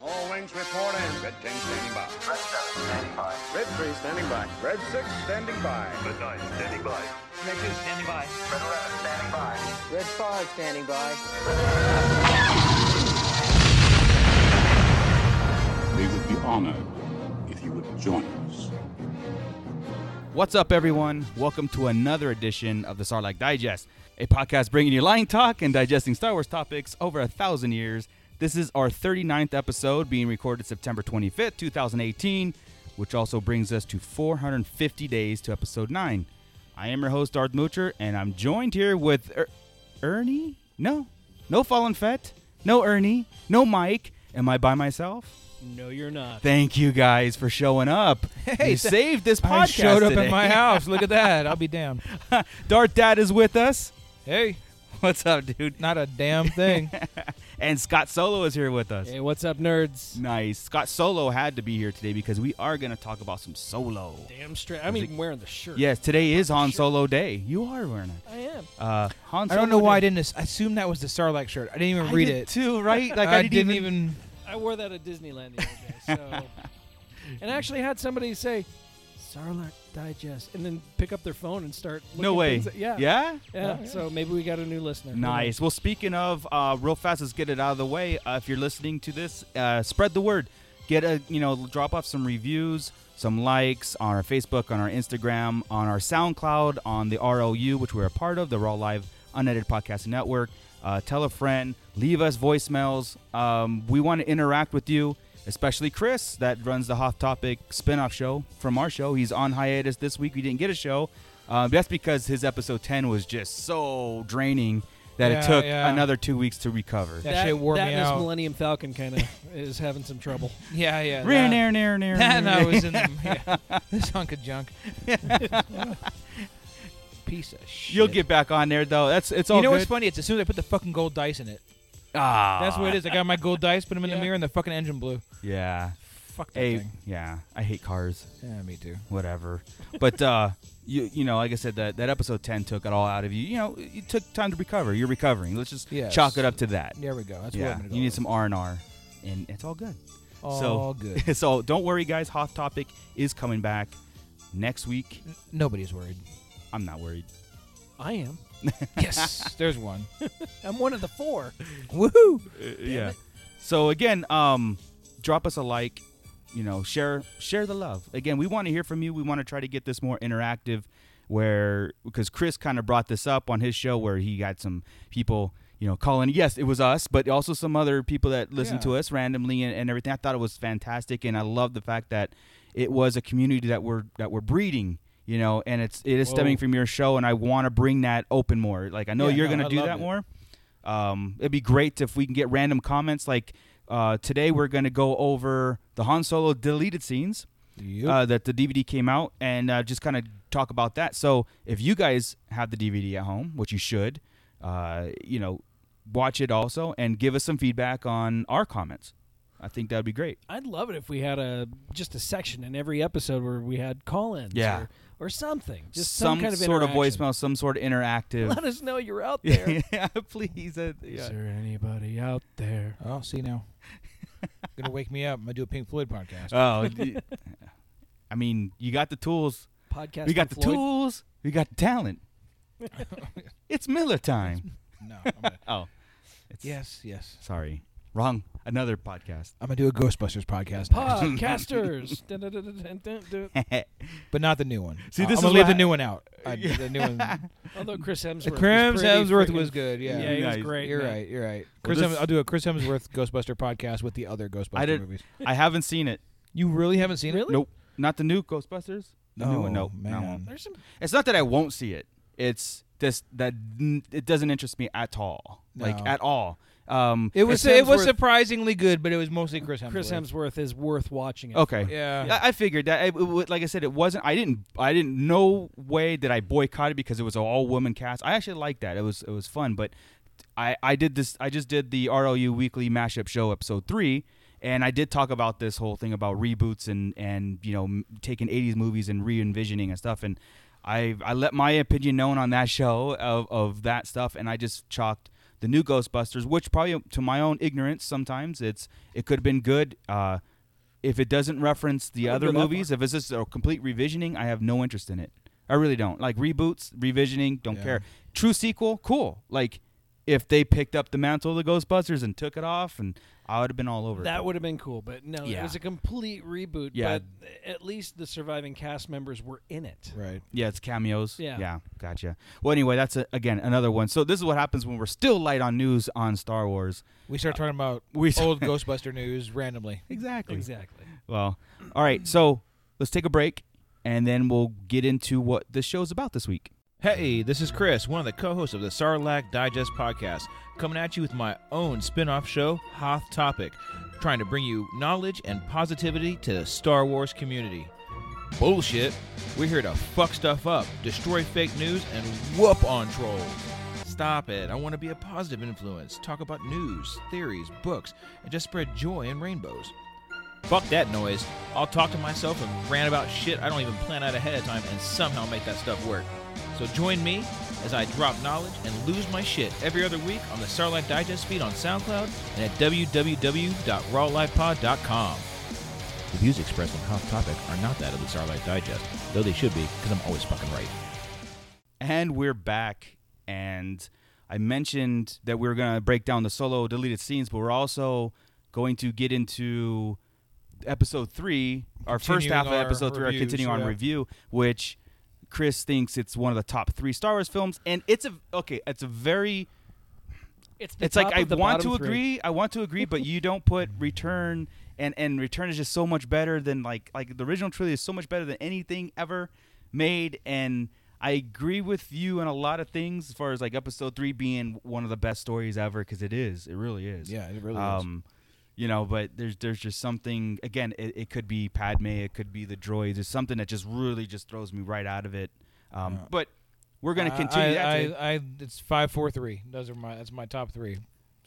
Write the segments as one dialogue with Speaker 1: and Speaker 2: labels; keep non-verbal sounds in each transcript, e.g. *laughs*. Speaker 1: All wings report in.
Speaker 2: Red 10 standing by.
Speaker 3: Red 7 standing by.
Speaker 1: Red 3 standing by. Red 6 standing by.
Speaker 4: Red 9 standing by.
Speaker 5: Red 2 standing by.
Speaker 3: Red 11 standing by.
Speaker 6: Red 5 standing by.
Speaker 7: We would be honored if you would join us.
Speaker 8: What's up, everyone? Welcome to another edition of the Sarlacc Digest, a podcast bringing you lying talk and digesting Star Wars topics over a thousand years. This is our 39th episode, being recorded September 25th, 2018, which also brings us to 450 days to episode 9. I am your host, Darth Moocher, and I'm joined here with er- Ernie? No. No Fallen Fett. No Ernie. No Mike. Am I by myself?
Speaker 5: No, you're not.
Speaker 8: Thank you guys for showing up.
Speaker 9: *laughs*
Speaker 8: Hey, you saved this podcast.
Speaker 9: I showed up
Speaker 8: today.
Speaker 9: at
Speaker 8: *laughs*
Speaker 9: my house. Look at that. I'll be damned.
Speaker 8: Dart Dad is with us.
Speaker 9: Hey,
Speaker 8: What's up, dude?
Speaker 9: not a damn thing.
Speaker 8: And Scott Solo is here with us.
Speaker 5: Hey, what's up, nerds?
Speaker 8: Nice. Scott Solo had to be here today because we are going to talk about some Solo.
Speaker 5: Damn straight. I'm even wearing the shirt.
Speaker 8: Yes, today is Han Solo Day. You are wearing it.
Speaker 5: I am.
Speaker 8: Uh, Han
Speaker 9: I
Speaker 8: Solo
Speaker 9: don't know why I
Speaker 8: Day.
Speaker 9: didn't as- assume that was the Sarlacc shirt. I didn't even read
Speaker 8: did
Speaker 9: it. *laughs*
Speaker 8: too, right? Like I,
Speaker 9: didn't even.
Speaker 5: I wore that at Disneyland the other
Speaker 8: *laughs*
Speaker 5: day. So, and I actually had somebody say, "Sarlacc Digest," and then pick up their phone and start.
Speaker 8: No
Speaker 5: looking
Speaker 8: way.
Speaker 5: things up. yeah.
Speaker 8: Yeah.
Speaker 5: Yeah. So maybe we got a new listener. Who
Speaker 8: Nice. Well, speaking of, uh, real fast, let's get it out of the way. Uh, if you're listening to this, uh, spread the word. Get a you know, drop off some reviews, some likes on our Facebook, on our Instagram, on our SoundCloud, on the RLU, which we're a part of, the Raw Live Unedited Podcasting Network. Uh, tell a friend. Leave us voicemails. Um, we want to interact with you, especially Chris, that runs the Hot Topic spinoff show from our show. He's on hiatus this week. We didn't get a show. Um, that's because his episode 10 was just so draining that it
Speaker 9: Yeah,
Speaker 8: took
Speaker 9: yeah.
Speaker 8: another two weeks to recover.
Speaker 9: That shit wore
Speaker 5: that
Speaker 9: me
Speaker 5: and his
Speaker 9: out.
Speaker 5: Millennium Falcon kind of
Speaker 8: *laughs*
Speaker 5: is having some trouble.
Speaker 9: Yeah, yeah.
Speaker 8: Rear,
Speaker 9: that-
Speaker 8: near, near, near,
Speaker 9: *laughs* That and
Speaker 8: near.
Speaker 9: I was in the. Yeah. *laughs* this hunk of junk. Piece of shit.
Speaker 8: *laughs* You'll get back on there though. That's it's all
Speaker 9: You know what's
Speaker 8: good.
Speaker 9: funny? It's as soon as I put the fucking gold dice in it.
Speaker 8: ah,
Speaker 9: That's what it is. I got my gold dice, put them in
Speaker 5: Yeah.
Speaker 9: the mirror, and the fucking engine blew.
Speaker 8: Yeah.
Speaker 9: Fuck that
Speaker 8: Hey,
Speaker 9: thing.
Speaker 8: yeah. I hate cars.
Speaker 9: Yeah, me too.
Speaker 8: Whatever. But uh, *laughs* you you know, like I said, that that episode ten took it all out of you. You know, you took time to recover. You're recovering. Let's just
Speaker 9: Yes.
Speaker 8: chalk it up to that.
Speaker 9: There we go. That's what
Speaker 8: yeah.
Speaker 9: I'm gonna go
Speaker 8: You need
Speaker 9: with.
Speaker 8: some R and R, and it's all good. *laughs*
Speaker 9: All good.
Speaker 8: so don't worry, guys. Hoth topic is coming back next week.
Speaker 9: Nobody's worried.
Speaker 8: I'm not worried.
Speaker 5: I am.
Speaker 9: *laughs* Yes, there's one.
Speaker 5: *laughs* I'm one of the four.
Speaker 9: Woohoo!
Speaker 8: yeah. So again, um, drop us a like. You know, share share the love. Again, we want to hear from you. We want to try to get this more interactive, where because Chris kind of brought this up on his show where he got some people. You know, calling. Yes, it was us, but also some other people that listened to
Speaker 9: Yeah.
Speaker 8: us randomly and, and everything. I thought it was fantastic, and I love the fact that it was a community that we're that we're breeding. You know, and it's it is stemming
Speaker 9: Whoa.
Speaker 8: from your show, and I want to bring that open more. Like I know
Speaker 9: Yeah,
Speaker 8: you're
Speaker 9: no,
Speaker 8: gonna
Speaker 9: I
Speaker 8: do
Speaker 9: love
Speaker 8: that
Speaker 9: it.
Speaker 8: more. Um, it'd be great if we can get random comments. Like uh, today, we're gonna go over the Han Solo deleted scenes
Speaker 9: Yep.
Speaker 8: uh, that the DVD came out, and uh, just kind of talk about that. So if you guys have the DVD at home, which you should, uh, you know, watch it also and give us some feedback on our comments. I think that'd be great.
Speaker 5: I'd love it if we had a just a section in every episode where we had call-ins.
Speaker 8: Yeah.
Speaker 5: Or, or something. Just some, kind of
Speaker 8: sort of
Speaker 5: interaction.
Speaker 8: voicemail, some sort of
Speaker 5: *laughs*
Speaker 8: interactive. *laughs*
Speaker 5: Let us know you're out there.
Speaker 8: yeah, please. Uh, yeah.
Speaker 5: Is there anybody out there?
Speaker 9: Oh, see now. Gonna wake me up. I'm gonna do a Pink Floyd podcast.
Speaker 8: Oh, d- *laughs* I mean, you got the tools.
Speaker 5: Podcast.
Speaker 8: we got the
Speaker 5: with Floyd?
Speaker 8: tools. We got
Speaker 9: *laughs*
Speaker 8: the talent. it's Miller time.
Speaker 9: no. I'm gonna,
Speaker 8: *laughs* Oh, it's,
Speaker 9: yes, yes.
Speaker 8: Sorry, wrong. Another podcast.
Speaker 9: I'm gonna do a Ghostbusters podcast,
Speaker 5: *laughs*
Speaker 9: next,
Speaker 5: Podcasters. Dun, dun, dun, dun, dun, dun, dun.
Speaker 8: *laughs*
Speaker 9: but not the new one.
Speaker 8: See,
Speaker 9: Uh,
Speaker 8: this
Speaker 9: I'm gonna
Speaker 8: is
Speaker 9: leave
Speaker 8: what
Speaker 9: the
Speaker 8: I-
Speaker 9: new one
Speaker 8: *laughs*
Speaker 9: out. I, the new one.
Speaker 5: Although Chris Hemsworth. was
Speaker 9: Chris
Speaker 5: pretty
Speaker 9: Hemsworth
Speaker 5: friggin-
Speaker 9: was good. Yeah.
Speaker 5: Yeah, he
Speaker 8: Nice.
Speaker 5: was great.
Speaker 9: You're
Speaker 5: man.
Speaker 9: right. You're right. Chris,
Speaker 8: this-
Speaker 9: Hems- I'll do a Chris Hemsworth Ghostbuster podcast with the other Ghostbuster
Speaker 8: did-
Speaker 9: movies.
Speaker 8: I haven't seen it.
Speaker 9: You really haven't seen
Speaker 5: Really?
Speaker 9: it?
Speaker 8: Nope. Not the new Ghostbusters. The new one.
Speaker 9: Oh,
Speaker 8: Nope. not
Speaker 9: man.
Speaker 8: one.
Speaker 5: There's some.
Speaker 8: It's not that I won't see it. It's just that n- it doesn't interest me at all. Like
Speaker 9: No.
Speaker 8: at all. Um,
Speaker 9: It was
Speaker 5: Chris
Speaker 9: it was
Speaker 5: Hemsworth-
Speaker 9: surprisingly good, but it was mostly Chris Hemsworth.
Speaker 5: Chris Hemsworth is worth watching. It
Speaker 8: okay.
Speaker 9: Yeah.
Speaker 8: I I figured that. It, it, like I said, it wasn't. I didn't. I didn't. No way did I boycott it because it was an all woman cast. I actually liked that. It was. It was fun. But I. I did this. I just did the RLU weekly mashup show episode three, and I did talk about this whole thing about reboots and and you know m- taking '80s movies and re-envisioning and stuff. *laughs* And I I let my opinion known on that show of of that stuff, and I just chalked the new Ghostbusters, which probably to my own ignorance, sometimes it's it could have been good. Uh, if it doesn't reference the
Speaker 5: I would
Speaker 8: other
Speaker 5: go that
Speaker 8: movies, if it's just a complete revisioning, I have no interest in it. I really don't like reboots, revisioning. Don't
Speaker 2: Yeah.
Speaker 8: care. True sequel, cool. Like if they picked up the mantle of the Ghostbusters and took it off, and I would have been all over. it.
Speaker 5: That would have been cool, but no, it
Speaker 8: Yeah.
Speaker 5: was a complete reboot.
Speaker 8: Yeah.
Speaker 5: But at least the surviving cast members were in it.
Speaker 2: Right.
Speaker 8: Yeah, it's cameos.
Speaker 5: Yeah.
Speaker 8: Yeah, gotcha. Well, anyway, that's a, again another one. So this is what happens when we're still light on news on Star Wars.
Speaker 2: We start talking about
Speaker 8: we s- *laughs*
Speaker 2: old Ghostbuster news randomly.
Speaker 8: Exactly.
Speaker 5: Exactly.
Speaker 8: Well, all right. So let's take a break, and then we'll get into what the show's about this week.
Speaker 2: Hey, this is Chris, one of the co-hosts of the Sarlacc Digest podcast, coming at you with my own spin-off show, Hoth Topic, trying to bring you knowledge and positivity to the Star Wars community. Bullshit. We're here to fuck stuff up, destroy fake news, and whoop on trolls. Stop it. I want to be a positive influence, talk about news, theories, books, and just spread joy and rainbows. Fuck that noise. I'll talk to myself and rant about shit I don't even plan out ahead of time and somehow make that stuff work. So join me as I drop knowledge and lose my shit every other week on the Sarlacc Digest feed on SoundCloud and at www.rawlivepod.com. The views expressed on Hot Topic are not that of the Sarlacc Digest, though they should be, because I'm always fucking right.
Speaker 8: And we're back. And I mentioned that we were going to break down the solo deleted scenes, but we're also going to get into episode three, our first
Speaker 2: Continuing
Speaker 8: half of
Speaker 2: our
Speaker 8: episode three, our
Speaker 2: reviews,
Speaker 8: continuing on
Speaker 2: yeah.
Speaker 8: review, which Chris thinks it's one of the top three Star Wars films. And it's a, okay, it's a very,
Speaker 5: It's the
Speaker 8: it's like
Speaker 5: top
Speaker 8: I
Speaker 5: of the
Speaker 8: want
Speaker 5: bottom
Speaker 8: to
Speaker 5: three.
Speaker 8: agree, I want to agree, but you don't put return. And, and return is just so much better than like like the original trilogy is so much better than anything ever made and i agree with you on a lot of things as far as like episode three being one of the best stories ever because it is it really is
Speaker 2: Yeah, it really is.
Speaker 8: um you know but there's there's just something again it, it could be padme it could be the droids there's something that just really just throws me right out of it um but we're gonna continue that
Speaker 2: I,
Speaker 8: today.
Speaker 2: I, I, it's five, four, three. Those are my. That's my top three.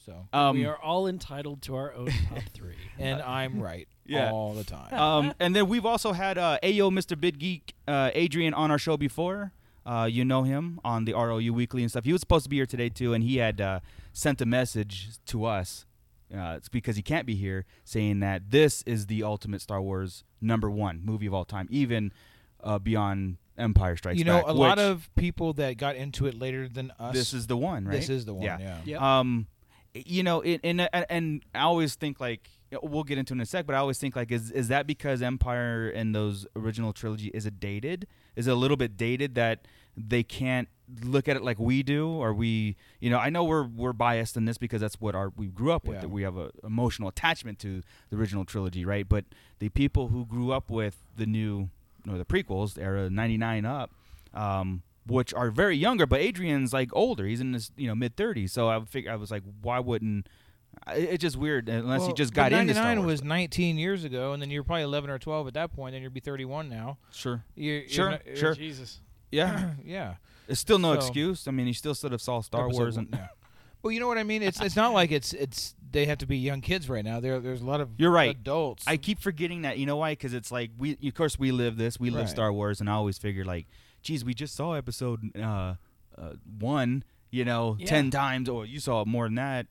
Speaker 2: So,
Speaker 8: um,
Speaker 5: we are all entitled to our own top three.
Speaker 8: *laughs*
Speaker 2: and I'm right
Speaker 8: yeah.
Speaker 2: all the time.
Speaker 8: um, and then we've also had uh, Ayo, Mr. Big Geek, uh, Adrian on our show before. Uh, you know him on the ROU Weekly and stuff. He was supposed to be here today too, and he had uh, sent a message to us. Uh, it's because he can't be here, saying that this is the ultimate Star Wars number one movie of all time, even uh, beyond Empire Strikes
Speaker 2: you know,
Speaker 8: Back,
Speaker 2: a lot
Speaker 8: which
Speaker 2: of people that got into it later than us.
Speaker 8: this is the one, right?
Speaker 2: this is the one. Yeah.
Speaker 5: Yep.
Speaker 8: Um, you know, it, and and- and I always think like we'll get into it in a sec, but I always think like is is that because Empire and those original trilogy is it dated? Is it a little bit dated that they can't look at it like we do, or we, you know, I know we're we're biased in this because that's what our we grew up with.
Speaker 2: Yeah.
Speaker 8: That we have a emotional attachment to the original trilogy, right? But the people who grew up with the new or the prequels era 99 up um, which are very younger but adrian's like older he's in his you know mid 30s so i figure i was like why wouldn't I- it's just weird uh, unless he
Speaker 2: Well,
Speaker 8: just
Speaker 2: but
Speaker 8: got into Star
Speaker 2: 99
Speaker 8: Wars.
Speaker 2: was 19 years ago, and then you're probably 11 or 12 at that point, and you'd be 31 now.
Speaker 8: sure
Speaker 2: You're, you're
Speaker 8: Sure,
Speaker 2: not- *clears throat* you're-
Speaker 8: sure.
Speaker 5: Jesus.
Speaker 2: *clears throat*
Speaker 8: yeah
Speaker 2: Yeah.
Speaker 8: it's still no
Speaker 2: So-
Speaker 8: excuse i mean he still should have saw star
Speaker 2: Episode
Speaker 8: wars
Speaker 2: one,
Speaker 8: and
Speaker 2: yeah. Well, you know what I mean. It's it's not like it's it's they have to be young kids right now. There there's a lot of
Speaker 8: You're right.
Speaker 2: adults.
Speaker 8: I keep forgetting that. You know why? Because it's like we, of course, we live this. We live
Speaker 2: Right.
Speaker 8: Star Wars, and I always figure like, geez, we just saw episode uh, uh, one, you know, ten times, or you saw it more than that.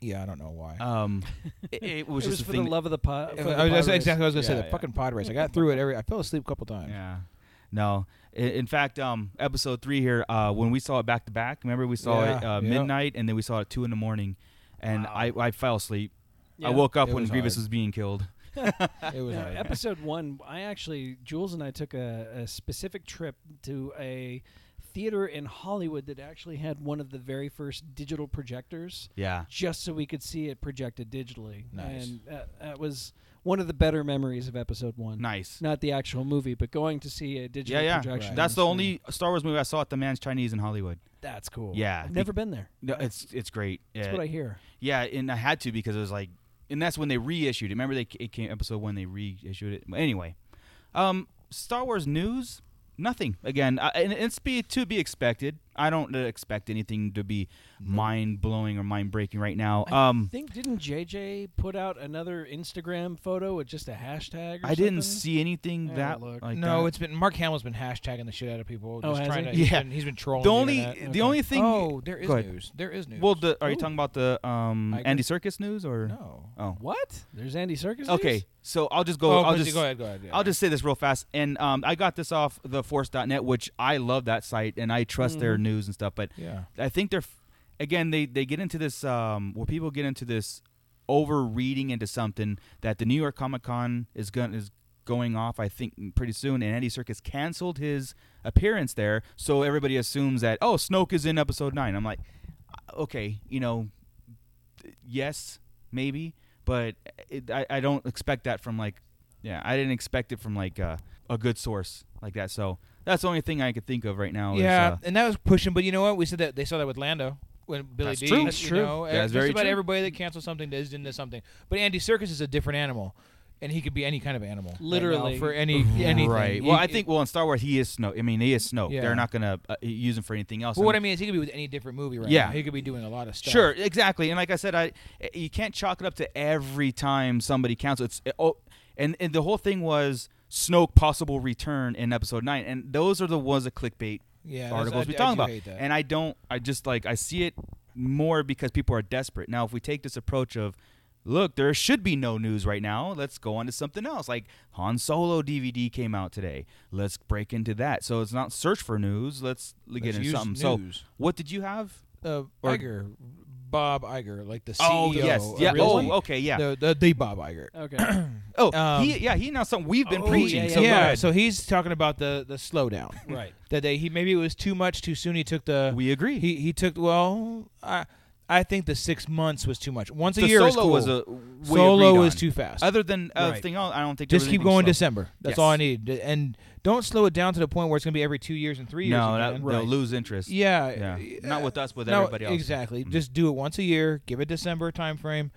Speaker 2: yeah, I don't know why. *laughs*
Speaker 8: Um, it, it was
Speaker 5: It was
Speaker 8: just
Speaker 5: for
Speaker 8: a thing.
Speaker 5: the love of the pot.
Speaker 2: I was, that's exactly what I was gonna say.
Speaker 8: Yeah,
Speaker 2: The
Speaker 8: yeah.
Speaker 2: fucking pod race. I got through it every. I fell asleep a couple times.
Speaker 8: Yeah. No. I- In fact, um, episode three here, uh, when we saw it back to back, remember we saw it
Speaker 2: Yeah,
Speaker 8: uh,
Speaker 2: yeah.
Speaker 8: midnight and then we saw it two in the morning, and I, I fell asleep.
Speaker 5: Yeah.
Speaker 8: I woke up
Speaker 2: It
Speaker 8: when
Speaker 2: was
Speaker 8: Grievous
Speaker 2: hard.
Speaker 8: was being killed.
Speaker 2: It was.
Speaker 5: No,
Speaker 8: *laughs*
Speaker 2: hard.
Speaker 5: episode one, I actually, Jules and I took a, a specific trip to a theater in Hollywood that actually had one of the very first digital projectors
Speaker 8: Yeah.
Speaker 5: just so we could see it projected digitally.
Speaker 2: Nice.
Speaker 5: And that, that was one of the better memories of episode one.
Speaker 8: Nice.
Speaker 5: Not the actual movie, but going to see a
Speaker 8: Yeah,
Speaker 5: digital
Speaker 8: yeah.
Speaker 5: projection. on
Speaker 8: That's the
Speaker 5: screen.
Speaker 8: only Star Wars movie I saw at the Man's Chinese in Hollywood.
Speaker 5: That's cool.
Speaker 8: Yeah,
Speaker 5: I've
Speaker 8: be-
Speaker 5: never been there.
Speaker 8: No, it's it's great.
Speaker 5: That's
Speaker 8: Yeah.
Speaker 5: what I hear.
Speaker 8: Yeah, and I had to because it was like, and that's when they reissued. it. Remember, they it came episode one. They reissued it. But anyway, um, Star Wars news, nothing again, uh, and it's be to be expected. I don't expect anything to be mind blowing or mind breaking right now. Um,
Speaker 5: I think didn't JJ put out another Instagram photo with just a hashtag? Or
Speaker 8: I didn't
Speaker 5: something?
Speaker 8: see anything
Speaker 5: Yeah,
Speaker 8: that
Speaker 5: look.
Speaker 8: like
Speaker 2: no,
Speaker 8: that.
Speaker 2: it's been Mark Hamill's been hashtagging the shit out of people.
Speaker 5: Oh,
Speaker 2: Just
Speaker 5: has
Speaker 2: trying
Speaker 5: he?
Speaker 2: to, he's
Speaker 8: Yeah.
Speaker 2: been- he's been trolling.
Speaker 8: the only
Speaker 2: internet.
Speaker 8: the
Speaker 2: Okay.
Speaker 8: only thing.
Speaker 2: Oh, there is
Speaker 8: Go ahead.
Speaker 2: news. There is news.
Speaker 8: Well, the, are you
Speaker 2: Ooh.
Speaker 8: talking about the um,
Speaker 2: I
Speaker 8: Andy
Speaker 2: guess-
Speaker 8: Circus news or
Speaker 2: no.
Speaker 8: Oh,
Speaker 5: What? There's Andy Circus.
Speaker 8: okay. So I'll just go.
Speaker 2: Oh,
Speaker 8: I'll
Speaker 2: Quincy,
Speaker 8: just
Speaker 2: go ahead. Go ahead. yeah.
Speaker 8: I'll just say this real fast. And um, I got this off the force.net, which I love that site and I trust their news and stuff. But
Speaker 2: Yeah.
Speaker 8: I think they're, f- again, they, they get into this, um, where people get into this over reading into something that the New York Comic Con is going is going off, I think, mm, pretty soon. And Andy Serkis canceled his appearance there. So everybody assumes that, oh, Snoke is in episode nine. I'm like, uh, okay, you know, yes, maybe, but it, I, I don't expect that from like, yeah, I didn't expect it from like uh, a good source like that. So that's the only thing I could think of right now.
Speaker 2: Yeah,
Speaker 8: Is, uh,
Speaker 2: and that was pushing. But you know what? We said that they saw that with Lando when Billy
Speaker 8: That's
Speaker 2: D.
Speaker 8: true.
Speaker 2: you
Speaker 8: That's true.
Speaker 2: know, eh,
Speaker 8: That's
Speaker 2: just
Speaker 8: very
Speaker 2: about
Speaker 8: true.
Speaker 2: everybody that canceled something does into something. But Andy Circus is a different animal, and he could be any kind of animal. right now
Speaker 5: Literally.
Speaker 2: for any anything.
Speaker 8: uh, Right.
Speaker 2: He-
Speaker 8: Well, I think well in Star Wars he is Snoke. I mean he is Snoke.
Speaker 2: Yeah.
Speaker 8: They're not gonna uh, use him for anything else.
Speaker 2: But what I mean is, he could be with any different movie right
Speaker 8: Yeah.
Speaker 2: now. He could be doing a lot of stuff.
Speaker 8: Sure, exactly. And like I said, I eh, you can't chalk it up to every time somebody counts. It's oh, and, and the whole thing was Snoke possible return in episode nine, and those are the ones that clickbait
Speaker 2: Yeah, that's-
Speaker 8: articles
Speaker 2: I-
Speaker 8: we
Speaker 2: I
Speaker 8: talking
Speaker 2: do
Speaker 8: about.
Speaker 2: hate that.
Speaker 8: And I don't. I just like I see it more because people are desperate. Now, if we take this approach of Look, there should be no news right now. Let's go on to something else. Like Han Solo DVD came out today. Let's break into that. So it's not search for news. Let's get
Speaker 2: Let's
Speaker 8: into
Speaker 2: use
Speaker 8: something.
Speaker 2: news.
Speaker 8: So what did you have?
Speaker 2: Uh,
Speaker 8: Or-
Speaker 2: Iger, Bob Iger, like the CEO.
Speaker 8: Oh, yes.
Speaker 2: of
Speaker 8: Yeah.
Speaker 2: Disney.
Speaker 8: Oh, okay, yeah.
Speaker 2: The, the, the Bob Iger.
Speaker 8: *coughs*
Speaker 5: Okay.
Speaker 8: Oh,
Speaker 2: Um,
Speaker 8: he, yeah, he announced something we've been
Speaker 5: Oh,
Speaker 8: preaching.
Speaker 5: yeah,
Speaker 8: so go
Speaker 2: yeah.
Speaker 8: ahead.
Speaker 2: So he's talking about the the slowdown.
Speaker 5: right.
Speaker 2: that they he maybe it was too much too soon. He took the
Speaker 8: We agree.
Speaker 2: He he took well. I I think the six months was too much. Once a
Speaker 8: The
Speaker 2: year is
Speaker 8: solo
Speaker 2: cool.
Speaker 8: was a we
Speaker 2: solo
Speaker 8: agreed
Speaker 2: is
Speaker 8: on.
Speaker 2: too fast.
Speaker 8: Other than uh,
Speaker 5: Right.
Speaker 8: thing else, I don't think there
Speaker 2: just
Speaker 8: was
Speaker 2: keep
Speaker 8: anything
Speaker 2: going
Speaker 8: slow.
Speaker 2: December. That's
Speaker 8: Yes.
Speaker 2: all I need. D- And don't slow it down to the point where it's going to be every two years and three years.
Speaker 8: No, that,
Speaker 2: again.
Speaker 8: they'll lose interest.
Speaker 2: Yeah, Uh,
Speaker 8: Yeah. Not with us, with
Speaker 2: no,
Speaker 8: everybody else. Mm-hmm.
Speaker 2: Exactly. Just do it once a year. Give a December time frame.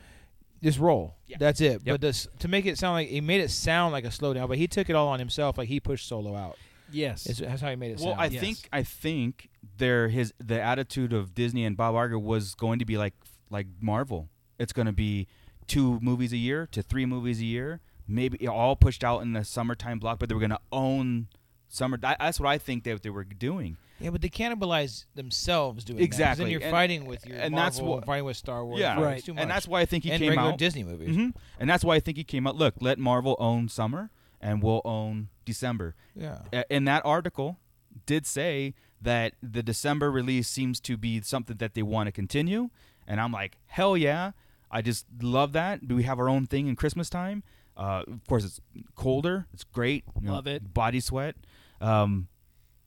Speaker 2: Just roll. That's it. But this, to make it sound like he made it sound like a slowdown, but he took it all on himself. Like he pushed solo out.
Speaker 5: Yes.
Speaker 2: Is- That's how he made it
Speaker 8: Well,
Speaker 2: sound.
Speaker 8: I think I think their his the attitude of Disney and Bob Iger was going to be like like Marvel. It's going to be two movies a year to three movies a year, maybe all pushed out in the summertime block. But they were going to own summer. that- That's what I think that they were doing.
Speaker 2: Yeah, but they cannibalize themselves doing that. 'cause
Speaker 8: Exactly,
Speaker 2: Then you're
Speaker 8: and-
Speaker 2: fighting with your
Speaker 8: and
Speaker 2: Marvel,
Speaker 8: that's what-
Speaker 2: fighting with Star Wars.
Speaker 8: Yeah,
Speaker 2: fighting with
Speaker 5: Right.
Speaker 2: Too much.
Speaker 8: and that's why I think he
Speaker 2: and
Speaker 8: came
Speaker 2: regular
Speaker 8: out.
Speaker 2: Disney movies.
Speaker 8: Mhm. And that's why I think he came out. Look, let Marvel own summer, and we'll own December.
Speaker 2: Yeah.
Speaker 8: A- And that article did say that the December release seems to be something that they want to continue. And I'm like, hell yeah! I just love that. Do we have our own thing in Christmas time? Uh, of course, it's colder. It's great. you
Speaker 5: Love it.
Speaker 8: Body sweat. Um,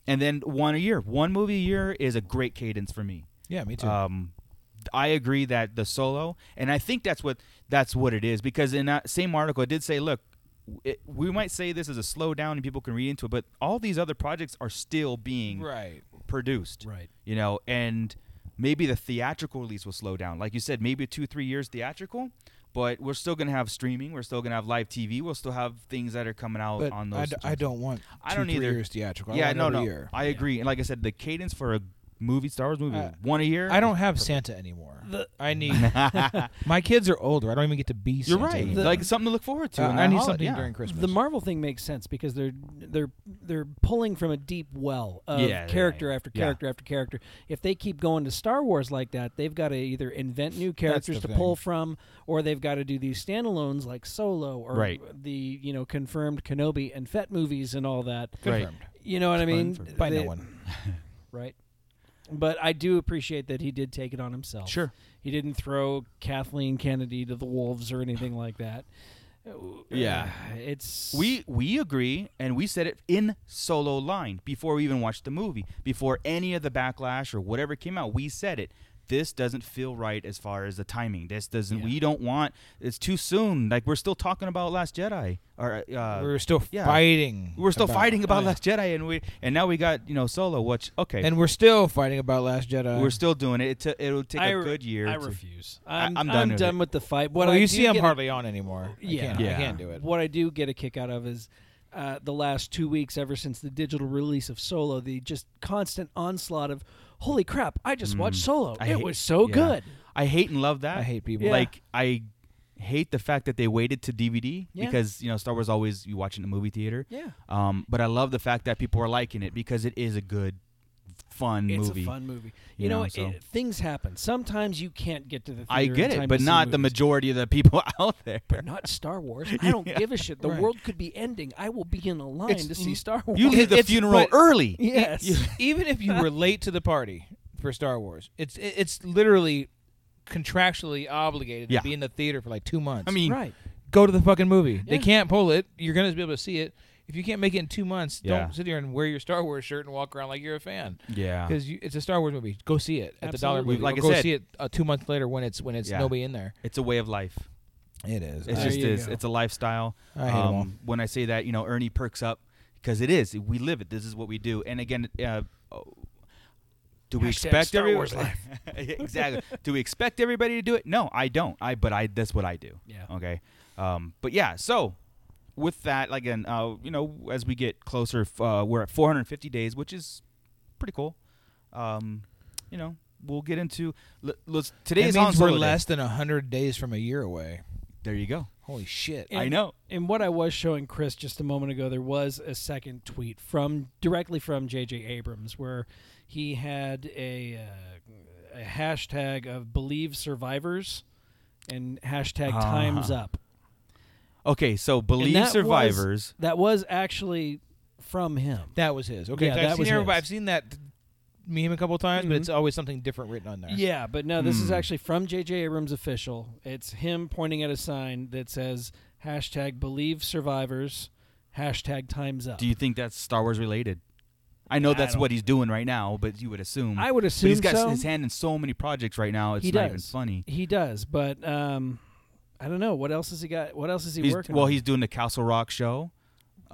Speaker 8: and then one a year, one movie a year is a great cadence for me.
Speaker 2: Yeah, me too.
Speaker 8: Um, I agree that the solo, and I think that's what that's what it is because in that same article it did say, look, it, we might say this is a slowdown and people can read into it, but all these other projects are still being
Speaker 2: right.
Speaker 8: produced,
Speaker 5: Right.
Speaker 8: You know, and maybe the theatrical release will slow down, like you said, maybe two three years theatrical. But we're still gonna have streaming. We're still gonna have live TV. We'll still have things that are coming out
Speaker 2: But
Speaker 8: on
Speaker 2: I,
Speaker 8: those.
Speaker 2: d- I don't want.
Speaker 8: I
Speaker 2: two,
Speaker 8: don't
Speaker 2: three
Speaker 8: either.
Speaker 2: Years theatrical. I
Speaker 8: Yeah,
Speaker 2: want
Speaker 8: no,
Speaker 2: every
Speaker 8: no.
Speaker 2: Year.
Speaker 8: I agree. And like I said, the cadence for a movie, Star Wars movie,
Speaker 2: Uh,
Speaker 8: one a year.
Speaker 2: I don't have Santa anymore. I need.
Speaker 8: *laughs*
Speaker 2: my kids are older. I don't even get to be.
Speaker 8: You're
Speaker 2: Santa
Speaker 8: right.
Speaker 2: anymore.
Speaker 8: like something to look forward to.
Speaker 2: Uh,
Speaker 8: in
Speaker 2: I
Speaker 8: that
Speaker 2: need
Speaker 8: holi-
Speaker 2: something
Speaker 8: yeah.
Speaker 2: during Christmas.
Speaker 5: The Marvel thing makes sense because they're they're they're pulling from a deep well of
Speaker 8: Yeah, yeah,
Speaker 5: character
Speaker 8: yeah.
Speaker 5: after
Speaker 8: Yeah.
Speaker 5: character after character. If they keep going to Star Wars like that, they've got to either invent new characters to
Speaker 2: the
Speaker 5: pull from, or they've got to do these standalones like Solo or
Speaker 8: Right.
Speaker 5: the you know confirmed Kenobi and Fett movies and all that.
Speaker 2: Confirmed.
Speaker 5: You know what I mean?
Speaker 2: By no
Speaker 5: They-
Speaker 2: one.
Speaker 5: right? But I do appreciate that he did take it on himself.
Speaker 8: Sure.
Speaker 5: he didn't throw Kathleen Kennedy to the wolves or anything like
Speaker 8: *sighs*
Speaker 5: that.
Speaker 8: Yeah.
Speaker 5: it's
Speaker 8: We we agree, and we said it in solo line before we even watched the movie, before any of the backlash or whatever came out. We said it. This doesn't feel right as far as the timing. This doesn't. We don't want. It's too soon. Like we're still talking about Last Jedi. Or uh,
Speaker 2: We're still
Speaker 8: yeah.
Speaker 2: fighting.
Speaker 8: We're still fighting about
Speaker 2: Oh, yeah.
Speaker 8: Last Jedi, and we and now we got you know Solo. Which okay,
Speaker 2: And uh, we're still fighting about Last Jedi.
Speaker 8: we're still doing it. It t- it'll take
Speaker 5: I
Speaker 8: a
Speaker 5: re-
Speaker 8: good year.
Speaker 5: I
Speaker 8: to-
Speaker 5: refuse. I'm,
Speaker 8: I'm
Speaker 5: I'm done.
Speaker 8: done with it.
Speaker 5: with the fight. What
Speaker 2: Well,
Speaker 5: I
Speaker 2: you
Speaker 5: do
Speaker 2: see, I'm
Speaker 5: get a-
Speaker 2: hardly on anymore. I
Speaker 5: Yeah.
Speaker 2: can't- I
Speaker 8: Yeah.
Speaker 2: can't do it.
Speaker 5: What I do get a kick out of is uh, the last two weeks ever since the digital release of Solo. The just constant onslaught of, holy crap! I just watched Solo.
Speaker 8: Mm. I
Speaker 5: it
Speaker 8: hate-
Speaker 5: was so
Speaker 8: yeah.
Speaker 5: good.
Speaker 8: I hate and love that.
Speaker 2: I hate people.
Speaker 5: Yeah.
Speaker 8: Like I hate the fact that they waited to DVD
Speaker 5: Yeah.
Speaker 8: because you know Star Wars always you watch it in a movie theater.
Speaker 5: Yeah.
Speaker 8: Um, but I love the fact that people are liking it because it is a good, fun
Speaker 5: It's
Speaker 8: movie.
Speaker 5: a fun movie.
Speaker 8: You
Speaker 5: You, know,
Speaker 8: know, so-
Speaker 5: it, things happen. Sometimes you can't get to the. Theater
Speaker 8: I
Speaker 5: in
Speaker 8: get
Speaker 5: time
Speaker 8: it, but
Speaker 5: to see
Speaker 8: not the
Speaker 5: movies.
Speaker 8: majority of the *laughs* people out there.
Speaker 5: Not Star
Speaker 8: *laughs*
Speaker 5: Wars. I don't give a shit. The
Speaker 2: Right.
Speaker 5: world could be ending. I will be in a line
Speaker 2: It's-
Speaker 5: to see Star Wars.
Speaker 8: You *laughs* leave the
Speaker 2: It's-
Speaker 8: funeral
Speaker 2: but-
Speaker 8: early.
Speaker 5: yes.
Speaker 8: *laughs*
Speaker 2: *laughs* even if you were late to the party for Star Wars, it's it- it's literally contractually obligated
Speaker 8: Yeah.
Speaker 2: to be in the theater for like two months.
Speaker 8: I mean,
Speaker 5: right.
Speaker 2: go to the fucking movie. They
Speaker 5: Yeah.
Speaker 2: can't pull it. You're gonna be able to see it. If you can't make it in two months,
Speaker 8: Yeah.
Speaker 2: don't sit here and wear your Star Wars shirt and walk around like you're a fan.
Speaker 8: Yeah.
Speaker 2: because it's a Star Wars movie. Go see it at the dollar
Speaker 5: Absolutely.
Speaker 2: movie.
Speaker 8: Like
Speaker 2: or
Speaker 8: I
Speaker 2: go
Speaker 8: said-
Speaker 2: see it uh, two months later when it's when it's
Speaker 8: Yeah.
Speaker 2: nobody in there.
Speaker 8: it's a way of life.
Speaker 2: It is.
Speaker 8: It's
Speaker 5: There
Speaker 8: just
Speaker 5: you
Speaker 8: is.
Speaker 5: go.
Speaker 8: It's a lifestyle. Um,
Speaker 2: I hate 'em all.
Speaker 8: when I say that, you know, Ernie perks up because it is. We live it. This is what we do. And again, uh, oh, do we
Speaker 5: Hashtag
Speaker 8: expect
Speaker 5: Star
Speaker 8: every-
Speaker 5: Wars
Speaker 8: *laughs*
Speaker 5: life.
Speaker 8: exactly. Do we expect everybody to do it? No, I don't. I but I that's what I do.
Speaker 5: Yeah.
Speaker 8: Okay. Um. But yeah. So with that, like, again, uh, you know, as we get closer, f- uh, we're at 450 days, which is pretty cool. Um, you know, we'll get into. Let, let's today
Speaker 2: It
Speaker 8: is
Speaker 2: means
Speaker 8: Han
Speaker 2: we're
Speaker 8: Solo Day.
Speaker 2: less than hundred days from a year away.
Speaker 8: There you go.
Speaker 2: Holy shit!
Speaker 8: I
Speaker 5: And-
Speaker 8: know.
Speaker 5: And what I was showing Chris just a moment ago, there was a second tweet from directly from J.J. Abrams where he had a, uh, a hashtag of believe survivors and hashtag times up.
Speaker 8: Okay,
Speaker 5: And
Speaker 8: so Ah. believe
Speaker 5: that was-
Speaker 8: survivors.
Speaker 5: that was actually from him.
Speaker 2: That was his. Mm-hmm. Okay,
Speaker 5: Yeah,
Speaker 2: 'cause
Speaker 5: that
Speaker 2: I've
Speaker 5: was
Speaker 2: seen everybody.
Speaker 5: his.
Speaker 2: I've seen that meme a couple times, but it's always something different written on there.
Speaker 5: Yeah, but no, this is
Speaker 8: Hmm.
Speaker 5: actually from J.J. Abrams official. It's him pointing at a sign that says hashtag believe survivors, hashtag times up.
Speaker 8: Do you think that's Star Wars related? I know that's what he's doing right now, but you would assume.
Speaker 5: I would
Speaker 8: But he's
Speaker 5: assume
Speaker 8: got
Speaker 5: so.
Speaker 8: his hand in so many projects right now. It's
Speaker 5: he does.
Speaker 8: not even funny.
Speaker 5: He does, but um, I don't know what else has he got. What else is he
Speaker 8: He's,
Speaker 5: working?
Speaker 8: well,
Speaker 5: on?
Speaker 8: he's doing the Castle Rock show.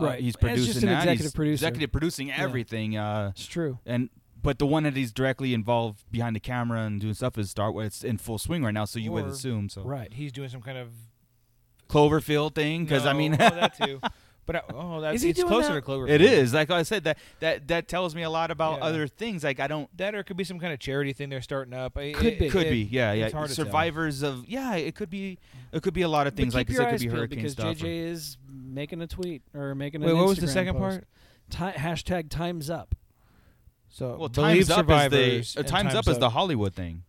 Speaker 8: Uh,
Speaker 5: Right.
Speaker 8: he's
Speaker 5: It's just
Speaker 8: producing
Speaker 5: an
Speaker 8: that.
Speaker 5: executive
Speaker 8: he's
Speaker 5: producer.
Speaker 8: Executive producing everything. Uh,
Speaker 5: it's true.
Speaker 8: and but the one that he's directly involved behind the camera and doing stuff is Star Wars. It's in full swing right now, so you would
Speaker 2: Or-
Speaker 8: assume so.
Speaker 5: Right.
Speaker 2: he's doing some kind of
Speaker 8: Cloverfield thing, because I
Speaker 2: No,
Speaker 8: mean, *laughs*
Speaker 2: oh, that *laughs* too. But I, oh, that's
Speaker 5: Is he
Speaker 2: it's
Speaker 5: doing
Speaker 2: closer
Speaker 5: that?
Speaker 2: to Cloverfield.
Speaker 8: it is like I said that that that tells me a lot about
Speaker 2: Yeah.
Speaker 8: other things. Like I don't
Speaker 2: that, or it could be some kind of charity thing they're starting up. I-
Speaker 5: Could
Speaker 2: it-
Speaker 5: be.
Speaker 8: could
Speaker 2: it-
Speaker 8: be yeah yeah
Speaker 2: it's hard to tell.
Speaker 8: survivors of yeah it could be it could be a lot of things
Speaker 5: but
Speaker 8: like
Speaker 5: keep
Speaker 8: this
Speaker 5: your
Speaker 8: it could
Speaker 5: eyes
Speaker 8: be
Speaker 5: peeled
Speaker 8: hurricane
Speaker 5: because
Speaker 8: stuff or-
Speaker 5: JJ is making a tweet or making.
Speaker 2: Wait,
Speaker 5: an
Speaker 2: what was the
Speaker 5: Instagram
Speaker 2: second
Speaker 5: post. part? Ti- hashtag times up.
Speaker 2: So
Speaker 8: well
Speaker 2: believe
Speaker 8: times up is
Speaker 2: survivors.
Speaker 8: the uh,
Speaker 2: and
Speaker 8: times, up, is the Hollywood thing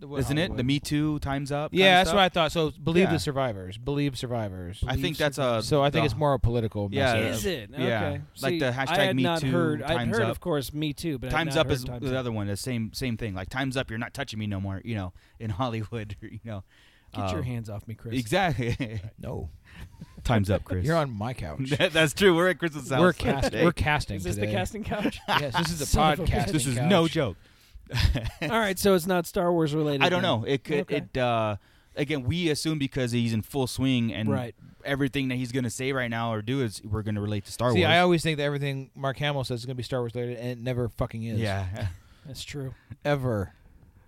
Speaker 2: the
Speaker 8: isn't it the
Speaker 2: Hollywood.
Speaker 8: Me Too times up kind
Speaker 2: Yeah,
Speaker 8: of
Speaker 2: that's what I
Speaker 8: stuff?
Speaker 2: thought. So believe
Speaker 8: Yeah.
Speaker 2: the survivors. Believe survivors.
Speaker 8: I think that's a
Speaker 2: so I think
Speaker 8: the-
Speaker 2: it's more a political.
Speaker 8: Yeah,
Speaker 2: message.
Speaker 8: uh,
Speaker 5: is it?
Speaker 8: yeah.
Speaker 5: Okay.
Speaker 8: Like
Speaker 5: See,
Speaker 8: the
Speaker 5: I
Speaker 8: hashtag
Speaker 5: had
Speaker 8: Me
Speaker 5: not
Speaker 8: Too,
Speaker 5: heard. I'd
Speaker 8: times
Speaker 5: heard,
Speaker 8: up.
Speaker 5: of course, Me Too, but I'd
Speaker 8: times
Speaker 5: not
Speaker 8: up
Speaker 5: heard
Speaker 8: is
Speaker 5: times
Speaker 8: the
Speaker 5: up.
Speaker 8: other one the same same thing like times up you're not touching me no more you know in *laughs* Hollywood you know
Speaker 5: Get
Speaker 8: Uh,
Speaker 5: your hands off me, Chris.
Speaker 8: exactly *laughs*
Speaker 2: No,
Speaker 8: times up Chris
Speaker 2: you're on my couch.
Speaker 8: That- *laughs* that's true we're at Chris's house
Speaker 2: we're cast.
Speaker 8: today.
Speaker 2: We're casting.
Speaker 5: Is this
Speaker 2: today.
Speaker 5: the casting
Speaker 8: *laughs*
Speaker 5: couch?
Speaker 2: Yes, this is the
Speaker 5: Son of a
Speaker 2: podcast.
Speaker 5: bitch.
Speaker 8: this is
Speaker 2: couch.
Speaker 8: no joke
Speaker 5: All right, so it's not Star Wars related.
Speaker 8: I don't
Speaker 5: then.
Speaker 8: know. It could.
Speaker 5: Okay.
Speaker 8: It uh, again, we assume because he's in full swing and
Speaker 5: Right.
Speaker 8: everything that he's going to say right now or do is we're going to relate to Star
Speaker 2: See,
Speaker 8: Wars.
Speaker 2: I always think that everything Mark Hamill says is going to be Star Wars related, and it never fucking is.
Speaker 8: yeah.
Speaker 5: That's true.
Speaker 2: *laughs* ever.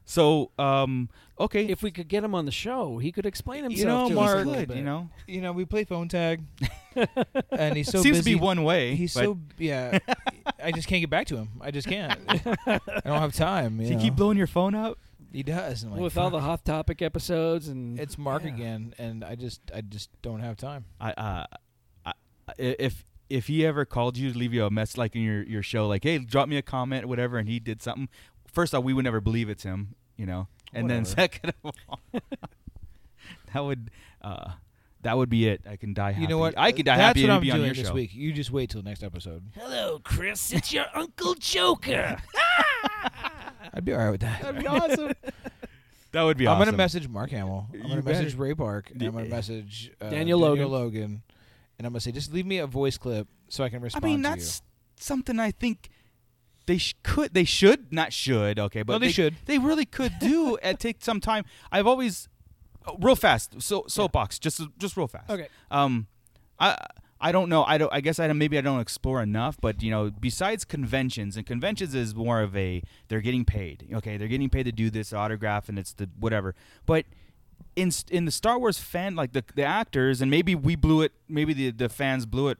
Speaker 8: So um, okay.
Speaker 5: If we could get him on the show, he could explain himself.
Speaker 2: know,
Speaker 5: to
Speaker 8: He's
Speaker 5: us a
Speaker 2: Mark-
Speaker 5: little
Speaker 8: good,
Speaker 5: bit.
Speaker 8: you know,
Speaker 2: You know, we play phone tag,
Speaker 8: *laughs*
Speaker 2: and he's so
Speaker 8: seems
Speaker 2: busy.
Speaker 8: to be one way.
Speaker 2: He's
Speaker 8: but
Speaker 2: so yeah. I just can't get back to him. I
Speaker 8: *laughs*
Speaker 2: just can't. I don't have time. You
Speaker 8: Does he keep
Speaker 2: know.
Speaker 8: blowing your phone up?
Speaker 2: He does. and I'm like,
Speaker 5: with all the
Speaker 2: "Fuck,
Speaker 5: hot topic episodes and
Speaker 2: it's Mark
Speaker 5: Yeah.
Speaker 2: again, and I just I just don't have time.
Speaker 8: I, uh, I if if he ever called you to leave you a mess like in your your show, like hey, drop me a comment, whatever, and he did something. First off, we would never believe it's him, you know, and then
Speaker 2: Whatever.
Speaker 8: second of all, *laughs* that would uh, that would be it. I can die happy.
Speaker 2: You know what?
Speaker 8: I could die
Speaker 2: That's
Speaker 8: happy
Speaker 2: what
Speaker 8: and
Speaker 2: I'm
Speaker 8: be
Speaker 2: doing
Speaker 8: on your
Speaker 2: this
Speaker 8: show.
Speaker 2: week. You just wait till next episode.
Speaker 5: hello, Chris. It's your Uncle
Speaker 2: *laughs*
Speaker 5: Joker.
Speaker 2: I'd be all right with that.
Speaker 8: That'd be awesome.
Speaker 5: *laughs*
Speaker 8: that would be.
Speaker 2: I'm
Speaker 8: awesome.
Speaker 2: gonna memail Mark Hamill. I'm
Speaker 8: You
Speaker 2: gonna
Speaker 8: better.
Speaker 2: message Ray Park. And I'm gonna message uh,
Speaker 5: Daniel Logan.
Speaker 2: Logan, and I'm gonna say just leave me a voice clip so I can
Speaker 8: I
Speaker 2: respond.
Speaker 8: mean,
Speaker 2: to
Speaker 8: that's something I think. They sh- could, they should, not should, okay, but
Speaker 2: No, they should.
Speaker 8: They really could
Speaker 5: *laughs*
Speaker 8: do and take some time. I've always, oh, real fast, so soapbox, just just real fast.
Speaker 5: Okay.
Speaker 8: Um, I I don't know. I don't. I guess I don't, maybe I don't explore enough. But you know, besides conventions, and conventions is more of a they're getting paid. Okay, they're getting paid to do this autograph, and it's the whatever. But in in the Star Wars fan, like the the actors, and maybe we blew it. Maybe the the fans blew it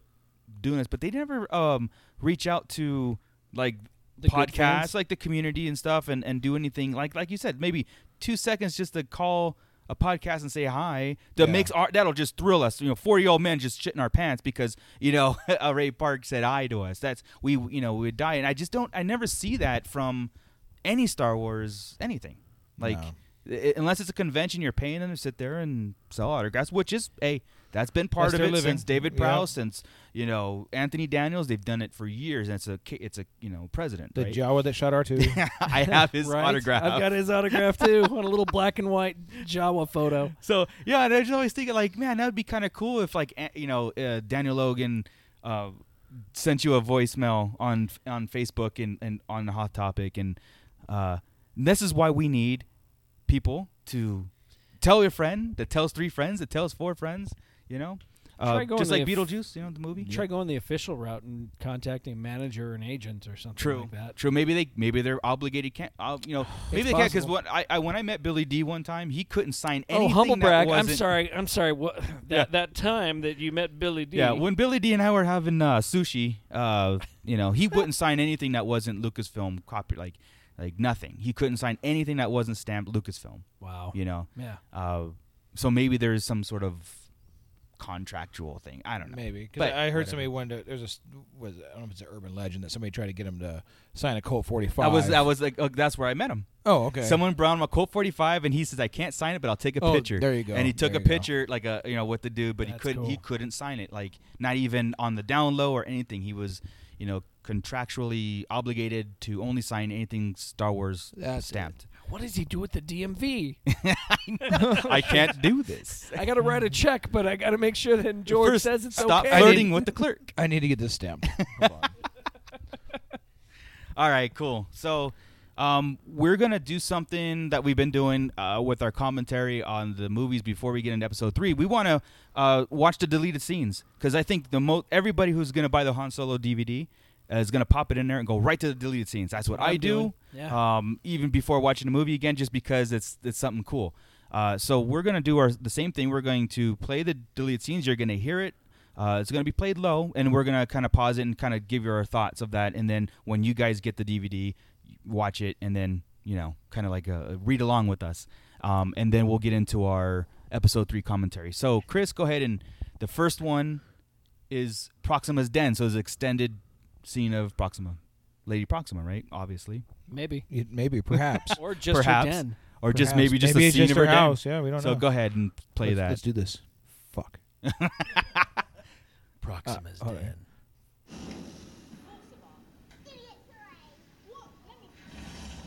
Speaker 8: doing this, but they never um, reach out to like
Speaker 5: The good
Speaker 8: podcasts,
Speaker 5: fans?
Speaker 8: like the community and stuff, and, and do anything like like you said, maybe two seconds just to call a podcast and say hi that
Speaker 2: Yeah.
Speaker 8: makes our that'll just thrill us you know 40 year old men just shitting our pants because you know *laughs* uh, ray park said hi to us that's we you know we would die and i just don't i never see that from any star wars anything like i- unless it's a convention you're paying them to sit there and sell autographs which is hey that's been part
Speaker 2: That's
Speaker 8: of
Speaker 2: their
Speaker 8: it
Speaker 2: living.
Speaker 8: since david
Speaker 2: Yeah.
Speaker 8: prowse since you know anthony daniels they've done it for years and it's a ki- it's a you know president
Speaker 2: The
Speaker 8: right?
Speaker 2: Jawa that shot R2.
Speaker 8: *laughs* i have his
Speaker 5: Right?
Speaker 8: autograph
Speaker 5: I've got his autograph
Speaker 8: *laughs*
Speaker 5: too on a little black and white Jawa photo.
Speaker 8: So yeah, and I was always thinking like, man, that would be kind of cool if like a- you know uh, Daniel Logan uh, sent you a voicemail on on Facebook and, and on the hot topic, and uh, this is why we need people to tell your friend that tells three friends that tells four friends, you know, uh,
Speaker 5: Try going
Speaker 8: just like
Speaker 5: the-
Speaker 8: Beetlejuice, you know, the movie.
Speaker 5: Try going the official route and contacting a manager or an agent or something
Speaker 8: True.
Speaker 5: like that.
Speaker 8: True. Maybe they maybe they're obligated. Can't uh,
Speaker 5: *sighs*
Speaker 8: you know? Maybe they can't because
Speaker 5: possible.
Speaker 8: when I, I when I met Billy D one time, he couldn't sign
Speaker 5: Oh,
Speaker 8: anything.
Speaker 5: humble
Speaker 8: that
Speaker 5: brag. I'm
Speaker 8: wasn't-
Speaker 5: sorry. I'm sorry. What that,
Speaker 8: Yeah.
Speaker 5: that time that you met Billy D.
Speaker 8: Yeah, when Billy D and I were having uh, sushi, uh, you know, he wouldn't sign anything that wasn't Lucasfilm copy, like, like nothing. He couldn't sign anything that wasn't stamped Lucasfilm.
Speaker 5: wow.
Speaker 8: You know,
Speaker 5: Yeah.
Speaker 8: uh, so maybe there's some sort of contractual thing. I don't know.
Speaker 2: Maybe. 'Cause
Speaker 8: But
Speaker 2: I I heard
Speaker 8: whatever.
Speaker 2: somebody wanted to, there's a, s- was, I don't know if it's an urban legend that somebody tried to get him to sign a Colt 45.
Speaker 8: I was, I was like, oh, that's where I met him.
Speaker 2: oh, okay.
Speaker 8: Someone brought him a Colt 45, and he says, "I can't sign it, but I'll take a
Speaker 2: Oh,
Speaker 8: picture."
Speaker 2: there you go.
Speaker 8: And he took
Speaker 2: There
Speaker 8: a
Speaker 2: you go.
Speaker 8: picture, like a you know, with the dude, but he
Speaker 5: That's
Speaker 8: couldn't. He
Speaker 5: cool.
Speaker 8: couldn't sign it, like not even on the down low or anything. He was, you know, contractually obligated to only sign anything Star Wars
Speaker 2: That's it. *laughs*
Speaker 8: stamped.
Speaker 5: What does he do with the
Speaker 8: *laughs*
Speaker 5: DMV?
Speaker 8: I can't do this.
Speaker 5: I got to write a check, but I got to make sure that George
Speaker 8: First,
Speaker 5: says it's
Speaker 8: stop
Speaker 5: okay.
Speaker 8: flirting with the clerk.
Speaker 2: I need to get this
Speaker 8: *laughs*
Speaker 2: stamped. Hold on.
Speaker 8: All right, cool. So um, we're gonna do something that we've been doing uh, with our commentary on the movies before we get into episode three. We want to uh, watch the deleted scenes because I think the most everybody who's gonna buy the Han Solo DVD uh, is gonna pop it in there and go right to the deleted scenes. That's what,
Speaker 5: What
Speaker 8: I
Speaker 5: I'm
Speaker 8: do.
Speaker 5: doing. Yeah.
Speaker 8: Um, even before watching the movie again, just because it's it's something cool. Uh, so we're gonna do our the same thing. We're going to play the deleted scenes. You're gonna hear it. Uh, it's going to be played low, and we're going to kind of pause it and kind of give you our thoughts of that. And then when you guys get the DVD, watch it, and then you know, kind of like uh read along with us. Um, and then we'll get into our episode three commentary. So, Chris, go ahead and the first one is Proxima's den. So, it's extended scene of Proxima, Lady Proxima, right? Obviously,
Speaker 5: Maybe.
Speaker 2: It- Maybe, perhaps. *laughs*
Speaker 5: Or just
Speaker 8: perhaps,
Speaker 5: her den.
Speaker 8: or just
Speaker 2: Perhaps.
Speaker 8: maybe just
Speaker 2: Maybe
Speaker 8: a
Speaker 2: it's
Speaker 8: scene
Speaker 2: just
Speaker 8: of
Speaker 2: her
Speaker 8: den.
Speaker 2: house. Yeah, we don't
Speaker 8: so
Speaker 2: know.
Speaker 8: go ahead and play
Speaker 2: let's,
Speaker 8: that.
Speaker 2: Let's do this. Fuck.
Speaker 5: Proxima's
Speaker 2: all right.
Speaker 5: den.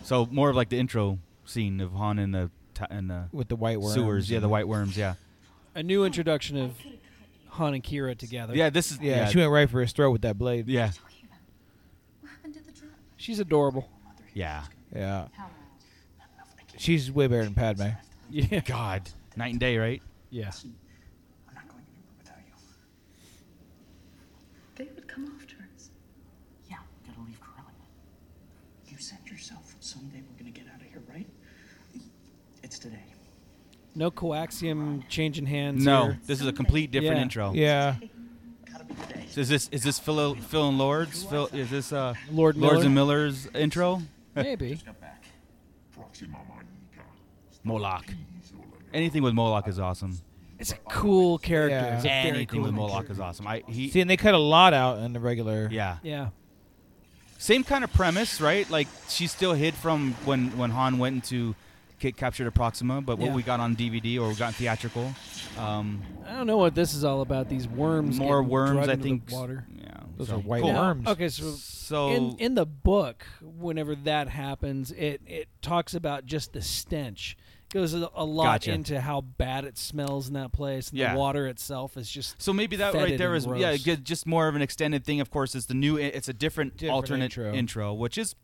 Speaker 8: So, more of like the intro scene of Han and the t- and the
Speaker 2: With the white worms.
Speaker 8: sewers. Yeah, the white worms. Yeah,
Speaker 5: A new introduction of Han and Kira together.
Speaker 8: yeah. This is
Speaker 2: *laughs* Yeah,
Speaker 8: yeah,
Speaker 2: she went right for his throat with that blade.
Speaker 8: yeah,
Speaker 5: She's adorable.
Speaker 8: yeah.
Speaker 2: Yeah.
Speaker 4: Oh,
Speaker 2: She's way better than Padme.
Speaker 5: Yeah.
Speaker 8: God, night and day, right?
Speaker 5: Yeah.
Speaker 4: I'm not going anywhere without you. They would come after us. Yeah, we gotta leave Corellia. You said yourself someday we're gonna get out of here, right? It's today.
Speaker 5: No coaxium changing hands.
Speaker 8: No, *laughs*
Speaker 5: here.
Speaker 8: this is a complete different
Speaker 5: Yeah.
Speaker 8: intro.
Speaker 2: Yeah.
Speaker 4: Gotta be today.
Speaker 8: So is this is this Phil Phil and Lords? Phil, is this uh,
Speaker 5: Lord
Speaker 8: Lords
Speaker 5: Miller?
Speaker 8: and Miller's intro?
Speaker 5: Maybe.
Speaker 4: Got back.
Speaker 8: Moloch. Anything with Moloch is awesome.
Speaker 5: It's a cool character.
Speaker 2: Yeah.
Speaker 5: It's a very
Speaker 8: Anything
Speaker 5: cool
Speaker 8: with
Speaker 5: character.
Speaker 8: Moloch is awesome. I he
Speaker 2: See, and they cut a lot out in the regular.
Speaker 8: yeah.
Speaker 5: Yeah.
Speaker 8: Same kind of premise, right? Like she's still hid from when when Han went into get captured at Proxima, but what
Speaker 5: Yeah.
Speaker 8: we got on DVD or we got theatrical, um,
Speaker 5: I don't know what this is all about. These worms.
Speaker 8: more
Speaker 5: getting
Speaker 8: worms.
Speaker 5: drugged
Speaker 8: I
Speaker 5: into the
Speaker 8: think.
Speaker 5: Water.
Speaker 8: Yeah.
Speaker 2: Those
Speaker 8: so-
Speaker 2: are white
Speaker 8: Cool.
Speaker 5: Now,
Speaker 2: worms.
Speaker 5: Okay, so
Speaker 8: So
Speaker 5: in in the book, whenever that happens, it it talks about just the stench. Goes a, a lot
Speaker 8: Gotcha.
Speaker 5: into how bad it smells in that place, and
Speaker 8: Yeah.
Speaker 5: the water itself is just
Speaker 8: So maybe that
Speaker 5: fetid
Speaker 8: right there
Speaker 5: and
Speaker 8: is yeah,
Speaker 5: gross.
Speaker 8: ju- just more of an extended thing. Of course, it's the new. It's a different,
Speaker 2: Different
Speaker 8: alternate
Speaker 2: intro.
Speaker 8: intro. which is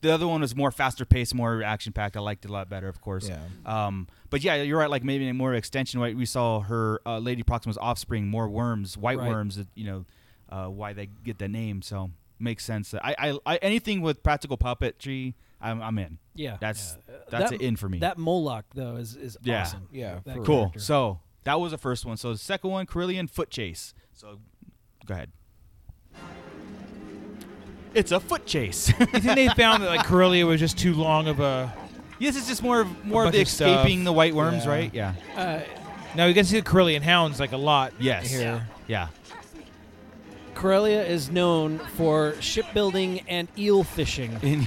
Speaker 8: the other one was more faster paced, more action packed. I liked it a lot better, of course.
Speaker 2: Yeah.
Speaker 8: Um, but yeah, you're right. Like maybe a more extension. Right, we saw her uh, Lady Proxima's offspring, more worms, white
Speaker 5: Right.
Speaker 8: worms. That you know uh, why they get the name. So makes sense. I, I, I anything with practical puppetry, I'm, I'm in.
Speaker 5: yeah.
Speaker 8: That's
Speaker 5: yeah. Uh,
Speaker 8: that's
Speaker 5: that,
Speaker 8: an in for me.
Speaker 5: That Moloch though is is
Speaker 8: Yeah.
Speaker 5: awesome.
Speaker 2: Yeah,
Speaker 5: That
Speaker 2: for
Speaker 8: cool.
Speaker 5: character.
Speaker 8: So that was the first one. So the second one, Carillion foot chase. So go ahead. It's a foot chase. *laughs*
Speaker 2: You think they found that like Corellia was just too long of a?
Speaker 8: this is just more of more of
Speaker 2: bunch
Speaker 8: the
Speaker 2: of stuff.
Speaker 8: escaping the white worms,
Speaker 2: Yeah.
Speaker 8: right? Yeah.
Speaker 2: No, you can see the Corellian hounds like a lot.
Speaker 8: Yes.
Speaker 2: Here.
Speaker 8: Yeah.
Speaker 5: Corellia is known for shipbuilding and eel fishing.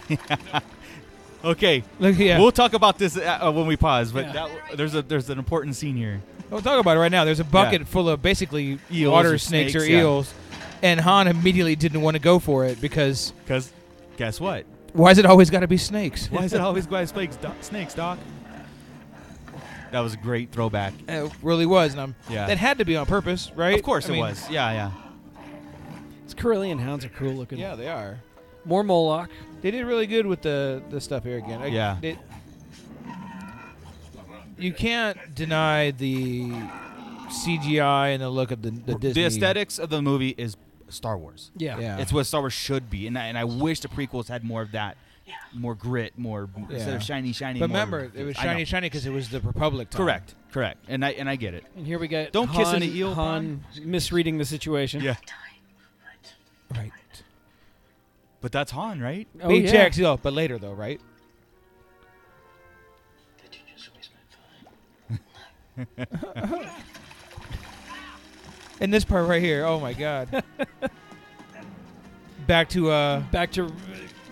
Speaker 8: Okay.
Speaker 2: Look, yeah.
Speaker 8: We'll talk about this uh, uh, when we pause, but
Speaker 5: Yeah.
Speaker 8: that, there's a there's an important scene here.
Speaker 2: We'll Oh, talk about it right now. There's a bucket
Speaker 8: Yeah.
Speaker 2: full of basically
Speaker 8: Eels
Speaker 2: water
Speaker 8: or
Speaker 2: snakes,
Speaker 8: snakes,
Speaker 2: or
Speaker 8: yeah.
Speaker 2: eels, and Han immediately didn't want to go for it because
Speaker 8: Because guess what?
Speaker 2: why is it always got to be snakes?
Speaker 8: Why is it always guys snakes, doc? Snakes, doc? That was a great throwback.
Speaker 2: It uh, really was, and I'm
Speaker 8: Yeah.
Speaker 2: that had to be on purpose, right?
Speaker 8: Of course
Speaker 2: I
Speaker 8: it
Speaker 2: mean,
Speaker 8: was. Yeah, yeah.
Speaker 5: These Corellian hounds are cool looking.
Speaker 2: Yeah, they are.
Speaker 5: More Moloch.
Speaker 2: They did really good with the the stuff here again. I-
Speaker 8: Yeah.
Speaker 2: they- you can't deny the CGI and the look of the, the Disney.
Speaker 8: The aesthetics of the movie is Star Wars.
Speaker 5: Yeah.
Speaker 2: Yeah.
Speaker 8: It's what Star Wars should be, and I, and I wish the prequels had more of that, more grit, more instead
Speaker 2: Yeah.
Speaker 8: of shiny, shiny.
Speaker 2: But
Speaker 8: more-
Speaker 2: remember, it was
Speaker 8: I know.
Speaker 2: shiny, shiny because it was the Republic. Time.
Speaker 8: Correct, correct, and I and I get it.
Speaker 5: And here we got
Speaker 8: Don't
Speaker 5: Han,
Speaker 8: kiss an eel,
Speaker 5: Han misreading the situation.
Speaker 8: Yeah.
Speaker 4: Right.
Speaker 2: Right.
Speaker 8: But that's Han, right?
Speaker 5: Oh,
Speaker 2: Big
Speaker 5: yeah.
Speaker 2: checks, yo, but later though, right?
Speaker 4: Did you just waste my time?
Speaker 2: And this part right here, oh my god.
Speaker 5: *laughs*
Speaker 2: Back to uh
Speaker 5: Back to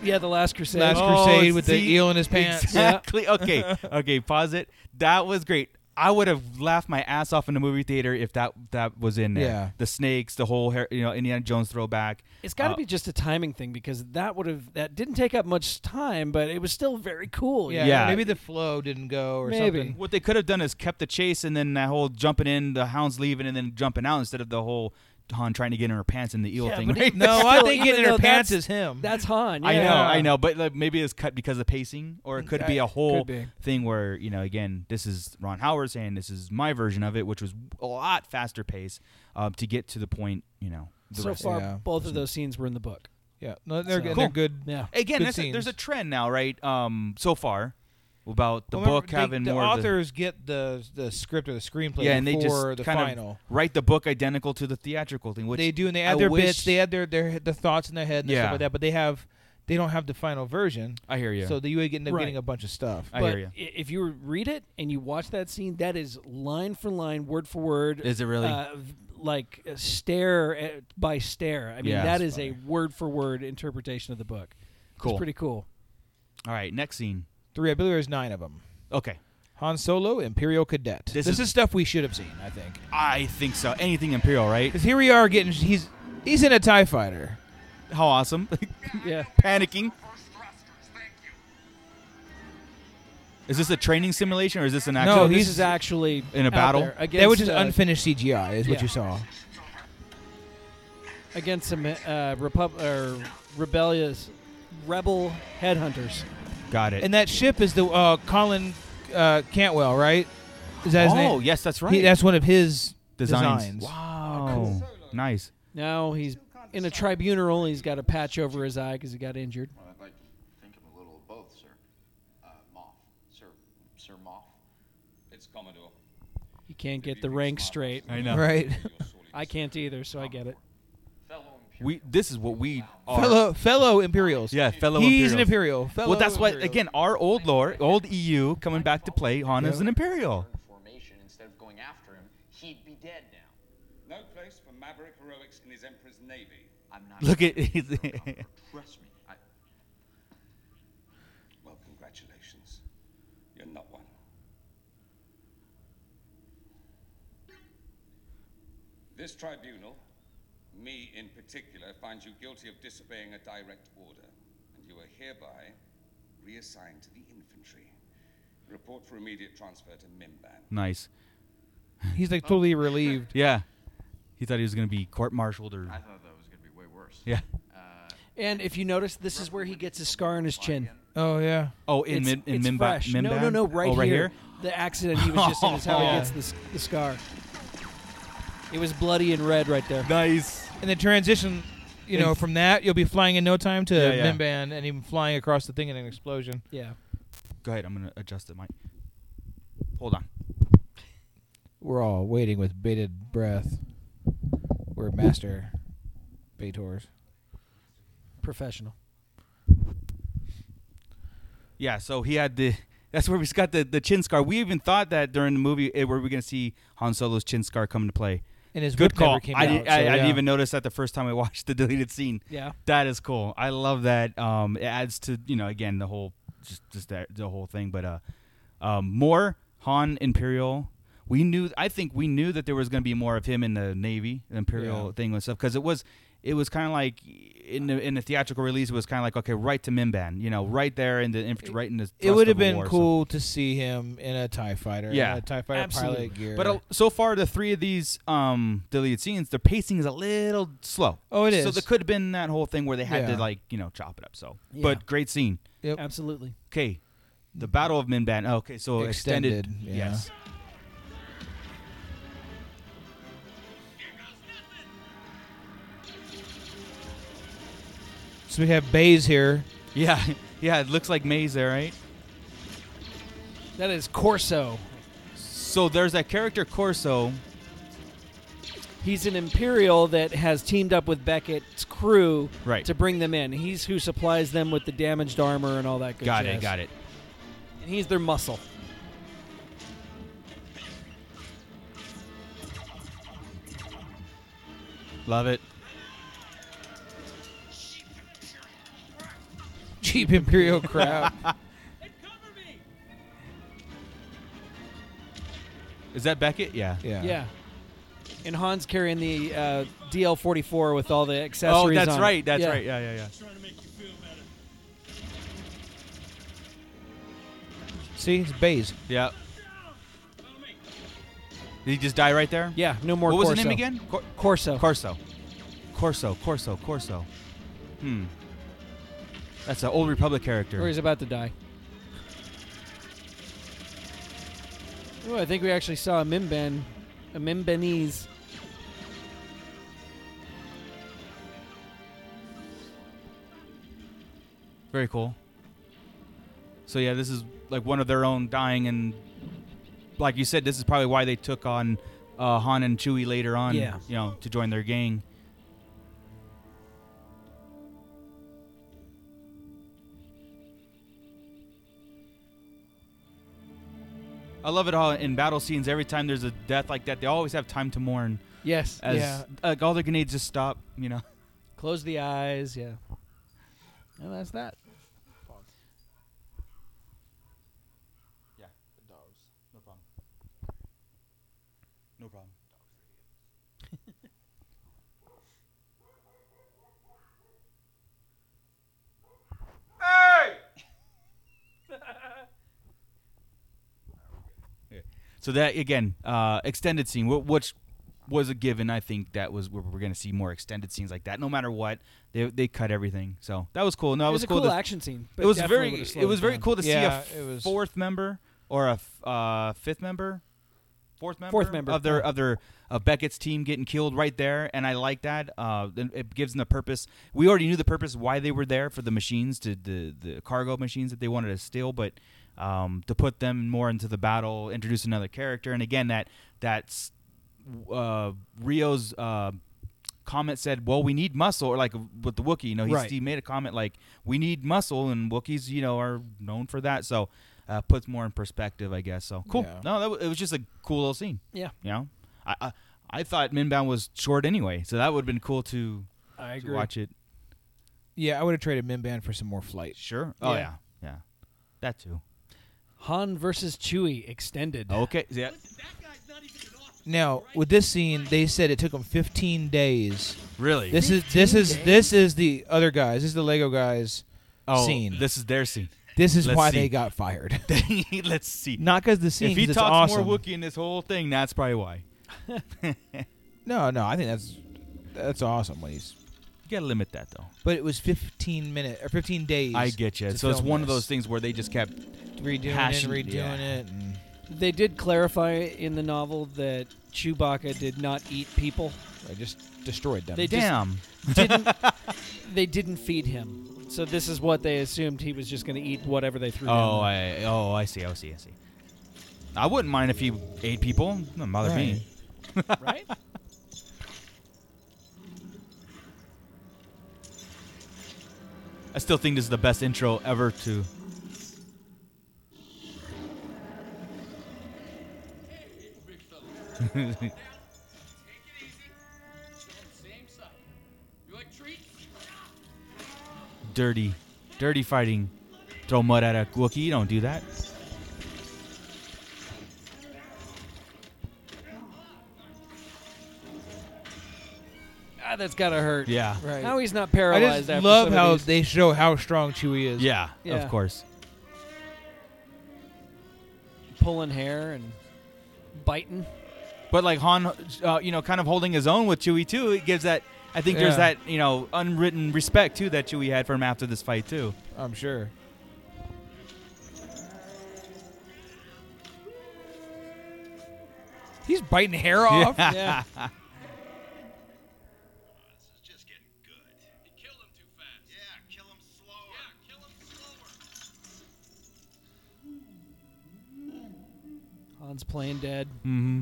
Speaker 5: yeah, the Last Crusade.
Speaker 2: Last
Speaker 8: Oh,
Speaker 2: Crusade with the
Speaker 8: see?
Speaker 2: eel in his
Speaker 8: *laughs*
Speaker 2: pants.
Speaker 8: Exactly. Okay. Okay. Pause it. That was great. I would have laughed my ass off in the movie theater if that that was in there.
Speaker 2: Yeah.
Speaker 8: The snakes, the whole hair, you know Indiana Jones throwback.
Speaker 5: It's got to
Speaker 8: Uh,
Speaker 5: be just a timing thing because that would have that didn't take up much time, but it was still very cool.
Speaker 2: Yeah,
Speaker 8: Yeah.
Speaker 2: Maybe the flow didn't go or
Speaker 5: Maybe.
Speaker 2: something.
Speaker 8: What they could have done is kept the chase and then that whole jumping in, the hounds leaving, and then jumping out instead of the whole Han trying to get in her pants and the eel
Speaker 5: Yeah,
Speaker 8: thing.
Speaker 5: but
Speaker 8: right?
Speaker 5: it-
Speaker 2: *laughs* No, I
Speaker 5: Still,
Speaker 2: think
Speaker 5: even
Speaker 2: getting in her
Speaker 5: though
Speaker 2: pants
Speaker 5: that's-
Speaker 2: is him.
Speaker 5: That's Han.
Speaker 8: I know,
Speaker 5: yeah.
Speaker 8: I know, but like, maybe it's cut because of pacing, or it could be a whole
Speaker 5: be.
Speaker 8: thing where you know, again, this is Ron Howard saying this is my version of it, which was a lot faster pace uh, to get to the point. You know, the
Speaker 5: So
Speaker 8: rest.
Speaker 5: far,
Speaker 2: Yeah.
Speaker 5: both of those scenes were in the book.
Speaker 2: yeah. No, they're,
Speaker 5: So- Cool.
Speaker 2: good. they're good.
Speaker 5: Yeah.
Speaker 8: again,
Speaker 2: Good
Speaker 8: that's a, there's a
Speaker 2: scenes.
Speaker 8: trend now, right? Um, so far about the
Speaker 2: Remember,
Speaker 8: book
Speaker 2: they-
Speaker 8: having
Speaker 2: the
Speaker 8: more of the-
Speaker 2: authors get the the script or the screenplay
Speaker 8: yeah, and they just
Speaker 2: before the
Speaker 8: kind
Speaker 2: final.
Speaker 8: of write the book identical to the theatrical thing. Which
Speaker 2: they do and they
Speaker 8: I
Speaker 2: add their
Speaker 8: wish-
Speaker 2: bits, they add their their the thoughts in their head and
Speaker 8: Yeah.
Speaker 2: stuff like that, but they have they don't have the final version.
Speaker 8: I hear you.
Speaker 2: So that you would end up
Speaker 5: Right.
Speaker 2: getting a bunch of stuff.
Speaker 8: I
Speaker 5: but
Speaker 8: hear you.
Speaker 5: i- if you read it and you watch that scene, that is line for line, word for word.
Speaker 8: Is it really?
Speaker 5: uh, v- like uh, stare at, by stare? I mean,
Speaker 8: Yeah,
Speaker 5: that
Speaker 8: that's
Speaker 5: is a word for word interpretation of the book.
Speaker 8: Cool.
Speaker 5: It's pretty cool.
Speaker 8: All right, next scene.
Speaker 2: Three, I believe there's nine of them.
Speaker 8: Okay,
Speaker 2: Han Solo, Imperial Cadet.
Speaker 8: This
Speaker 2: This,
Speaker 8: is-
Speaker 2: is, stuff we should have seen, I think.
Speaker 8: I think so. Anything Imperial, right? *laughs*
Speaker 2: Because here we are getting he's he's in a Tie Fighter.
Speaker 8: How awesome! *laughs*
Speaker 5: Yeah.
Speaker 8: Panicking. Is this a training simulation or is this an actual?
Speaker 2: No,
Speaker 5: So this
Speaker 2: he's
Speaker 5: is actually
Speaker 8: in a
Speaker 5: out
Speaker 8: battle?
Speaker 5: there against
Speaker 2: That was just
Speaker 5: uh,
Speaker 2: unfinished CGI, is
Speaker 5: yeah.
Speaker 2: what you saw.
Speaker 5: against some uh, repub- or rebellious rebel headhunters.
Speaker 8: got it.
Speaker 2: And that ship is the uh, Colin uh, Cantwell, right? Is that his name?
Speaker 8: oh, yes, that's right.
Speaker 2: He, that's one of his
Speaker 8: designs.
Speaker 2: designs.
Speaker 8: Wow, nice.
Speaker 5: Now he's in a tribunal. Only he's got a patch over his eye because he got injured.
Speaker 10: I'd like to think of a little of both, sir. Uh, Moff. Sir, Sir Moff. It's Commodore.
Speaker 5: He can't get the rank straight.
Speaker 8: I know. *laughs*
Speaker 2: Right. *laughs*
Speaker 5: I can't either, so I get it.
Speaker 8: We. This is what we are.
Speaker 2: fellow fellow Imperials.
Speaker 8: Yeah, fellow.
Speaker 2: He's an
Speaker 8: Imperials.
Speaker 2: Imperial. Fellow
Speaker 8: Well, that's what
Speaker 2: Imperials.
Speaker 8: again. Our old lore, old EU, coming back to play. Han is an Imperial. *laughs*
Speaker 10: Formation, instead of going after him, he'd be dead now.
Speaker 11: No place for maverick heroics in his Emperor's Navy.
Speaker 10: I'm not.
Speaker 8: Look at.
Speaker 10: Trust me. I,
Speaker 11: Well, congratulations. You're not one. This tribunal, me in particular, finds you guilty of disobeying a direct order, and you are hereby reassigned to the infantry. Report for immediate transfer to Mimban.
Speaker 8: *laughs* nice.
Speaker 2: he's like totally relieved.
Speaker 8: Oh, Yeah. He thought he was gonna be court-martialed or.
Speaker 10: I thought that was going to be way worse.
Speaker 8: Yeah.
Speaker 5: And if you notice, this is where he gets a scar on his chin.
Speaker 2: Oh yeah.
Speaker 8: Oh, in
Speaker 5: it's,
Speaker 8: Mim- in
Speaker 5: it's
Speaker 8: Mimba-
Speaker 5: fresh. No, no,
Speaker 8: Mimban?
Speaker 5: no, right,
Speaker 8: oh, right here.
Speaker 5: The accident he was just in is how he gets the, the scar. It was bloody and red right there.
Speaker 8: Nice.
Speaker 2: And the transition, you know,
Speaker 8: It's-
Speaker 2: from that you'll be flying in no time to
Speaker 8: Yeah, yeah.
Speaker 2: Mimban and even flying across the thing in an explosion.
Speaker 5: Yeah.
Speaker 8: Go ahead. I'm gonna adjust the mic. Hold on.
Speaker 2: We're all waiting with bated breath. We're master Beetors.
Speaker 5: Professional.
Speaker 8: Yeah, so he had the. That's where we got the, the chin scar. We even thought that during the movie, eh, were we going to see Han Solo's chin scar come into play?
Speaker 2: And his
Speaker 8: good
Speaker 2: whip never
Speaker 8: call.
Speaker 2: came
Speaker 8: I,
Speaker 2: out,
Speaker 8: did,
Speaker 2: so
Speaker 8: I, I
Speaker 2: yeah.
Speaker 8: didn't even notice that the first time I *laughs* watched the deleted scene.
Speaker 5: Yeah.
Speaker 8: that is cool. I love that. Um, it adds to you know again the whole just just that, the whole thing. But uh, um, more Han Imperial. We knew. I think we knew that there was going to be more of him in the Navy the Imperial
Speaker 2: Yeah.
Speaker 8: thing and stuff because it was. It was kind of like in the in the theatrical release. It was kind of like okay, right to Mimban, you know, right there in the infantry, right in the.
Speaker 2: It would have been
Speaker 8: cool.
Speaker 2: cool to see him in a Tie Fighter. in
Speaker 8: Yeah,
Speaker 2: a Tie Fighter
Speaker 8: absolutely.
Speaker 2: pilot gear.
Speaker 8: But uh, so far, the three of these um, deleted scenes, their pacing is a little slow.
Speaker 2: Oh, it
Speaker 8: So
Speaker 2: is.
Speaker 8: there could have been that whole thing where they had
Speaker 2: Yeah.
Speaker 8: to like you know chop it up. So,
Speaker 5: Yeah.
Speaker 8: but great scene.
Speaker 2: Yep.
Speaker 5: Absolutely.
Speaker 8: Okay, the Battle of Minban. Oh, okay, so extended.
Speaker 2: Extended, yeah.
Speaker 8: Yes. *laughs*
Speaker 2: so we have Baze here.
Speaker 8: Yeah, yeah. It looks like Maze there, right?
Speaker 5: That is Corso.
Speaker 8: So there's that character Corso.
Speaker 5: He's an Imperial that has teamed up with Beckett's crew
Speaker 8: Right.
Speaker 5: to bring them in. He's who supplies them with the damaged armor and all that good
Speaker 8: Got
Speaker 5: jazz.
Speaker 8: it. Got it.
Speaker 5: And he's their muscle.
Speaker 8: Love it.
Speaker 2: Cheap Imperial crap.
Speaker 8: Is that Beckett? Yeah.
Speaker 2: Yeah.
Speaker 5: Yeah. And Han's carrying the uh, DL44 with all the accessories.
Speaker 8: Oh, that's
Speaker 5: on it.
Speaker 8: right. That's
Speaker 5: Yeah.
Speaker 8: right. Yeah, yeah, yeah.
Speaker 2: See, it's Baze.
Speaker 8: Yeah. Did he just die right there?
Speaker 5: Yeah. No more.
Speaker 8: What was
Speaker 5: Corso.
Speaker 8: his name again? Cor-
Speaker 5: Corso.
Speaker 8: Corso. Corso, Corso, Corso. Hmm. That's an old Republic
Speaker 5: Or
Speaker 8: character.
Speaker 5: he's about to die. Oh, I think we actually saw a Mimben, a Mimbenese.
Speaker 8: Very cool. So yeah, this is like one of their own dying, and like you said, this is probably why they took on uh, Han and Chewie later on.
Speaker 5: Yeah.
Speaker 8: You know, to join their gang. I love it how in battle scenes, every time there's a death like that, they always have time to mourn.
Speaker 5: Yes.
Speaker 8: as
Speaker 5: yeah.
Speaker 8: like all their grenades just stop, you know. *laughs*
Speaker 5: Close the eyes. Yeah. And that's that.
Speaker 8: Yeah, the dogs. No problem. No problem. *laughs* hey! so that again, uh, extended scene, wh- which was a given. I think that was where we're going to see more extended scenes like that. No matter what, they they cut everything. So that was cool. No,
Speaker 5: it
Speaker 8: it
Speaker 5: was,
Speaker 8: was,
Speaker 5: a
Speaker 8: cool.
Speaker 5: cool
Speaker 8: to-
Speaker 5: action scene. but
Speaker 8: it was
Speaker 5: definitely
Speaker 8: very
Speaker 5: would've
Speaker 8: it
Speaker 5: slowed
Speaker 8: was very
Speaker 5: down.
Speaker 8: cool to
Speaker 2: Yeah,
Speaker 8: see a
Speaker 2: it was-
Speaker 8: fourth member or a f- uh, fifth member fourth member
Speaker 5: Fourth member,
Speaker 8: of their
Speaker 5: yeah.
Speaker 8: of their of uh, Beckett's team getting killed right there and I like that uh then it gives them the purpose we already knew the purpose why they were there for the machines to the the cargo machines that they wanted to steal but um to put them more into the battle introduce another character and again that that's uh Rio's uh comment said well we need muscle or like with the Wookiee you know he's,
Speaker 5: Right.
Speaker 8: he made a comment like we need muscle and Wookiees you know are known for that so uh, puts more in perspective I guess so cool
Speaker 2: Yeah.
Speaker 8: no that w- it was just a cool little scene
Speaker 5: Yeah.
Speaker 8: you know, I I, I thought Minbound was short anyway, so that would have been cool to,
Speaker 5: I
Speaker 8: to
Speaker 5: agree.
Speaker 8: watch it.
Speaker 2: Yeah, I would have traded Minban for some more flight.
Speaker 8: Sure. Oh
Speaker 5: Yeah.
Speaker 8: yeah, yeah, that too.
Speaker 5: Han versus Chewie extended.
Speaker 8: Okay. Yeah.
Speaker 2: Now, with this scene, they said it took them 15 days.
Speaker 8: Really.
Speaker 2: This is this is this is the other guys. This is the Lego guys
Speaker 8: oh,
Speaker 2: scene.
Speaker 8: This is their scene. *laughs*
Speaker 2: This is
Speaker 8: Let's
Speaker 2: why
Speaker 8: see.
Speaker 2: they got fired. *laughs*
Speaker 8: Let's see.
Speaker 2: Not because the scene.
Speaker 8: if he
Speaker 2: 'cause it's
Speaker 8: talks
Speaker 2: awesome.
Speaker 8: more Wookiee in this whole thing, that's probably why.
Speaker 2: No, no, I think that's that's awesome when he's.
Speaker 8: You gotta limit that though.
Speaker 2: But it was 15 minute or 15 days.
Speaker 8: I get you.
Speaker 2: to
Speaker 8: So it's
Speaker 2: film
Speaker 8: one of
Speaker 2: this.
Speaker 8: those things where they just kept.
Speaker 2: redoing
Speaker 8: passion-
Speaker 2: it, redoing
Speaker 8: yeah.
Speaker 2: it. And
Speaker 5: They did clarify in the novel that Chewbacca did not eat people.
Speaker 2: I just destroyed them.
Speaker 5: They just
Speaker 8: Damn.
Speaker 5: didn't they didn't feed him. So this is what they assumed he was just going to eat whatever they threw
Speaker 8: Oh,
Speaker 5: down.
Speaker 8: I oh I see. I see. I see. I wouldn't mind if he ate people. Doesn't bother me. *laughs*
Speaker 5: right?
Speaker 8: still think this is the best intro ever to. dirty, dirty fighting. Throw mud at a Wookiee. Don't do that.
Speaker 5: Ah, that's gotta hurt.
Speaker 8: Yeah.
Speaker 5: Right. How he's not paralyzed.
Speaker 2: I just
Speaker 5: after
Speaker 2: love
Speaker 5: some
Speaker 2: how
Speaker 5: of these.
Speaker 2: they show how strong Chewie is.
Speaker 8: Yeah,
Speaker 5: Yeah.
Speaker 8: of course.
Speaker 5: pulling hair and biting.
Speaker 8: But like Han, uh, you know, kind of holding his own with Chewie too. It gives that. I think there's
Speaker 2: Yeah.
Speaker 8: that you know unwritten respect too that Chewie had for him after this fight too.
Speaker 2: I'm sure. He's biting
Speaker 8: *laughs*
Speaker 2: hair off.
Speaker 5: Yeah. Han's playing dead.
Speaker 8: Mm-hmm.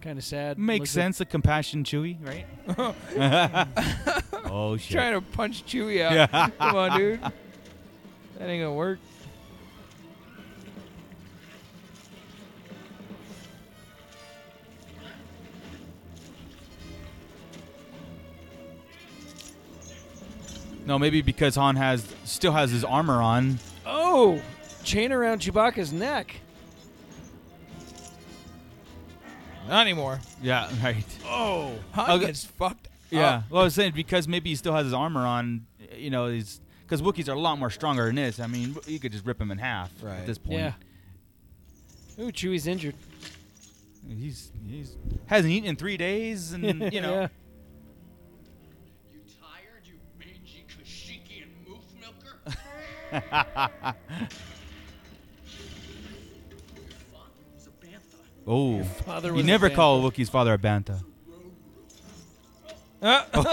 Speaker 5: Kind of sad.
Speaker 8: Makes
Speaker 5: Looks like-
Speaker 8: sense. The compassion Chewie, right? oh shit!
Speaker 2: Trying to punch Chewie out.
Speaker 5: Oh,
Speaker 8: Yeah.
Speaker 2: Come on, dude.
Speaker 8: *laughs*
Speaker 2: That ain't gonna work.
Speaker 8: No, maybe because Han has still has his armor on.
Speaker 5: Oh, chain around Chewbacca's neck.
Speaker 2: Not anymore.
Speaker 8: Yeah, *laughs* right.
Speaker 2: Oh, Han
Speaker 8: Okay.
Speaker 2: gets fucked.
Speaker 8: Yeah.
Speaker 2: up.
Speaker 8: Well, I was saying because maybe he still has his armor on. You know, he's because Wookiees are a lot more stronger than this. I mean, you could just rip him in half
Speaker 2: Right.
Speaker 8: at this point.
Speaker 5: Yeah. Ooh, Chewie's injured.
Speaker 8: He's he's hasn't eaten in three
Speaker 5: *laughs*
Speaker 8: days, and you know.
Speaker 5: Yeah.
Speaker 11: You tired, you mangy Kashikian moof milker?
Speaker 8: Oh,
Speaker 5: father
Speaker 8: you
Speaker 5: was a
Speaker 8: never
Speaker 5: Bantha.
Speaker 8: call a Wookiee's father a bantha. *laughs* that was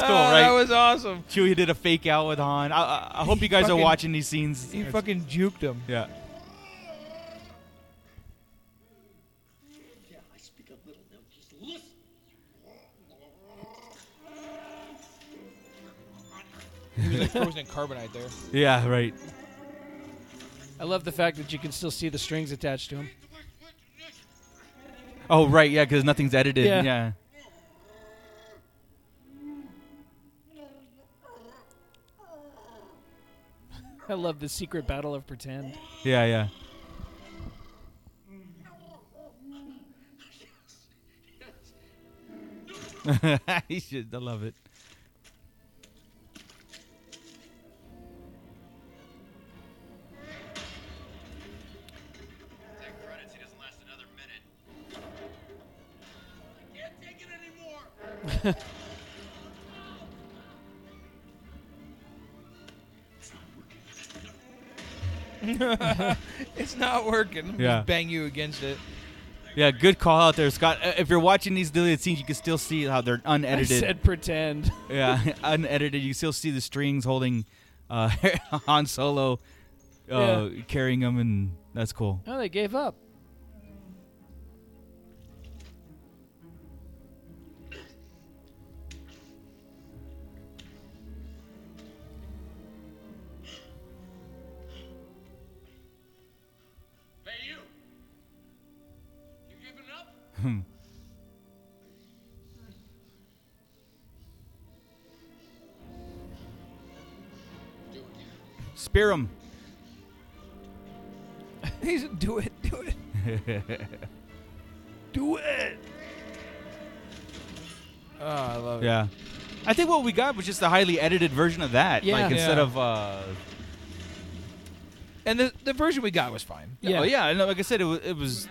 Speaker 8: cool,
Speaker 2: Oh,
Speaker 8: right?
Speaker 2: That was awesome.
Speaker 8: Chewie did a fake out with Han. I, I, I hope you guys are
Speaker 2: fucking-
Speaker 8: watching these scenes.
Speaker 2: He fucking juked him.
Speaker 8: yeah.
Speaker 11: Yeah, I speak a little now. Just listen.
Speaker 2: He was like frozen in carbonite there.
Speaker 8: Yeah, right.
Speaker 5: I love the fact that you can still see the strings attached to him.
Speaker 8: Oh, right. Yeah, because nothing's edited.
Speaker 5: Yeah.
Speaker 8: Yeah.
Speaker 5: I love the secret battle of pretend.
Speaker 8: Yeah, yeah. *laughs* he should. I love it.
Speaker 11: I can't take it anymore.
Speaker 2: It's not working.
Speaker 8: Yeah.
Speaker 2: Just bang you against it.
Speaker 8: Yeah, good call out there, Scott. Uh, If you're watching these deleted scenes, you can still see how they're
Speaker 5: I
Speaker 8: unedited.
Speaker 5: said pretend.
Speaker 8: yeah, *laughs* unedited. You still see the strings holding uh, *laughs* Han Solo, uh,
Speaker 5: Yeah.
Speaker 8: carrying him, and that's cool.
Speaker 5: Oh, they gave up.
Speaker 11: Hey, you. You giving up?
Speaker 8: Spear him.
Speaker 2: He's do it, do it, do it. Oh, I love it.
Speaker 8: Yeah. I think what we got was just a highly edited version of that.
Speaker 5: Yeah.
Speaker 8: Like instead
Speaker 2: Yeah.
Speaker 8: of. Uh,
Speaker 2: And the the version we got was fine.
Speaker 5: Yeah.
Speaker 8: yeah. Oh yeah. No, like I said, it was. It was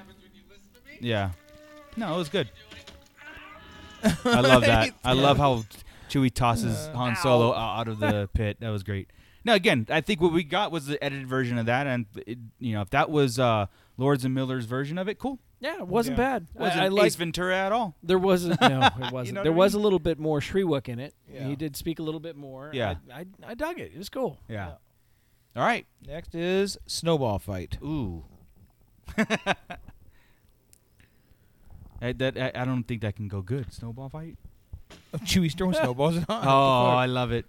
Speaker 8: yeah. No, it was good. I love *laughs* that. I love how Chewie tosses Han Solo o- out of *laughs* the pit. That was great. Now again, I think what we got was the edited version of that, and it, you know if that was uh, Lords and Miller's version of it, cool.
Speaker 5: Yeah, it wasn't bad. I-
Speaker 8: Wasn't
Speaker 5: I,
Speaker 8: Ace
Speaker 5: liked-
Speaker 8: Ventura at all.
Speaker 5: There
Speaker 8: *laughs*
Speaker 5: wasn't. No, it wasn't.
Speaker 8: know what
Speaker 5: there
Speaker 8: I
Speaker 5: was a little bit more Shriwook in it.
Speaker 2: Yeah.
Speaker 5: He did speak a little bit more.
Speaker 8: Yeah.
Speaker 5: I, I, I dug it. It was cool.
Speaker 8: Yeah. All right.
Speaker 2: Next is snowball fight.
Speaker 8: Ooh. *laughs* I, that I, I don't think that can go good. Snowball fight.
Speaker 2: Chewie's throwing
Speaker 8: *laughs*
Speaker 2: snowballs at
Speaker 8: Oh,
Speaker 2: Han.
Speaker 8: I love
Speaker 2: *laughs*
Speaker 8: it.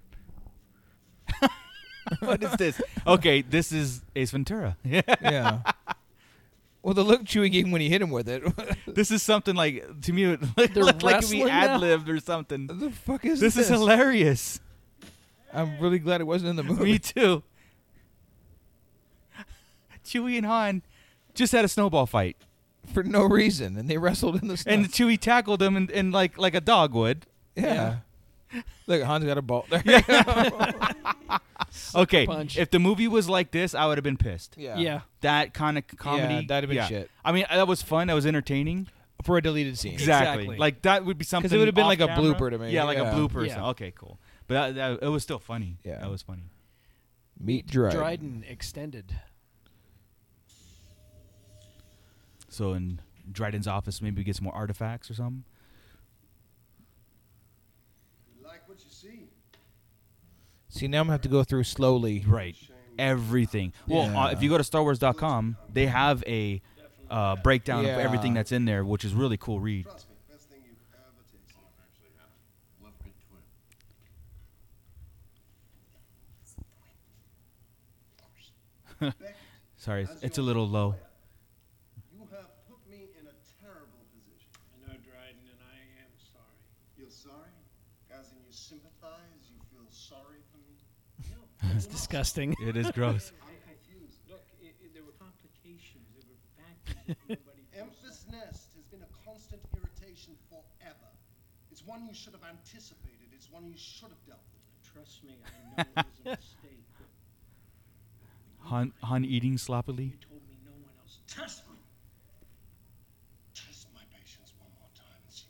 Speaker 8: what is this? Okay, this is Ace Ventura. *laughs*
Speaker 2: yeah. *laughs* Well, the look Chewie gave him when he hit him with it. *laughs*
Speaker 8: This is something like to me. *laughs* It looked like like we
Speaker 2: wrestling now?
Speaker 8: ad libbed or something. The
Speaker 2: fuck is
Speaker 8: this? Is
Speaker 2: this? *laughs*
Speaker 8: hilarious.
Speaker 2: I'm really glad it wasn't in the movie.
Speaker 8: Me too. Chewie and Han just had a snowball fight
Speaker 2: for no reason, and they wrestled in the snow.
Speaker 8: and Chewie tackled him and, and like like a dog would.
Speaker 2: yeah. Look, Han's got a ball. There.
Speaker 8: Okay,
Speaker 5: punch.
Speaker 8: if the movie was like this, I would have been pissed.
Speaker 2: *laughs* Yeah.
Speaker 5: Yeah.
Speaker 8: That kind of comedy.
Speaker 2: that'd have been shit.
Speaker 8: I mean, that was fun. That was entertaining.
Speaker 2: For a deleted scene.
Speaker 8: Exactly.
Speaker 5: Exactly.
Speaker 8: Like that would be something.
Speaker 2: it would have been
Speaker 8: off
Speaker 2: like a
Speaker 8: camera.
Speaker 2: blooper to me.
Speaker 8: Yeah, like
Speaker 2: Yeah.
Speaker 8: a blooper. or
Speaker 5: Yeah.
Speaker 8: something. Okay, cool. But that, that, it was still funny.
Speaker 2: Yeah.
Speaker 8: that was funny.
Speaker 2: Meet Dryden.
Speaker 5: Dryden extended.
Speaker 8: So in Dryden's office, maybe we get some more artifacts or something.
Speaker 12: Like what you see?
Speaker 2: See, now I'm going to have to go through slowly.
Speaker 8: Right. Everything. Well, uh, if you go to StarWars.com, they have a uh, breakdown of everything
Speaker 2: Yeah.
Speaker 8: that's in there, which is really cool read.
Speaker 12: Trust me, best thing you've ever tasted.
Speaker 4: Oh,
Speaker 12: I've actually had a lovely twin.
Speaker 8: Sorry, it's, it's a little low.
Speaker 12: You have put me in a terrible position. I know, Dryden, and I am sorry. You're sorry? As in you sympathize, you feel sorry for me? *laughs*
Speaker 5: That's disgusting.
Speaker 8: It is gross. *laughs*
Speaker 12: I'm confused.
Speaker 4: Look, i i there were complications. There were factors
Speaker 12: *laughs*
Speaker 4: that nobody
Speaker 12: Empress Nest has been a constant irritation forever. It's one you should have anticipated. It's one you should have dealt with.
Speaker 4: Trust me, I know it was a mistake. but
Speaker 8: Han, Han eating sloppily.
Speaker 4: You told me no one else.
Speaker 12: Test me. Test my patience one more time and see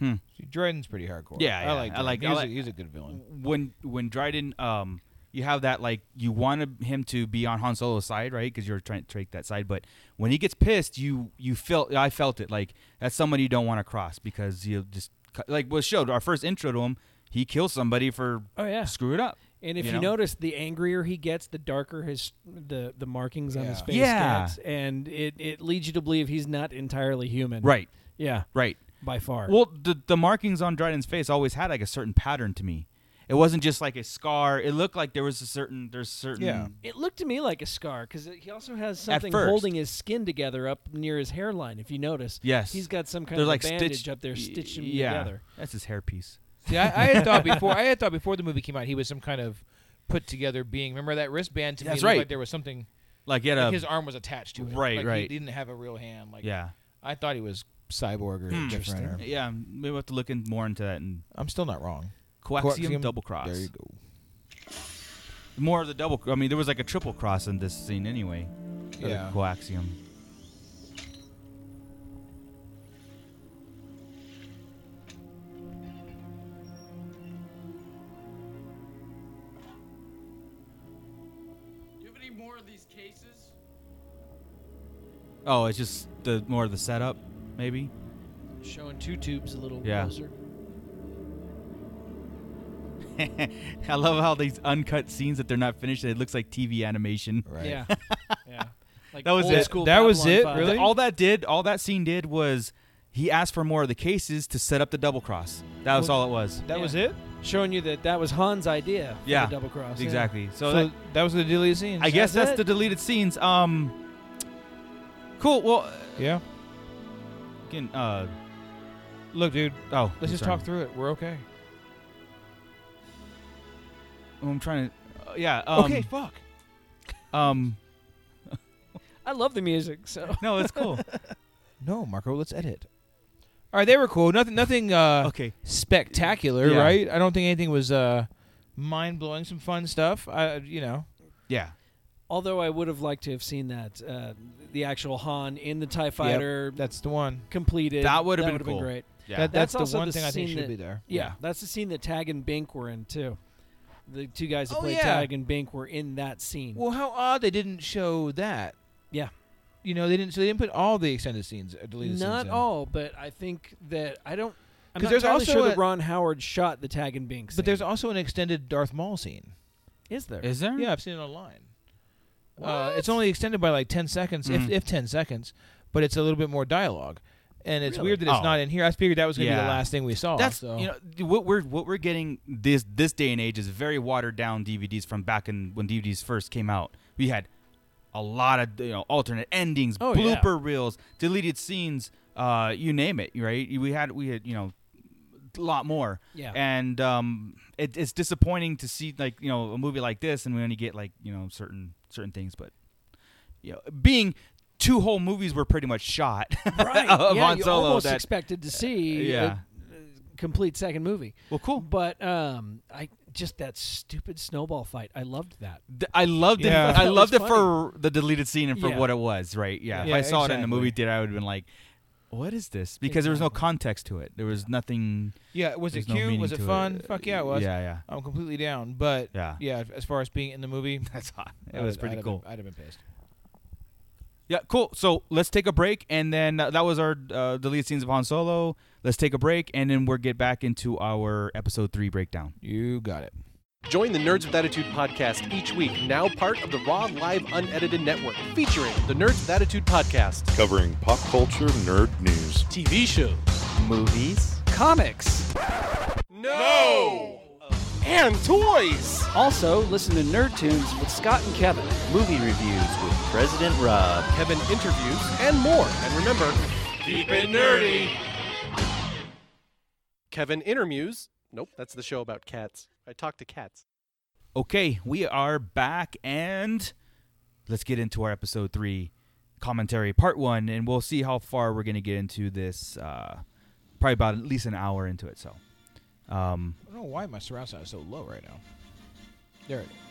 Speaker 12: what happens.
Speaker 2: See, Dryden's pretty hardcore.
Speaker 8: Yeah, yeah,
Speaker 2: I like
Speaker 8: I like-
Speaker 2: Dryden.
Speaker 8: I
Speaker 2: He's,
Speaker 8: like-
Speaker 2: a, he's a good villain.
Speaker 8: When when Dryden, um, you have that like you wanted him to be on Han Solo's side, right? Because you're trying to take that side. But when he gets pissed, you you felt I felt it like that's somebody you don't want to cross because you just cu- like was showed our first intro to him. He kills somebody for
Speaker 5: Oh, yeah.
Speaker 8: screw it up.
Speaker 5: And if you,
Speaker 8: you know?
Speaker 5: notice, the angrier he gets, the darker his the the markings on his
Speaker 2: Yeah.
Speaker 5: face
Speaker 8: Yeah.
Speaker 5: gets, and it it leads you to believe he's not entirely human.
Speaker 8: Right.
Speaker 5: Yeah.
Speaker 8: Right.
Speaker 5: By far.
Speaker 8: Well, the the markings on Dryden's face always had like a certain pattern to me. It wasn't just like a scar. It looked like there was a certain there's certain
Speaker 2: Yeah.
Speaker 5: it looked to me like a scar because he also has
Speaker 8: At
Speaker 5: something
Speaker 8: first.
Speaker 5: holding his skin together up near his hairline. If you notice,
Speaker 8: Yes.
Speaker 5: he's got some kind
Speaker 8: They're
Speaker 5: of a
Speaker 8: like
Speaker 5: bandage
Speaker 8: stitched
Speaker 5: up there, stitched him
Speaker 8: yeah.
Speaker 5: together.
Speaker 8: That's his hairpiece.
Speaker 2: See, I, I had thought before. I had thought before the movie came out, he was some kind of put together being. Remember that wristband to me?
Speaker 8: That's
Speaker 2: looked
Speaker 8: right.
Speaker 2: Like there was something.
Speaker 8: Like he had
Speaker 2: like
Speaker 8: a
Speaker 2: his arm was attached to it.
Speaker 8: Right,
Speaker 2: Like,
Speaker 8: right.
Speaker 2: He didn't have a real hand. Like
Speaker 8: yeah
Speaker 2: I thought he was cyborg or different. Or,
Speaker 8: yeah. Maybe we'll have to look in more into that and
Speaker 2: I'm still not wrong.
Speaker 8: coaxium, double cross.
Speaker 2: There you go.
Speaker 8: More of the double. I mean, there was like a triple cross in this scene anyway. Or the
Speaker 2: Yeah.
Speaker 8: Coaxium.
Speaker 4: Do you have any more of these cases?
Speaker 8: Oh, it's just the more of the setup, maybe. *laughs*
Speaker 5: Showing two tubes a little
Speaker 8: Yeah.
Speaker 5: closer.
Speaker 8: I love how these uncut scenes that they're not finished. It looks like TV animation. *laughs*
Speaker 2: Right.
Speaker 5: Yeah. yeah. Like
Speaker 8: That was
Speaker 5: old
Speaker 8: it.
Speaker 5: School
Speaker 2: That was
Speaker 5: Babylon
Speaker 2: it?
Speaker 5: five.
Speaker 2: Really?
Speaker 8: All that did, all that scene did was he asked for more of the cases to set up the double cross. That was
Speaker 5: Well,
Speaker 8: all it was.
Speaker 2: That
Speaker 5: Yeah.
Speaker 2: was it.
Speaker 5: Showing you that that was Han's idea. for
Speaker 8: Yeah,
Speaker 5: The double cross. yeah.
Speaker 8: Exactly. So,
Speaker 2: So,
Speaker 8: that-
Speaker 2: that, was the deleted scenes.
Speaker 8: I guess
Speaker 5: that's
Speaker 8: that's
Speaker 5: it.
Speaker 8: the deleted scenes. Um, cool. Well,
Speaker 2: yeah.
Speaker 8: again, uh,
Speaker 2: Look, dude.
Speaker 8: oh, I'm
Speaker 2: Let's just
Speaker 8: sorry.
Speaker 2: talk through it. We're okay.
Speaker 8: I'm trying to. uh, yeah. Um,
Speaker 2: okay. Fuck.
Speaker 8: Um,
Speaker 5: I love the music. So
Speaker 8: no, it's *laughs* cool.
Speaker 2: No, Marco. Let's edit. All right. They were cool. Nothing. Nothing. Uh,
Speaker 8: okay.
Speaker 2: spectacular,
Speaker 8: Yeah.
Speaker 2: right? I don't think anything was uh, mind blowing. Some fun stuff. I, you know,
Speaker 8: Yeah.
Speaker 5: although I would have liked to have seen that uh, the actual Han in the Tie Fighter
Speaker 2: that's the one.
Speaker 5: completed.
Speaker 8: That would've been
Speaker 5: would've
Speaker 8: cool.
Speaker 5: great.
Speaker 8: Yeah.
Speaker 2: That,
Speaker 5: That's
Speaker 2: that's,
Speaker 5: also
Speaker 2: the one
Speaker 5: the
Speaker 2: thing I think
Speaker 5: scene
Speaker 2: should
Speaker 5: that-
Speaker 2: be there.
Speaker 5: Yeah,
Speaker 8: Yeah.
Speaker 5: that's the scene that Tag and Bink were in too. The two guys that
Speaker 2: Oh,
Speaker 5: played
Speaker 2: yeah.
Speaker 5: Tag and Bink were in that scene.
Speaker 2: Well, how odd they didn't show that.
Speaker 5: yeah,
Speaker 2: You know, they didn't. So they didn't put all the extended scenes, uh, deleted scenes.
Speaker 5: not
Speaker 2: in.
Speaker 5: all, but I think that I don't. I'm
Speaker 2: 'Cause
Speaker 5: not
Speaker 2: there's
Speaker 5: entirely
Speaker 2: also
Speaker 5: sure that
Speaker 2: a-
Speaker 5: Ron Howard shot the Tag and Bink. Scene.
Speaker 2: But *laughs* there's also an extended Darth Maul scene.
Speaker 5: is there?
Speaker 8: Is there?
Speaker 2: Mm. Yeah, I've seen it online. Uh, it's only extended by like ten seconds, if, if ten seconds. but it's a little bit more dialogue. And it's weird that it's
Speaker 8: Oh.
Speaker 2: not in here. I figured that was going to be
Speaker 8: Yeah.
Speaker 2: the last thing we saw.
Speaker 8: That's
Speaker 2: so.
Speaker 8: you know d- what we're what we're getting this this day and age is very watered down DVDs from back in when DVDs first came out. We had a lot of you know alternate endings,
Speaker 5: Oh, yeah.
Speaker 8: blooper reels, deleted scenes, uh, you name it. Right? We had we had you know a lot more.
Speaker 5: Yeah.
Speaker 8: And um, it, it's disappointing to see like you know a movie like this, and we only get like you know certain certain things, but you know, being two whole movies were pretty much shot *laughs*
Speaker 5: right.
Speaker 8: of
Speaker 5: yeah,
Speaker 8: Han
Speaker 5: you
Speaker 8: Solo.
Speaker 5: almost
Speaker 8: that-
Speaker 5: expected to
Speaker 2: *laughs*
Speaker 5: see
Speaker 8: Yeah.
Speaker 5: a, a complete second movie.
Speaker 8: Well, cool.
Speaker 5: But um, I just that stupid snowball fight. I loved that.
Speaker 8: Th- I loved it.
Speaker 5: Yeah.
Speaker 8: I
Speaker 5: That
Speaker 8: loved
Speaker 5: was
Speaker 8: it for the deleted scene and for
Speaker 5: Yeah.
Speaker 8: what it was. Right? Yeah.
Speaker 2: Yeah,
Speaker 8: if I saw it in the
Speaker 2: exactly.
Speaker 8: movie theater, I would have been like, "What is this?" Because there was no context to it. There was nothing.
Speaker 2: Yeah, was
Speaker 8: there
Speaker 2: it cute?
Speaker 8: meaning
Speaker 2: was it
Speaker 8: to
Speaker 2: fun? Fuck yeah, it was.
Speaker 8: Yeah, yeah.
Speaker 2: I'm completely down. But
Speaker 8: Yeah.
Speaker 2: yeah, as far as being in the movie, *laughs*
Speaker 8: that's hot. It
Speaker 2: I'd-
Speaker 8: was pretty
Speaker 2: I'd have
Speaker 8: cool.
Speaker 2: been- I'd have been pissed.
Speaker 8: Yeah, cool. So let's take a break, and then uh, that was our uh, deleted scenes of Han Solo. Let's take a break, and then we'll get back into our episode three breakdown.
Speaker 2: You got it.
Speaker 13: Join the Nerds with Attitude podcast each week, now part of the Raw Live Unedited Network, featuring the Nerds with Attitude podcast,
Speaker 14: Covering pop culture nerd news.
Speaker 13: TV shows, movies, comics,
Speaker 14: No!
Speaker 13: and toys. Also, listen to Nerd Tunes with Scott and Kevin, movie reviews with President Rob, Kevin interviews, and more. And remember,
Speaker 14: Keep it nerdy.
Speaker 13: Kevin intermuse. Nope, that's the show about cats. I talk to cats.
Speaker 8: Okay, we are back and let's get into our episode three commentary, part one, and we'll see how far we're gonna get into this. Uh, probably about at least an hour into it. So, um,
Speaker 2: I don't know why my surround sound is so low right now. There it is.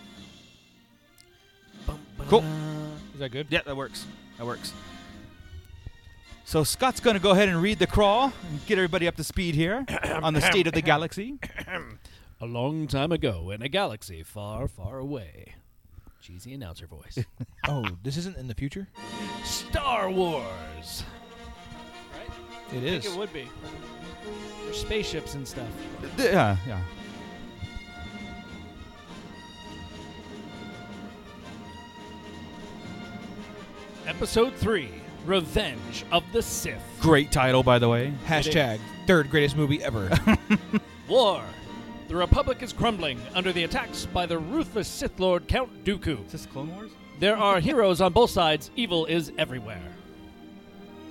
Speaker 8: Cool.
Speaker 2: Is that good?
Speaker 8: Yeah, that works. That works. so Scott's gonna go ahead and read the crawl and get everybody up to
Speaker 5: *coughs*
Speaker 8: speed here on the state of the galaxy.
Speaker 5: A long time ago in a galaxy far, far away. Cheesy announcer
Speaker 8: *laughs*
Speaker 5: voice.
Speaker 2: oh, this isn't in the future?
Speaker 5: Star Wars.
Speaker 2: It
Speaker 5: I
Speaker 2: is.
Speaker 5: think it would be. There's spaceships and stuff.
Speaker 8: yeah, yeah.
Speaker 5: Episode 3 Revenge of the Sith.
Speaker 8: Great title, by the way.
Speaker 2: Hashtag third greatest movie ever.
Speaker 5: War. The Republic is crumbling under the attacks by the ruthless Sith Lord Count Dooku. Is
Speaker 8: this Clone Wars?
Speaker 5: There are heroes on both sides. Evil is everywhere.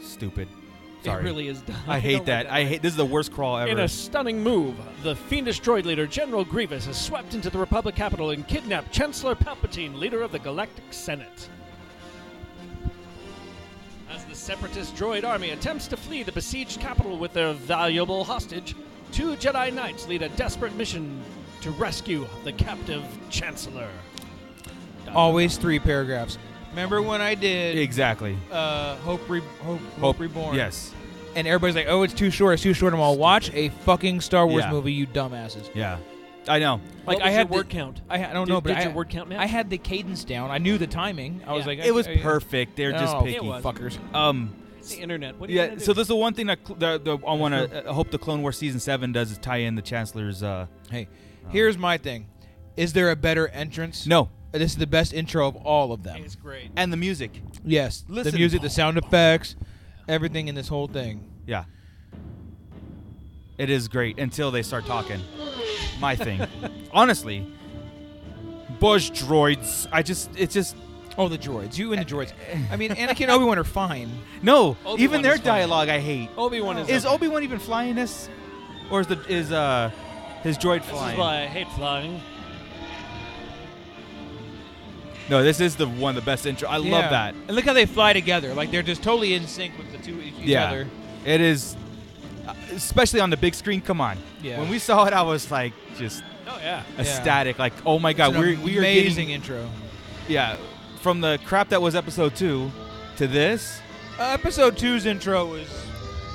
Speaker 8: Stupid. Sorry.
Speaker 5: really is dumb. *laughs*
Speaker 8: I
Speaker 5: I
Speaker 8: hate
Speaker 5: don't like
Speaker 8: that.
Speaker 5: that
Speaker 8: I hate. This is the worst crawl ever.
Speaker 5: In a stunning move, the fiendish droid leader General Grievous has swept into the Republic capital and kidnapped Chancellor Palpatine, leader of the Galactic Senate. As the Separatist droid army attempts to flee the besieged capital with their valuable hostage, two Jedi Knights lead a desperate mission to rescue the captive Chancellor.
Speaker 2: Always three paragraphs. Remember when I did
Speaker 8: Exactly.
Speaker 2: uh, Hope, Re- Hope, Hope,
Speaker 8: Hope,
Speaker 2: Reborn?
Speaker 8: yes.
Speaker 2: And everybody's like, oh, it's too short. It's too short. I'm all watch a fucking Star Wars
Speaker 8: Yeah.
Speaker 2: movie, you dumbasses.
Speaker 8: Yeah, I know.
Speaker 2: Like
Speaker 5: What
Speaker 2: I
Speaker 5: was
Speaker 2: had
Speaker 5: your word
Speaker 2: the-
Speaker 5: count?
Speaker 2: I, ha- I don't
Speaker 5: Did-
Speaker 2: know, but
Speaker 5: did
Speaker 2: I,
Speaker 5: your word count match?
Speaker 2: I had the cadence down. I knew the timing. I was
Speaker 5: Yeah.
Speaker 2: like,
Speaker 8: It was
Speaker 2: I- Oh, I-
Speaker 8: perfect. They're just
Speaker 2: No.
Speaker 8: picky
Speaker 2: fuckers.
Speaker 8: Um,
Speaker 5: It's the internet. What are you
Speaker 8: yeah.
Speaker 5: gonna
Speaker 8: So
Speaker 5: do?
Speaker 8: this is the one thing that cl- the, the, I want to uh, hope the Clone Wars season seven does is tie in the Chancellor's. Uh,
Speaker 2: hey, here's my thing: is there a better entrance?
Speaker 8: No.
Speaker 2: This is the best intro of all of them.
Speaker 5: It's great.
Speaker 8: and the music.
Speaker 2: Yes,
Speaker 8: Listen.
Speaker 2: the music, the sound effects, everything in this whole thing.
Speaker 8: Yeah. It is great until they start talking. My
Speaker 2: *laughs*
Speaker 8: thing, honestly. Bush droids. I just. It's just.
Speaker 2: Oh, the droids. You and the droids. I mean, Anakin and Obi Wan are fine.
Speaker 8: No,
Speaker 2: Obi-Wan
Speaker 8: even their
Speaker 2: is fine.
Speaker 8: dialogue I hate.
Speaker 5: Obi-Wan is
Speaker 8: Is
Speaker 5: okay.
Speaker 8: Obi Wan even flying this, or is the is uh his droid
Speaker 5: This
Speaker 8: flying?
Speaker 5: is why I hate flying.
Speaker 8: No, this is the one of the best intro. I
Speaker 2: Yeah.
Speaker 8: love that.
Speaker 2: And look how they fly together. Like they're just totally in sync with the two each
Speaker 8: yeah,
Speaker 2: other.
Speaker 8: it is. uh, Especially on the big screen. Come on.
Speaker 2: Yeah.
Speaker 8: When we saw it, I was like just
Speaker 5: Oh yeah.
Speaker 8: ecstatic. Like, oh my god,
Speaker 2: It's an
Speaker 8: we're we are
Speaker 2: amazing
Speaker 8: getting,
Speaker 2: intro.
Speaker 8: Yeah, from the crap that was episode two to this.
Speaker 2: Uh, episode two's intro was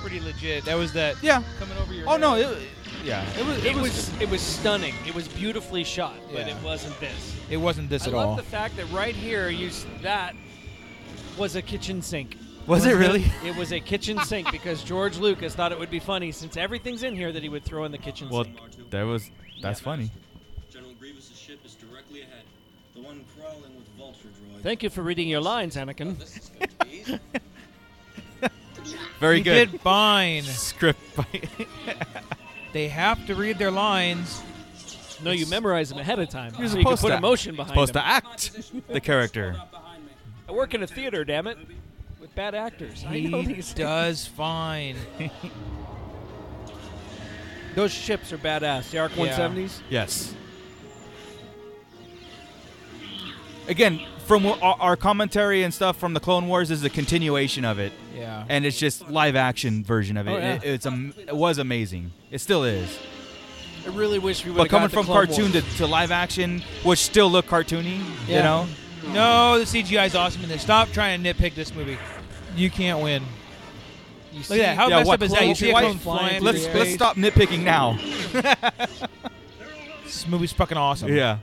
Speaker 2: pretty legit. That was that.
Speaker 8: Yeah.
Speaker 2: Coming over your.
Speaker 8: Oh no,
Speaker 2: head.
Speaker 8: it, yeah, it was.
Speaker 5: It, was, it was stunning. It was beautifully shot, but
Speaker 2: Yeah.
Speaker 5: it wasn't this.
Speaker 2: It wasn't this
Speaker 5: I
Speaker 2: at
Speaker 5: love
Speaker 2: all.
Speaker 5: the fact that right here, you s- that was a kitchen sink.
Speaker 8: Was it really?
Speaker 5: *laughs* It was a kitchen sink because George Lucas thought it would be funny since everything's in here that he would throw in the kitchen
Speaker 8: Well,
Speaker 5: sink.
Speaker 8: there was. That's funny.
Speaker 15: General Grievous' ship is directly ahead. The one crawling with vulture
Speaker 13: *laughs*
Speaker 15: droids.
Speaker 5: Thank you for reading your lines, Anakin.
Speaker 8: Very
Speaker 2: you
Speaker 8: good.
Speaker 2: did
Speaker 8: *laughs*
Speaker 2: fine.
Speaker 8: Script.
Speaker 2: they have to read their lines.
Speaker 5: No, you memorize them ahead of time.
Speaker 2: You're
Speaker 5: so you can
Speaker 2: supposed
Speaker 5: put
Speaker 2: to-
Speaker 5: emotion behind
Speaker 8: supposed
Speaker 5: them.
Speaker 8: to act the character.
Speaker 5: I work in a theater, damn it, with bad actors. I know
Speaker 2: He
Speaker 5: these *laughs*
Speaker 2: does fine.
Speaker 5: Those ships are badass. The Arc
Speaker 2: Yeah.
Speaker 5: 170s.
Speaker 8: Yes. Again, from wh- our our commentary and stuff from the Clone Wars is a continuation of it.
Speaker 2: Yeah.
Speaker 8: And it's just live action version of it.
Speaker 5: Oh, yeah.
Speaker 8: it it's am- it was amazing. It still is.
Speaker 5: I really wish we would.
Speaker 8: But coming from cartoon to, to live action, which still look cartoony, you know?
Speaker 2: No, the CGI is awesome in this. Stop trying to nitpick this movie. You can't win.
Speaker 5: You
Speaker 2: Look at that. How
Speaker 8: yeah,
Speaker 2: messed
Speaker 8: what-
Speaker 2: up is that? You see a
Speaker 8: why-
Speaker 2: clone flying
Speaker 8: Let's
Speaker 2: through
Speaker 8: let's
Speaker 2: space.
Speaker 8: stop nitpicking now.
Speaker 2: This movie's fucking awesome.
Speaker 8: Yeah.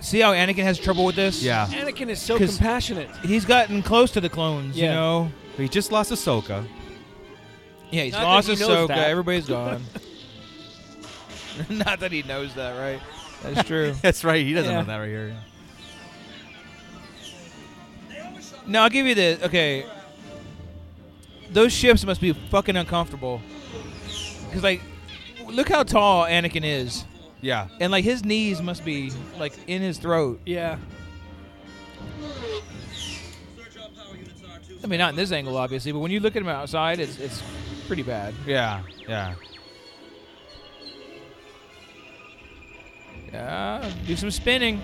Speaker 2: See how Anakin has trouble with this?
Speaker 8: Yeah.
Speaker 5: Anakin is so
Speaker 2: 'Cause
Speaker 5: compassionate.
Speaker 2: He's gotten close to the clones, you
Speaker 5: Yeah.
Speaker 2: know?
Speaker 8: We just lost Ahsoka.
Speaker 2: Yeah, he's
Speaker 5: Not that
Speaker 2: lost
Speaker 5: he knows
Speaker 2: Ahsoka.
Speaker 5: that. *laughs*
Speaker 2: Everybody's gone. Not that he knows that, right? That's true.
Speaker 8: *laughs* That's right. He doesn't
Speaker 2: Yeah.
Speaker 8: know that right here.
Speaker 2: No, I'll give you this. Okay, those ships must be fucking uncomfortable. Cause like, look how tall Anakin is,
Speaker 8: Yeah.
Speaker 2: and like his knees must be like in his throat.
Speaker 5: Yeah.
Speaker 2: I mean, not in this angle, obviously, but when you look at him outside, it's it's pretty bad.
Speaker 8: Yeah. Yeah.
Speaker 2: Yeah, do some spinning.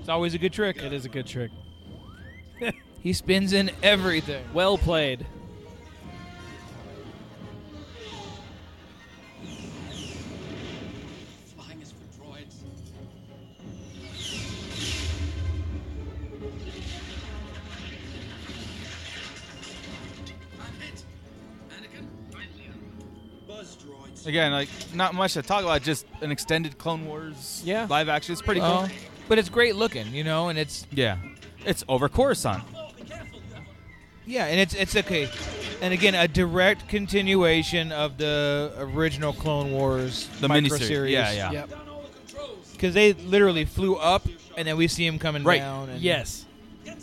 Speaker 2: It's always a good trick.
Speaker 5: It is a good trick.
Speaker 2: He spins in everything.
Speaker 5: Well played.
Speaker 15: Flying is for droids. I'm hit. Anakin, right here. Buzz droids.
Speaker 8: Again, like not much to talk about. Just an extended Clone Wars
Speaker 5: Yeah.
Speaker 8: live action. It's pretty
Speaker 2: Well,
Speaker 8: cool.
Speaker 2: Oh. but it's great looking, you know, and it's
Speaker 8: Yeah, it's over Coruscant.
Speaker 2: Yeah, and it's it's okay, and again a direct continuation of the original Clone Wars
Speaker 8: The
Speaker 2: micro
Speaker 8: miniseries.
Speaker 2: series.
Speaker 8: Yeah, yeah.
Speaker 5: Yep.
Speaker 2: Because they literally flew up, and then we see him coming
Speaker 8: Right.
Speaker 2: down. And
Speaker 5: Yes.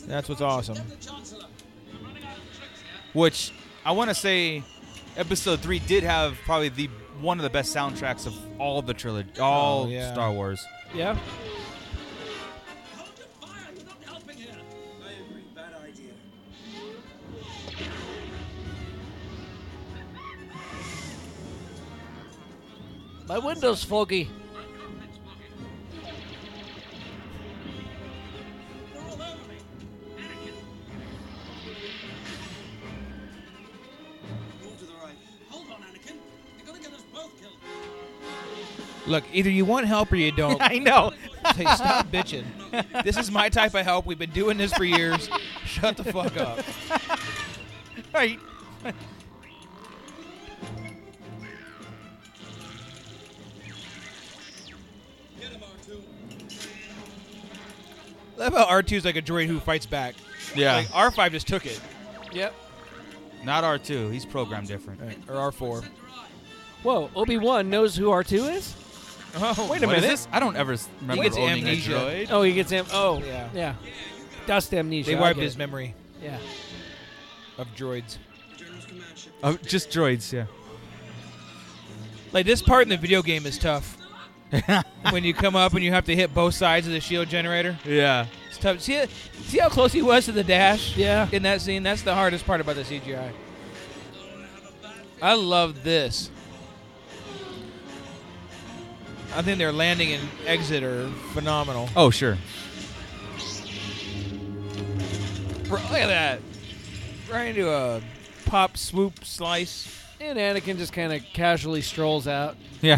Speaker 2: that's what's awesome.
Speaker 8: Which I want to say, Episode Three did have probably the one of the best soundtracks of all the trilogy, all
Speaker 2: Oh, yeah.
Speaker 8: Star Wars.
Speaker 5: Yeah.
Speaker 15: I agree. Bad idea.
Speaker 5: My window's foggy.
Speaker 15: Move to the right. Hold on, Anakin. They're gonna get us both killed.
Speaker 2: Look, either you want help or you don't.
Speaker 8: I know.
Speaker 2: Hey, stop bitching. This is my type of help. We've been doing this for years. Shut the fuck up.
Speaker 8: Right.
Speaker 15: Get him, R2.
Speaker 2: Love how R 2s like a droid who fights back.
Speaker 8: Yeah.
Speaker 2: Like R five just took it,
Speaker 5: Yep.
Speaker 8: uh, Not R two. He's programmed different.
Speaker 2: or R four.
Speaker 5: Whoa, Obi Wan knows who R two is.
Speaker 2: Oh,
Speaker 5: Wait a
Speaker 8: What
Speaker 5: minute.
Speaker 8: is this? I don't ever s- remember
Speaker 2: gets
Speaker 8: owning
Speaker 2: amnesia.
Speaker 8: a droid.
Speaker 5: Oh, he gets am. Oh,
Speaker 2: Yeah.
Speaker 5: yeah. Dust amnesia.
Speaker 2: They
Speaker 5: I
Speaker 2: wiped
Speaker 5: get
Speaker 2: his
Speaker 5: it.
Speaker 2: memory
Speaker 5: Yeah.
Speaker 2: of droids.
Speaker 15: General's command ship.
Speaker 8: Oh, just droids. Yeah.
Speaker 2: Like this part in the video game is *laughs* tough. when you come up and you have to hit both sides of the shield generator,
Speaker 8: Yeah.
Speaker 2: it's tough. See, see how close he was to the dash.
Speaker 5: Yeah.
Speaker 2: In that scene, that's the hardest part about the CGI. I love this. I think their landing and exit are phenomenal.
Speaker 8: Oh, sure.
Speaker 2: Bro, look at that! Right into a pop swoop slice.
Speaker 5: And Anakin just kind of casually strolls out.
Speaker 8: Yeah.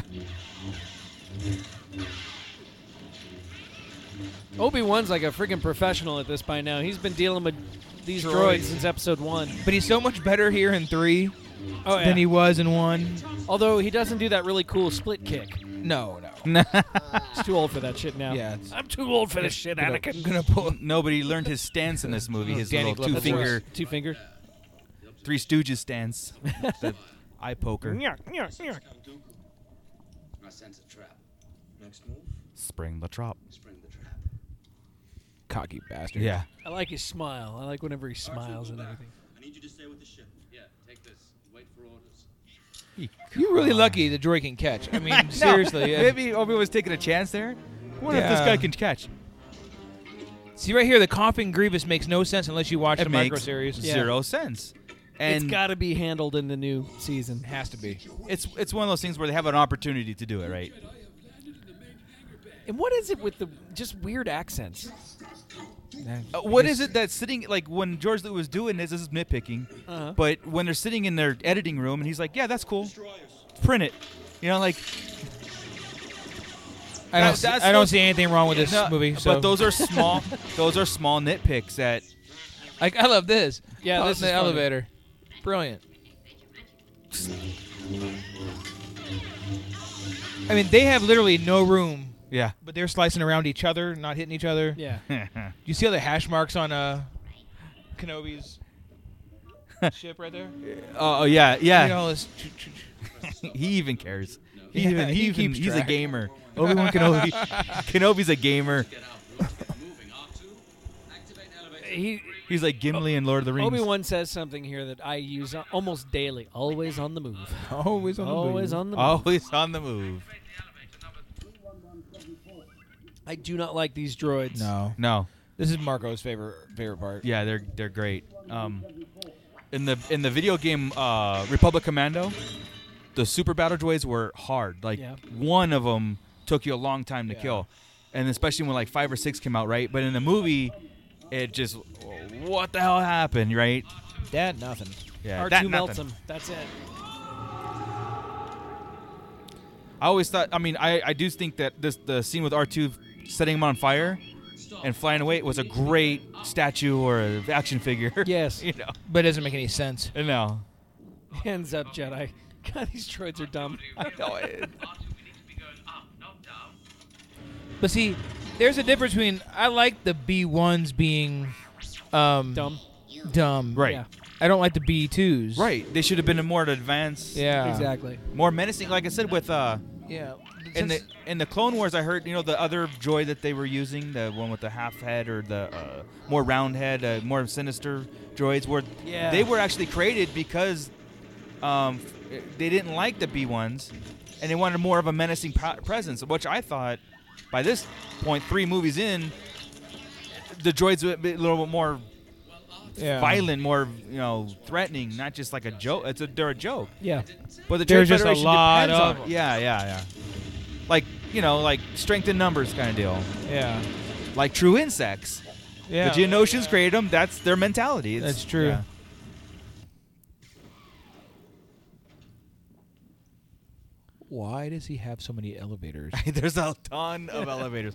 Speaker 5: Obi Wan's like a freaking professional at this by now. He's been dealing with these droids,
Speaker 2: Droids.
Speaker 5: since episode one.
Speaker 2: But he's so much better here in three
Speaker 5: Oh
Speaker 2: than he was in one.
Speaker 5: Although he doesn't do that really cool split kick.
Speaker 2: No, no. *laughs*
Speaker 5: He's too old for that shit now.
Speaker 2: Yeah, it's-
Speaker 5: I'm too old for this shit, Anakin.
Speaker 2: I'm gonna pull. Oh,
Speaker 8: Nobody learned his stance in this movie. His
Speaker 2: Danny
Speaker 8: little two
Speaker 2: Glover's
Speaker 8: finger,
Speaker 2: worse.
Speaker 5: Two finger.
Speaker 8: Three Stooges stance. the *laughs* eye poker.
Speaker 15: I sense a trap.
Speaker 8: Spring the trap.
Speaker 15: Spring the trap.
Speaker 2: cocky bastard.
Speaker 8: Yeah.
Speaker 5: I like his smile. I like whenever he smiles and everything.
Speaker 15: I need you to stay with the ship. Yeah, take this. Wait for orders.
Speaker 2: You're really lucky the droid can catch. *laughs* I mean,
Speaker 8: No, *laughs*
Speaker 2: seriously. yeah.
Speaker 8: Maybe Obi was taking a chance there. I wonder if this guy
Speaker 2: Yeah.
Speaker 8: can catch.
Speaker 2: See right here, the coughing Grievous makes no sense unless you watch
Speaker 8: It
Speaker 2: the
Speaker 8: makes
Speaker 2: micro series.
Speaker 8: zero sense.
Speaker 5: it's
Speaker 8: And
Speaker 5: got to be handled in the new season.
Speaker 2: Has to be.
Speaker 8: it's it's one of those things where they have an opportunity to do it, right?
Speaker 5: And what is it with the just weird accents?
Speaker 8: Uh, what is it that's sitting like when George Lucas was doing this? This is nitpicking,
Speaker 5: Uh-huh.
Speaker 8: but when they're sitting in their editing room and he's like, "Yeah, that's cool, print it," you know, like
Speaker 2: I don't
Speaker 8: That-
Speaker 2: see-
Speaker 8: that's
Speaker 2: I don't
Speaker 8: those-
Speaker 2: see anything wrong with this
Speaker 8: No,
Speaker 2: movie, so-
Speaker 8: But those are small. those are small nitpicks that,
Speaker 2: like, I love this.
Speaker 5: Yeah,
Speaker 2: Out
Speaker 5: this
Speaker 2: in the
Speaker 5: is funny.
Speaker 2: elevator. Brilliant. I mean, they have literally no room.
Speaker 8: Yeah.
Speaker 2: But they're slicing around each other, not hitting each other. *laughs*
Speaker 5: Yeah.
Speaker 2: Do you see all the hash marks on uh,
Speaker 8: *laughs*
Speaker 2: Kenobi's ship right there?
Speaker 8: oh yeah, yeah.
Speaker 2: You know, it's-
Speaker 8: *laughs* he even cares. He
Speaker 2: Yeah,
Speaker 8: even he,
Speaker 2: he
Speaker 8: even
Speaker 2: keeps
Speaker 8: he's a
Speaker 2: track.
Speaker 8: gamer. Obi Wan Kenobi. *laughs* Kenobi's a gamer.
Speaker 5: He
Speaker 8: He's like Gimli in Lord of the Rings.
Speaker 5: Obi Wan says something here that I use a- almost daily. Always on the move.
Speaker 2: Always on the move.
Speaker 5: Always on the move.
Speaker 8: Always Oh, on the move.
Speaker 5: I do not like these droids.
Speaker 2: No.
Speaker 8: No.
Speaker 2: This is Marco's favorite favorite part.
Speaker 8: Yeah, they're they're great. Um, in the in the video game uh, Republic Commando, the super battle droids were hard. Like
Speaker 5: Yeah.
Speaker 8: one of them took you a long time to kill, and especially when like five or six came out, right? But in the movie, it just what the hell happened, right?
Speaker 2: That nothing.
Speaker 8: Yeah,
Speaker 5: R2
Speaker 8: that
Speaker 5: melts
Speaker 8: nothing.
Speaker 5: him. That's it.
Speaker 8: I always thought. I mean, I, I do think that this the scene with R two setting him on fire and flying away was a great statue or a action figure. *laughs*
Speaker 5: *laughs* Yes.
Speaker 8: you know.
Speaker 2: But it doesn't make any sense.
Speaker 8: No.
Speaker 5: Hands up, Jedi. *laughs* God, these droids are
Speaker 2: *laughs*
Speaker 5: dumb.
Speaker 8: I know it.
Speaker 2: But see, there's a difference between I like the B ones being um,
Speaker 5: dumb,
Speaker 2: dumb.
Speaker 8: Right. Yeah.
Speaker 2: I don't like the B twos.
Speaker 8: Right. They should have been a more advanced.
Speaker 2: Yeah.
Speaker 5: Exactly.
Speaker 8: More menacing. Like I said, with uh,
Speaker 2: Yeah.
Speaker 8: in the
Speaker 2: Since-
Speaker 8: in the Clone Wars, I heard you know the other droid that they were using, the one with the half head or the uh, more round head, uh, more sinister droids, were
Speaker 5: Yeah.
Speaker 8: they were actually created because um, f- they didn't like the B ones, and they wanted more of a menacing pro- presence, which I thought by this point, three movies in, the droids would be a little bit more
Speaker 2: Yeah.
Speaker 8: violent, more you know, threatening, not just like a joke. It's a they're a joke.
Speaker 5: Yeah.
Speaker 8: But the Trade
Speaker 2: There's just a
Speaker 8: Federation
Speaker 2: lot
Speaker 8: depends
Speaker 2: of
Speaker 8: on
Speaker 2: 'em.
Speaker 8: yeah, yeah, yeah. Like you know, like strength in numbers kind of deal.
Speaker 2: Yeah.
Speaker 8: Like true insects.
Speaker 2: Yeah.
Speaker 8: The Geonosians created them. That's their mentality. It's,
Speaker 2: That's true.
Speaker 8: yeah. *laughs*
Speaker 2: Why does he have so many elevators?
Speaker 8: There's a ton
Speaker 2: *laughs*
Speaker 8: of elevators.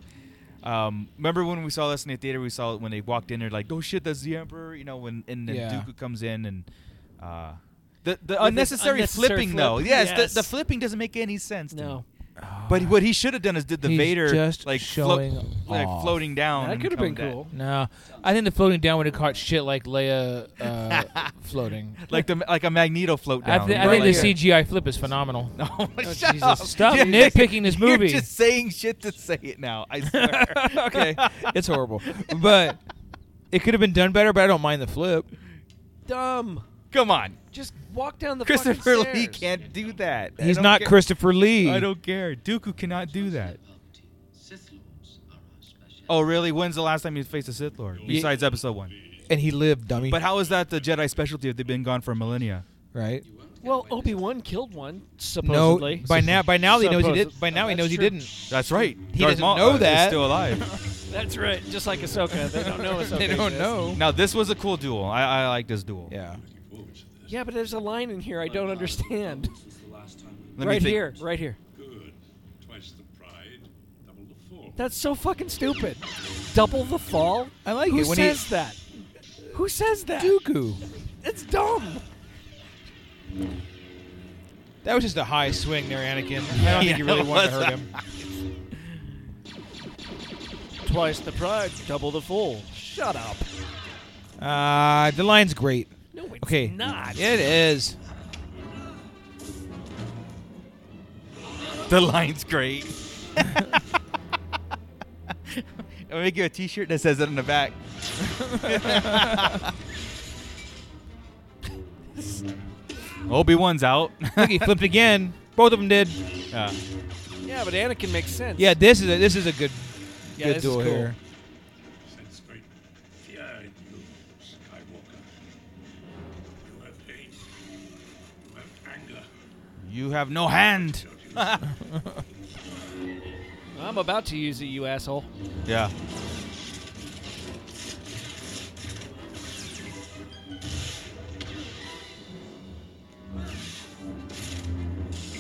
Speaker 8: Um, remember when we saw this in the theater? We saw it when they walked in. They're like, "Oh shit, that's the emperor!" You know, when and then
Speaker 2: Yeah.
Speaker 8: Dooku comes in and uh, the
Speaker 5: With
Speaker 8: the
Speaker 5: his
Speaker 8: unnecessary,
Speaker 5: unnecessary
Speaker 8: flipping
Speaker 5: flip.
Speaker 8: though. Yes,
Speaker 5: Yes.
Speaker 8: The, the flipping doesn't make any sense. to
Speaker 5: No.
Speaker 8: me. But what he should have done is did the
Speaker 2: He's
Speaker 8: Vader
Speaker 2: just
Speaker 8: like
Speaker 2: showing
Speaker 8: float, like
Speaker 2: off.
Speaker 8: floating down.
Speaker 5: That
Speaker 8: and
Speaker 5: could have been
Speaker 8: come down.
Speaker 5: cool.
Speaker 2: *laughs* no, I think the floating down would have caught shit like Leia *laughs* uh, floating.
Speaker 8: like the like a Magneto float
Speaker 2: I,
Speaker 8: down.
Speaker 2: thi- I
Speaker 8: Right
Speaker 2: think
Speaker 8: like *laughs*
Speaker 2: the
Speaker 8: here.
Speaker 2: CGI flip is phenomenal.
Speaker 8: No, shut
Speaker 2: Jesus.
Speaker 8: up. *laughs*
Speaker 2: Stop
Speaker 8: You're just-
Speaker 2: nitpicking this movie.
Speaker 8: You're just saying shit to say it now.
Speaker 2: *laughs*
Speaker 8: I swear.
Speaker 2: *laughs* okay, it's horrible, *laughs* but it could have been done better. But I don't mind the flip.
Speaker 5: Dumb.
Speaker 8: Come on.
Speaker 5: Just walk down the
Speaker 8: Christopher
Speaker 5: fucking
Speaker 8: Lee
Speaker 5: stairs.
Speaker 8: can't do that. I
Speaker 2: He's
Speaker 8: don't
Speaker 2: not
Speaker 8: care.
Speaker 2: Christopher Lee.
Speaker 8: I don't care. Dooku cannot do that. Oh really? When's the last time you faced a Sith Lord? Besides Episode One.
Speaker 2: And he lived, dummy.
Speaker 8: But how is that the Jedi specialty if they've been gone for millennia?
Speaker 2: right?
Speaker 5: Well, Obi Wan killed one
Speaker 2: No,
Speaker 5: supposedly.
Speaker 2: by now, by now he knows he
Speaker 5: Supposed-
Speaker 2: did. By now
Speaker 5: Oh,
Speaker 2: he
Speaker 5: that's
Speaker 2: knows he
Speaker 5: true.
Speaker 2: didn't. *laughs*
Speaker 8: That's right.
Speaker 2: He
Speaker 8: Darth
Speaker 2: doesn't
Speaker 8: Maul
Speaker 2: know
Speaker 8: is
Speaker 2: that.
Speaker 8: still alive.
Speaker 5: *laughs*
Speaker 2: *laughs*
Speaker 5: That's right. Just like Ahsoka, they don't know Ahsoka.
Speaker 2: They don't
Speaker 5: exists.
Speaker 2: know.
Speaker 8: Now this was a cool duel. I, I like this duel. Yeah.
Speaker 5: Yeah, but there's a line in here I don't
Speaker 2: *laughs*
Speaker 5: understand.
Speaker 15: Since the last time we
Speaker 8: Let me
Speaker 5: right
Speaker 8: think.
Speaker 5: here, right here.
Speaker 15: good. Twice the pride, double the fall.
Speaker 5: That's so fucking stupid. Double the fall.
Speaker 2: I like
Speaker 5: Who
Speaker 2: it when he-
Speaker 5: says that? Who says that?
Speaker 2: Dooku.
Speaker 5: It's dumb.
Speaker 2: That was just a high swing there, Anakin. I don't think you really wanted to hurt him.
Speaker 5: Twice the pride, double the fall. Shut up.
Speaker 2: Uh, the line's great.
Speaker 5: No, it's
Speaker 2: okay.
Speaker 5: not.
Speaker 2: It is.
Speaker 8: *laughs* The line's great. I'll make you a T-shirt that says it on the *laughs* back. Obi Wan's out. *laughs*
Speaker 2: Look, he flipped again. Both of them did.
Speaker 8: Yeah.
Speaker 5: Yeah, but Anakin makes sense.
Speaker 2: Yeah, this is a, this is a good
Speaker 5: Yeah,
Speaker 2: good
Speaker 5: this is cool.
Speaker 2: duel here.
Speaker 16: Sense great fear in you, Skywalker. You have hate. You have anger.
Speaker 8: You have no hand.
Speaker 5: I'm about to use it, you asshole.
Speaker 8: Yeah.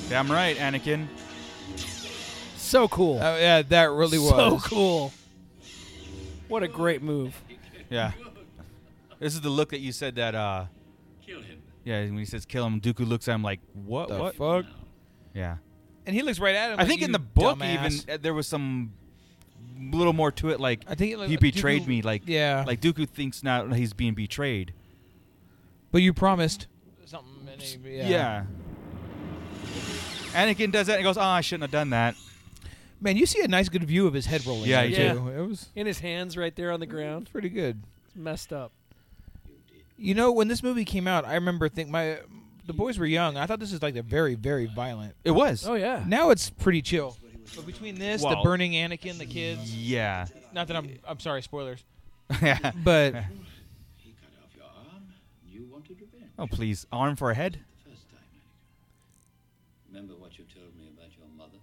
Speaker 8: Damn right, Anakin.
Speaker 5: So cool.
Speaker 2: Uh, yeah, that really was
Speaker 5: So cool. What a great move.
Speaker 8: Yeah. This is the look that you said that. uh
Speaker 5: Kill him.
Speaker 8: Yeah, when he says kill him, Dooku looks at him like, what?
Speaker 2: The
Speaker 8: what?
Speaker 2: fuck?
Speaker 8: Yeah.
Speaker 2: And he looks right at him.
Speaker 8: I
Speaker 2: like,
Speaker 8: think in
Speaker 2: "You
Speaker 8: the book
Speaker 2: dumbass."
Speaker 8: even uh, there was some little more to it. Like I
Speaker 2: think it-
Speaker 8: he
Speaker 2: like,
Speaker 8: betrayed
Speaker 2: Dooku-
Speaker 8: me. Like
Speaker 2: yeah.
Speaker 8: like Dooku thinks now he's being betrayed.
Speaker 2: *laughs* But you promised.
Speaker 9: Something.
Speaker 2: Yeah.
Speaker 8: Anakin does that and goes, "Oh, I shouldn't have done that."
Speaker 2: Man, you see a nice good view of his head rolling.
Speaker 8: Yeah,
Speaker 2: there,
Speaker 8: you
Speaker 2: too.
Speaker 8: do.
Speaker 2: It was
Speaker 5: In his hands right there on the ground.
Speaker 2: pretty good.
Speaker 5: It's messed up.
Speaker 2: You know, when this movie came out, I remember think my the boys were young. I thought this was like the very very violent.
Speaker 8: It was.
Speaker 5: Oh, yeah.
Speaker 2: Now it's pretty chill. But between this, the
Speaker 8: Well-
Speaker 2: burning Anakin, the kids.
Speaker 8: Yeah. *laughs*
Speaker 2: Not that I'm I'm sorry, spoilers.
Speaker 8: Yeah. *laughs*
Speaker 2: But
Speaker 16: He cut off your arm. and You wanted revenge.
Speaker 8: Oh please, arm for a head.
Speaker 16: The first time, Anakin. Remember what you told me about your mother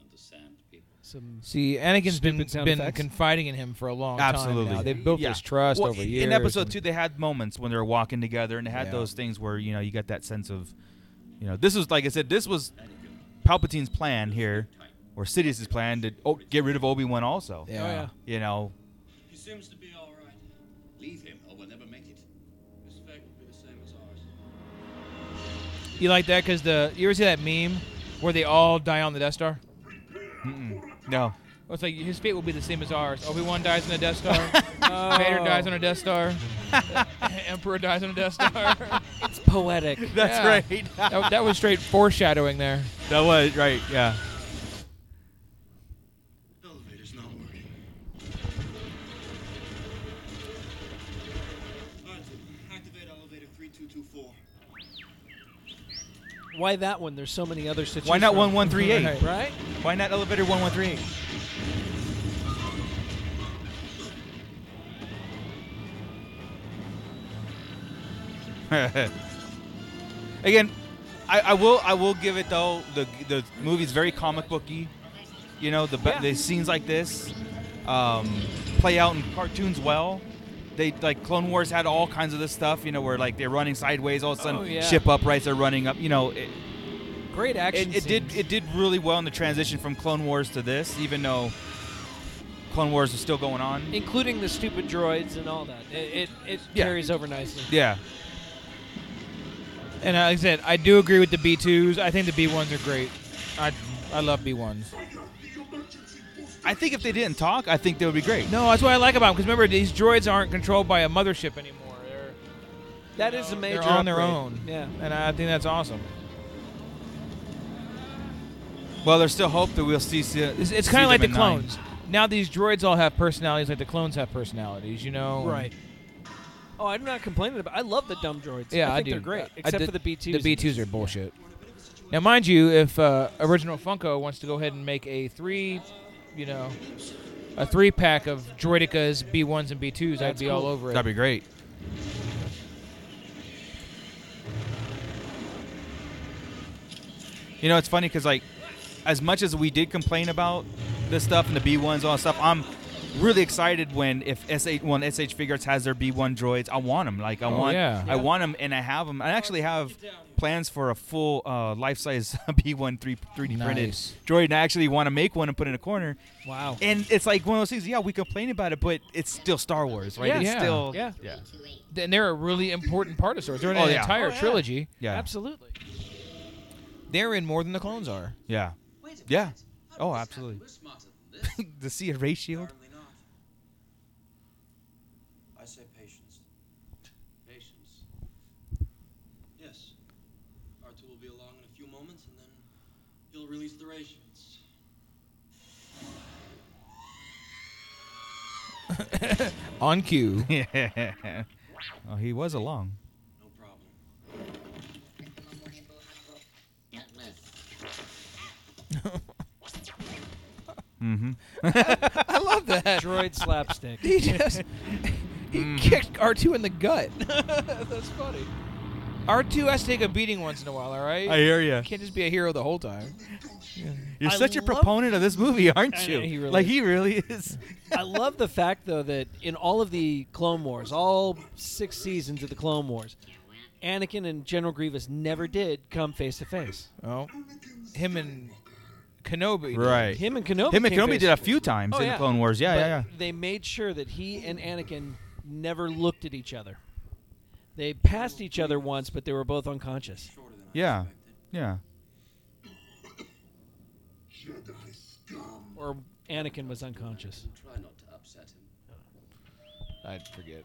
Speaker 16: and the Sand People.
Speaker 5: Some
Speaker 2: see, Anakin's been
Speaker 5: Stupid sound
Speaker 2: been
Speaker 5: effects.
Speaker 2: confiding in him for a long
Speaker 8: Absolutely.
Speaker 2: time. now. They've built
Speaker 8: Yeah.
Speaker 2: this trust
Speaker 8: Well,
Speaker 2: over
Speaker 8: in-
Speaker 2: years.
Speaker 8: In episode
Speaker 2: and-
Speaker 8: two, they had moments when they were walking together, and they had
Speaker 2: Yeah.
Speaker 8: those things where you know you got that sense of, you know, this was like I said, this was Palpatine's plan here, or Sidious's plan to oh, get rid of Obi Wan also.
Speaker 2: Yeah. Oh, yeah.
Speaker 8: You know,
Speaker 15: He seems to be all right.
Speaker 16: Leave him, or we'll never make it.
Speaker 15: His fate will be the same as ours.
Speaker 2: You like that because the you ever see that meme where they all die on the Death Star?
Speaker 8: Mm-mm. no. *laughs*
Speaker 2: Well, It's like his fate will be the same as ours. Obi Wan dies on a Death Star.
Speaker 8: *laughs*
Speaker 5: Oh.
Speaker 2: Vader dies on a Death Star. *laughs* Emperor dies on a Death Star.
Speaker 5: it's poetic.
Speaker 8: That's
Speaker 2: Yeah.
Speaker 8: right.
Speaker 2: that, that was straight foreshadowing there.
Speaker 8: *laughs* That was right. Yeah.
Speaker 16: Elevator's not working. Arthur, activate elevator 3224.
Speaker 5: Why that one? There's so many others to choose
Speaker 8: Why not
Speaker 5: from.
Speaker 8: one one three eight?
Speaker 5: Right?
Speaker 8: Why not elevator one one three *laughs* eight? Again, I, I will I will give it though the the movie's very comic booky, you know the ba- the scenes like this um, play out in cartoons well. They like Clone Wars had all kinds of this stuff, you know, where like they're running sideways, all of a sudden
Speaker 5: Oh, yeah.
Speaker 8: ship uprights are running up, you know. It,
Speaker 5: Great action.
Speaker 8: it, it did
Speaker 5: scenes.
Speaker 8: it did really well in the transition from Clone Wars to this, even though Clone Wars was still going on.
Speaker 5: Including the stupid droids and all that. It, it, it
Speaker 8: Yeah.
Speaker 5: carries over nicely.
Speaker 8: Yeah,
Speaker 2: And like I said, I do agree with the B twos. I think the B ones are great. I I love B ones.
Speaker 8: I think if they didn't talk, I think they would be great.
Speaker 2: No, that's what I like about them. Because remember, these droids aren't controlled by a mothership anymore. They're
Speaker 5: That is a major
Speaker 2: they're on their
Speaker 5: upgrade.
Speaker 2: own.
Speaker 5: Yeah.
Speaker 2: and I think that's awesome.
Speaker 8: Well, there's still hope that we'll see. see
Speaker 2: It's, it's
Speaker 8: see them
Speaker 2: kind of like the
Speaker 8: in nine.
Speaker 2: clones. Now these droids all have personalities, like the clones have personalities. You know, and-
Speaker 5: Right. Oh, I'm not complaining about I love the dumb droids.
Speaker 2: Yeah,
Speaker 5: I think
Speaker 2: do.
Speaker 5: they're great.
Speaker 2: I
Speaker 5: Except
Speaker 2: did-
Speaker 5: for the B2s.
Speaker 2: The B twos are bullshit. Now, mind you, if uh, original Funko wants to go ahead and make a three, you know, a three pack of Droidicas B ones and B twos, I'd
Speaker 5: That's
Speaker 2: be all
Speaker 5: cool.
Speaker 2: over it.
Speaker 8: That'd be great. You know, it's funny because like, as much as we did complain about this stuff and the B ones all that stuff, I'm really excited when if SH one SH Figures has their B one droids, I want them. Like I
Speaker 2: Oh,
Speaker 8: want,
Speaker 2: yeah.
Speaker 8: I want them, and I have them. I actually have plans for a full uh, life size *laughs* B one three three D printed
Speaker 2: Nice.
Speaker 8: droid, and I actually want to make one and put it in a corner.
Speaker 5: Wow.
Speaker 8: And it's like one of those things. Yeah, we complain about it, but it's still Star Wars, right?
Speaker 2: Yeah.
Speaker 8: It's
Speaker 2: Yeah.
Speaker 8: still
Speaker 5: Yeah.
Speaker 8: yeah.
Speaker 2: And they're a really important part of Star Wars. They're in
Speaker 8: Oh,
Speaker 2: an
Speaker 8: yeah.
Speaker 2: entire
Speaker 5: Oh, yeah.
Speaker 2: trilogy.
Speaker 8: Yeah.
Speaker 5: Absolutely.
Speaker 2: They're in more than the clones are.
Speaker 8: Yeah. Yeah. Oh, absolutely. *laughs* the Sea of Ray Shield. *laughs*
Speaker 15: I say patience. Patience. Yes. Arthur will be along in a few moments, and then he'll release the rations.
Speaker 2: On cue.
Speaker 8: oh, he was along. Mm-hmm.
Speaker 2: I *laughs* love that.
Speaker 5: Droid *laughs*
Speaker 2: *laughs*
Speaker 5: slapstick.
Speaker 2: He just he
Speaker 8: Mm.
Speaker 2: kicked R2 in the gut. *laughs*
Speaker 5: That's funny.
Speaker 2: R2 has to take a beating once in a while, all right?
Speaker 8: I hear ya.
Speaker 2: Can't just be a hero the whole time.
Speaker 8: You're such a proponent of this movie, aren't
Speaker 5: I
Speaker 8: you?
Speaker 5: know, he really
Speaker 8: like
Speaker 5: is.
Speaker 8: he really is.
Speaker 5: I love the fact though that in all of the Clone Wars, all six seasons of the Clone Wars, Anakin and General Grievous never did come face to face.
Speaker 2: Oh, him and Kenobi.
Speaker 8: *laughs*
Speaker 2: did.
Speaker 8: Right.
Speaker 5: Him and Kenobi.
Speaker 8: Him and
Speaker 5: came
Speaker 8: Kenobi
Speaker 5: face-
Speaker 8: did a few times
Speaker 5: Oh,
Speaker 8: in the
Speaker 5: yeah.
Speaker 8: Clone Wars. Yeah,
Speaker 5: But
Speaker 8: yeah, yeah.
Speaker 5: They made sure that he and Anakin never looked at each other. They passed each other once, but they were both unconscious.
Speaker 8: Yeah. Yeah.
Speaker 5: Or Anakin was unconscious.
Speaker 16: Try not to upset him.
Speaker 2: I'd forget.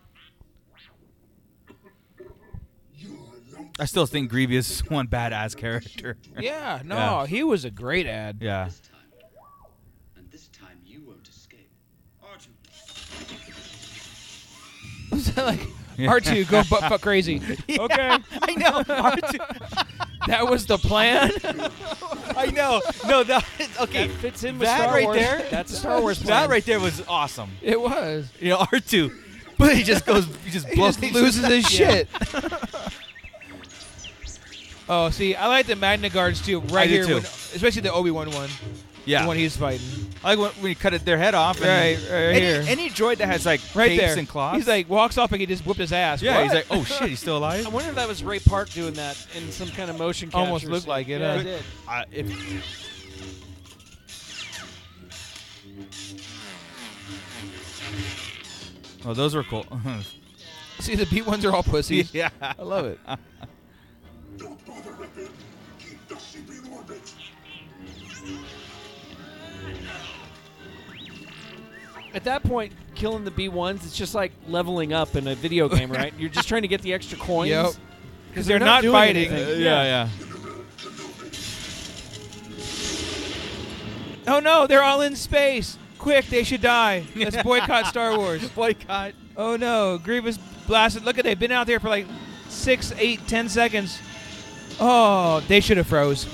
Speaker 8: I still think Grievous is *laughs* one badass character. *laughs*
Speaker 2: Yeah, no, he was a great ad. *laughs*
Speaker 5: *laughs*
Speaker 8: Yeah.
Speaker 16: And this time you won't escape.
Speaker 8: *laughs*
Speaker 2: like R2, go butt fuck crazy.
Speaker 8: Yeah,
Speaker 2: okay.
Speaker 8: I know. R2.
Speaker 2: That was
Speaker 5: *laughs*
Speaker 2: the plan.
Speaker 8: I know. No, that okay.
Speaker 5: That fits in with
Speaker 8: that
Speaker 5: Star
Speaker 8: right
Speaker 5: Wars.
Speaker 8: there.
Speaker 5: That's a Star
Speaker 2: *laughs*
Speaker 5: Wars plan.
Speaker 8: That right there was awesome.
Speaker 2: It
Speaker 8: *laughs*
Speaker 2: was.
Speaker 8: You know, R two, but he just goes. He just,
Speaker 2: *laughs* He
Speaker 8: blows
Speaker 2: just loses his
Speaker 8: Yeah.
Speaker 2: shit. *laughs* oh, see, I like the Magna Guards too, right
Speaker 8: I do
Speaker 2: here,
Speaker 8: too.
Speaker 2: When, especially the Obi Wan one.
Speaker 8: Yeah.
Speaker 2: the one he's fighting.
Speaker 8: I like when, when you cut it, their head off. and-
Speaker 2: Right, right
Speaker 8: any,
Speaker 2: here.
Speaker 8: Any droid that has like
Speaker 2: Right
Speaker 8: capes
Speaker 2: there,
Speaker 8: and claws.
Speaker 2: he's like walks off like he just whipped his ass.
Speaker 8: yeah. He's like,
Speaker 2: What?
Speaker 8: oh shit, he's still alive.
Speaker 5: I *laughs* wonder if that was Ray Park doing that in some kind of motion capture.
Speaker 2: Almost looked
Speaker 5: scene.
Speaker 2: like it,
Speaker 5: Yeah,
Speaker 2: huh?
Speaker 5: it
Speaker 8: uh,
Speaker 5: did.
Speaker 8: I, if, oh, those were cool.
Speaker 2: *laughs*
Speaker 8: *laughs*
Speaker 2: See, the B ones are all pussies.
Speaker 8: Yeah.
Speaker 2: I love it.
Speaker 5: At that point, killing the B ones, it's just like leveling up in a
Speaker 8: *laughs*
Speaker 5: video game, right? You're just trying to get the extra coins.
Speaker 2: Yep.
Speaker 5: Because
Speaker 2: They're not
Speaker 5: doing
Speaker 2: fighting.
Speaker 5: anything.
Speaker 2: Uh,
Speaker 8: yeah, yeah.
Speaker 2: Oh no, they're all in space. Quick, they should die. Let's boycott Star Wars.
Speaker 8: Boycott.
Speaker 2: Oh no, Grievous blasted. Look at they've been out there for like six, eight, ten seconds. Oh, they should have froze.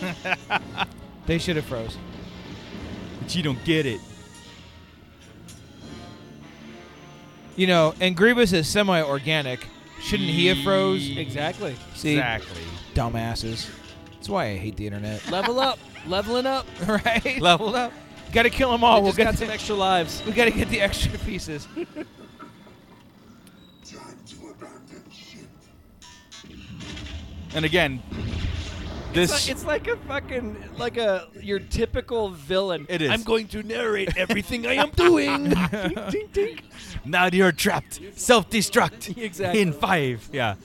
Speaker 2: they should have froze.
Speaker 8: But you don't get it.
Speaker 2: You know, and Grievous is semi-organic. Shouldn't he have froze?
Speaker 5: Exactly.
Speaker 2: See,
Speaker 8: Exactly.
Speaker 2: dumbasses. That's why I hate the internet.
Speaker 5: Level up. Leveling up.
Speaker 2: *laughs* right?
Speaker 8: Leveled up.
Speaker 2: Got to kill them all.
Speaker 5: We
Speaker 2: We'll
Speaker 5: just
Speaker 2: get
Speaker 5: got
Speaker 2: the-
Speaker 5: some extra lives.
Speaker 2: *laughs* We got to get the extra *laughs* pieces.
Speaker 8: And again, this.
Speaker 5: It's like, it's like a fucking like a your typical villain.
Speaker 8: It is.
Speaker 5: I'm going to narrate everything I am doing. Tink, tink,
Speaker 8: *laughs* now you're trapped. Self-destruct.
Speaker 5: *laughs* Exactly.
Speaker 8: In five. Yeah.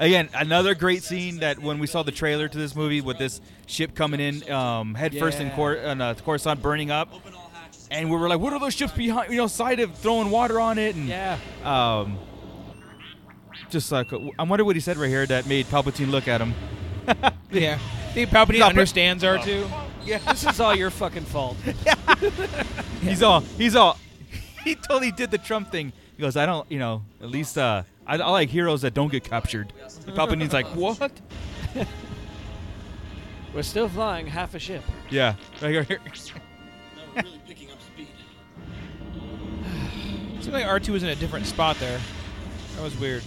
Speaker 8: Again, another great scene that when we saw the trailer to this movie with this ship coming in um, head first in
Speaker 2: Yeah.
Speaker 8: Cor- on, uh, Coruscant burning up, and we were like, "What are those ships behind? You know, side of throwing water on it?" And
Speaker 5: Yeah.
Speaker 8: um, just like uh, I wonder what he said right here that made Palpatine look at him.
Speaker 2: yeah. The Palpatine
Speaker 8: Stop it.
Speaker 2: understands R2.
Speaker 5: Yeah. This is all your fucking fault.
Speaker 8: He's all he's all *laughs* he totally did the Trump thing. He goes, I don't you know, at least uh I, I like heroes that don't get captured. And Palpatine's like,
Speaker 5: *laughs*
Speaker 8: What?
Speaker 5: We're still flying half a ship.
Speaker 8: Yeah. Right here. here.
Speaker 15: Now we're really picking up speed.
Speaker 2: Seemed like R2 was in a different spot there. That was weird.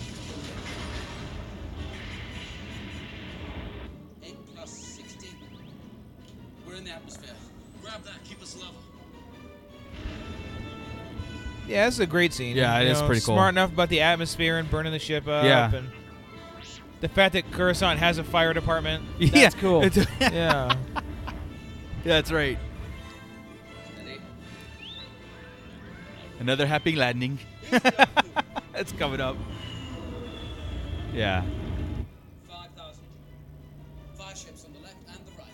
Speaker 15: Eight plus sixteen. We're in the atmosphere. Grab that. Keep us level.
Speaker 2: Yeah, that's a great scene.
Speaker 8: Yeah, it
Speaker 2: it is
Speaker 8: is pretty cool.
Speaker 2: Smart enough about the atmosphere and burning the ship up.
Speaker 8: Yeah.
Speaker 2: And the fact that Coruscant has a fire department.
Speaker 8: *laughs* *laughs* yeah.
Speaker 5: That's cool.
Speaker 8: It's- *laughs* yeah,
Speaker 2: yeah.
Speaker 8: that's right.
Speaker 16: Steady.
Speaker 8: Another happy landing. *laughs* that's coming up. Yeah.
Speaker 15: Five thousand. Five ships on the left and the right.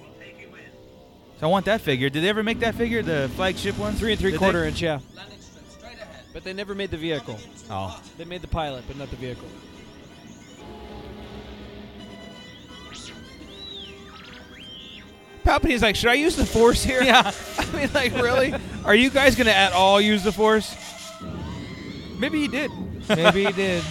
Speaker 15: We'll take you in.
Speaker 8: So I want that figure. Did they ever make that figure? The flagship one?
Speaker 5: Three and three
Speaker 8: Did they?
Speaker 5: quarter inch, yeah.
Speaker 15: Landing strip straight ahead.
Speaker 5: But they never made the vehicle.
Speaker 8: Oh.
Speaker 5: They made the pilot, but not the vehicle.
Speaker 2: Palpatine's like, should I use the Force here? Yeah. *laughs* I mean, like, really? Are you guys gonna at all use the Force?
Speaker 5: Maybe he did.
Speaker 2: Maybe he did.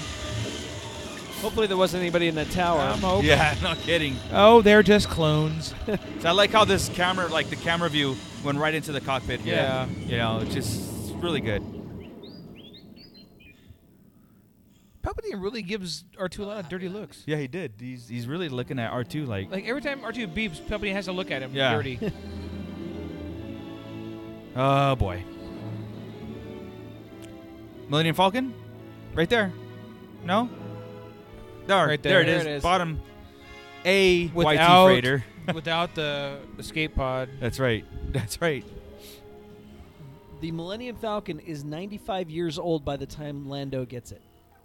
Speaker 5: Hopefully there wasn't anybody in the tower.
Speaker 8: I'm hoping. Yeah, *laughs* no kidding.
Speaker 2: Oh, they're just *laughs* clones.
Speaker 8: So I like how this camera, like the camera view, went right into the cockpit. Here.
Speaker 2: Yeah.
Speaker 8: You know, it's just really good.
Speaker 2: Palpatine really gives R2 a lot of dirty looks.
Speaker 8: Yeah, he did. He's he's really looking at R two like.
Speaker 2: Like every time R2 beeps, Palpatine has to look at him
Speaker 8: Yeah. *laughs*
Speaker 2: dirty.
Speaker 8: Oh boy. Millennium Falcon, right there. No. There,
Speaker 2: Right
Speaker 8: there,
Speaker 2: there.
Speaker 8: it,
Speaker 2: There
Speaker 8: is.
Speaker 2: it is.
Speaker 8: Bottom. A
Speaker 2: Without-
Speaker 8: YT freighter.
Speaker 2: *laughs* without the escape pod.
Speaker 8: That's right. That's right.
Speaker 5: The Millennium Falcon is 95 years old by the time Lando gets it.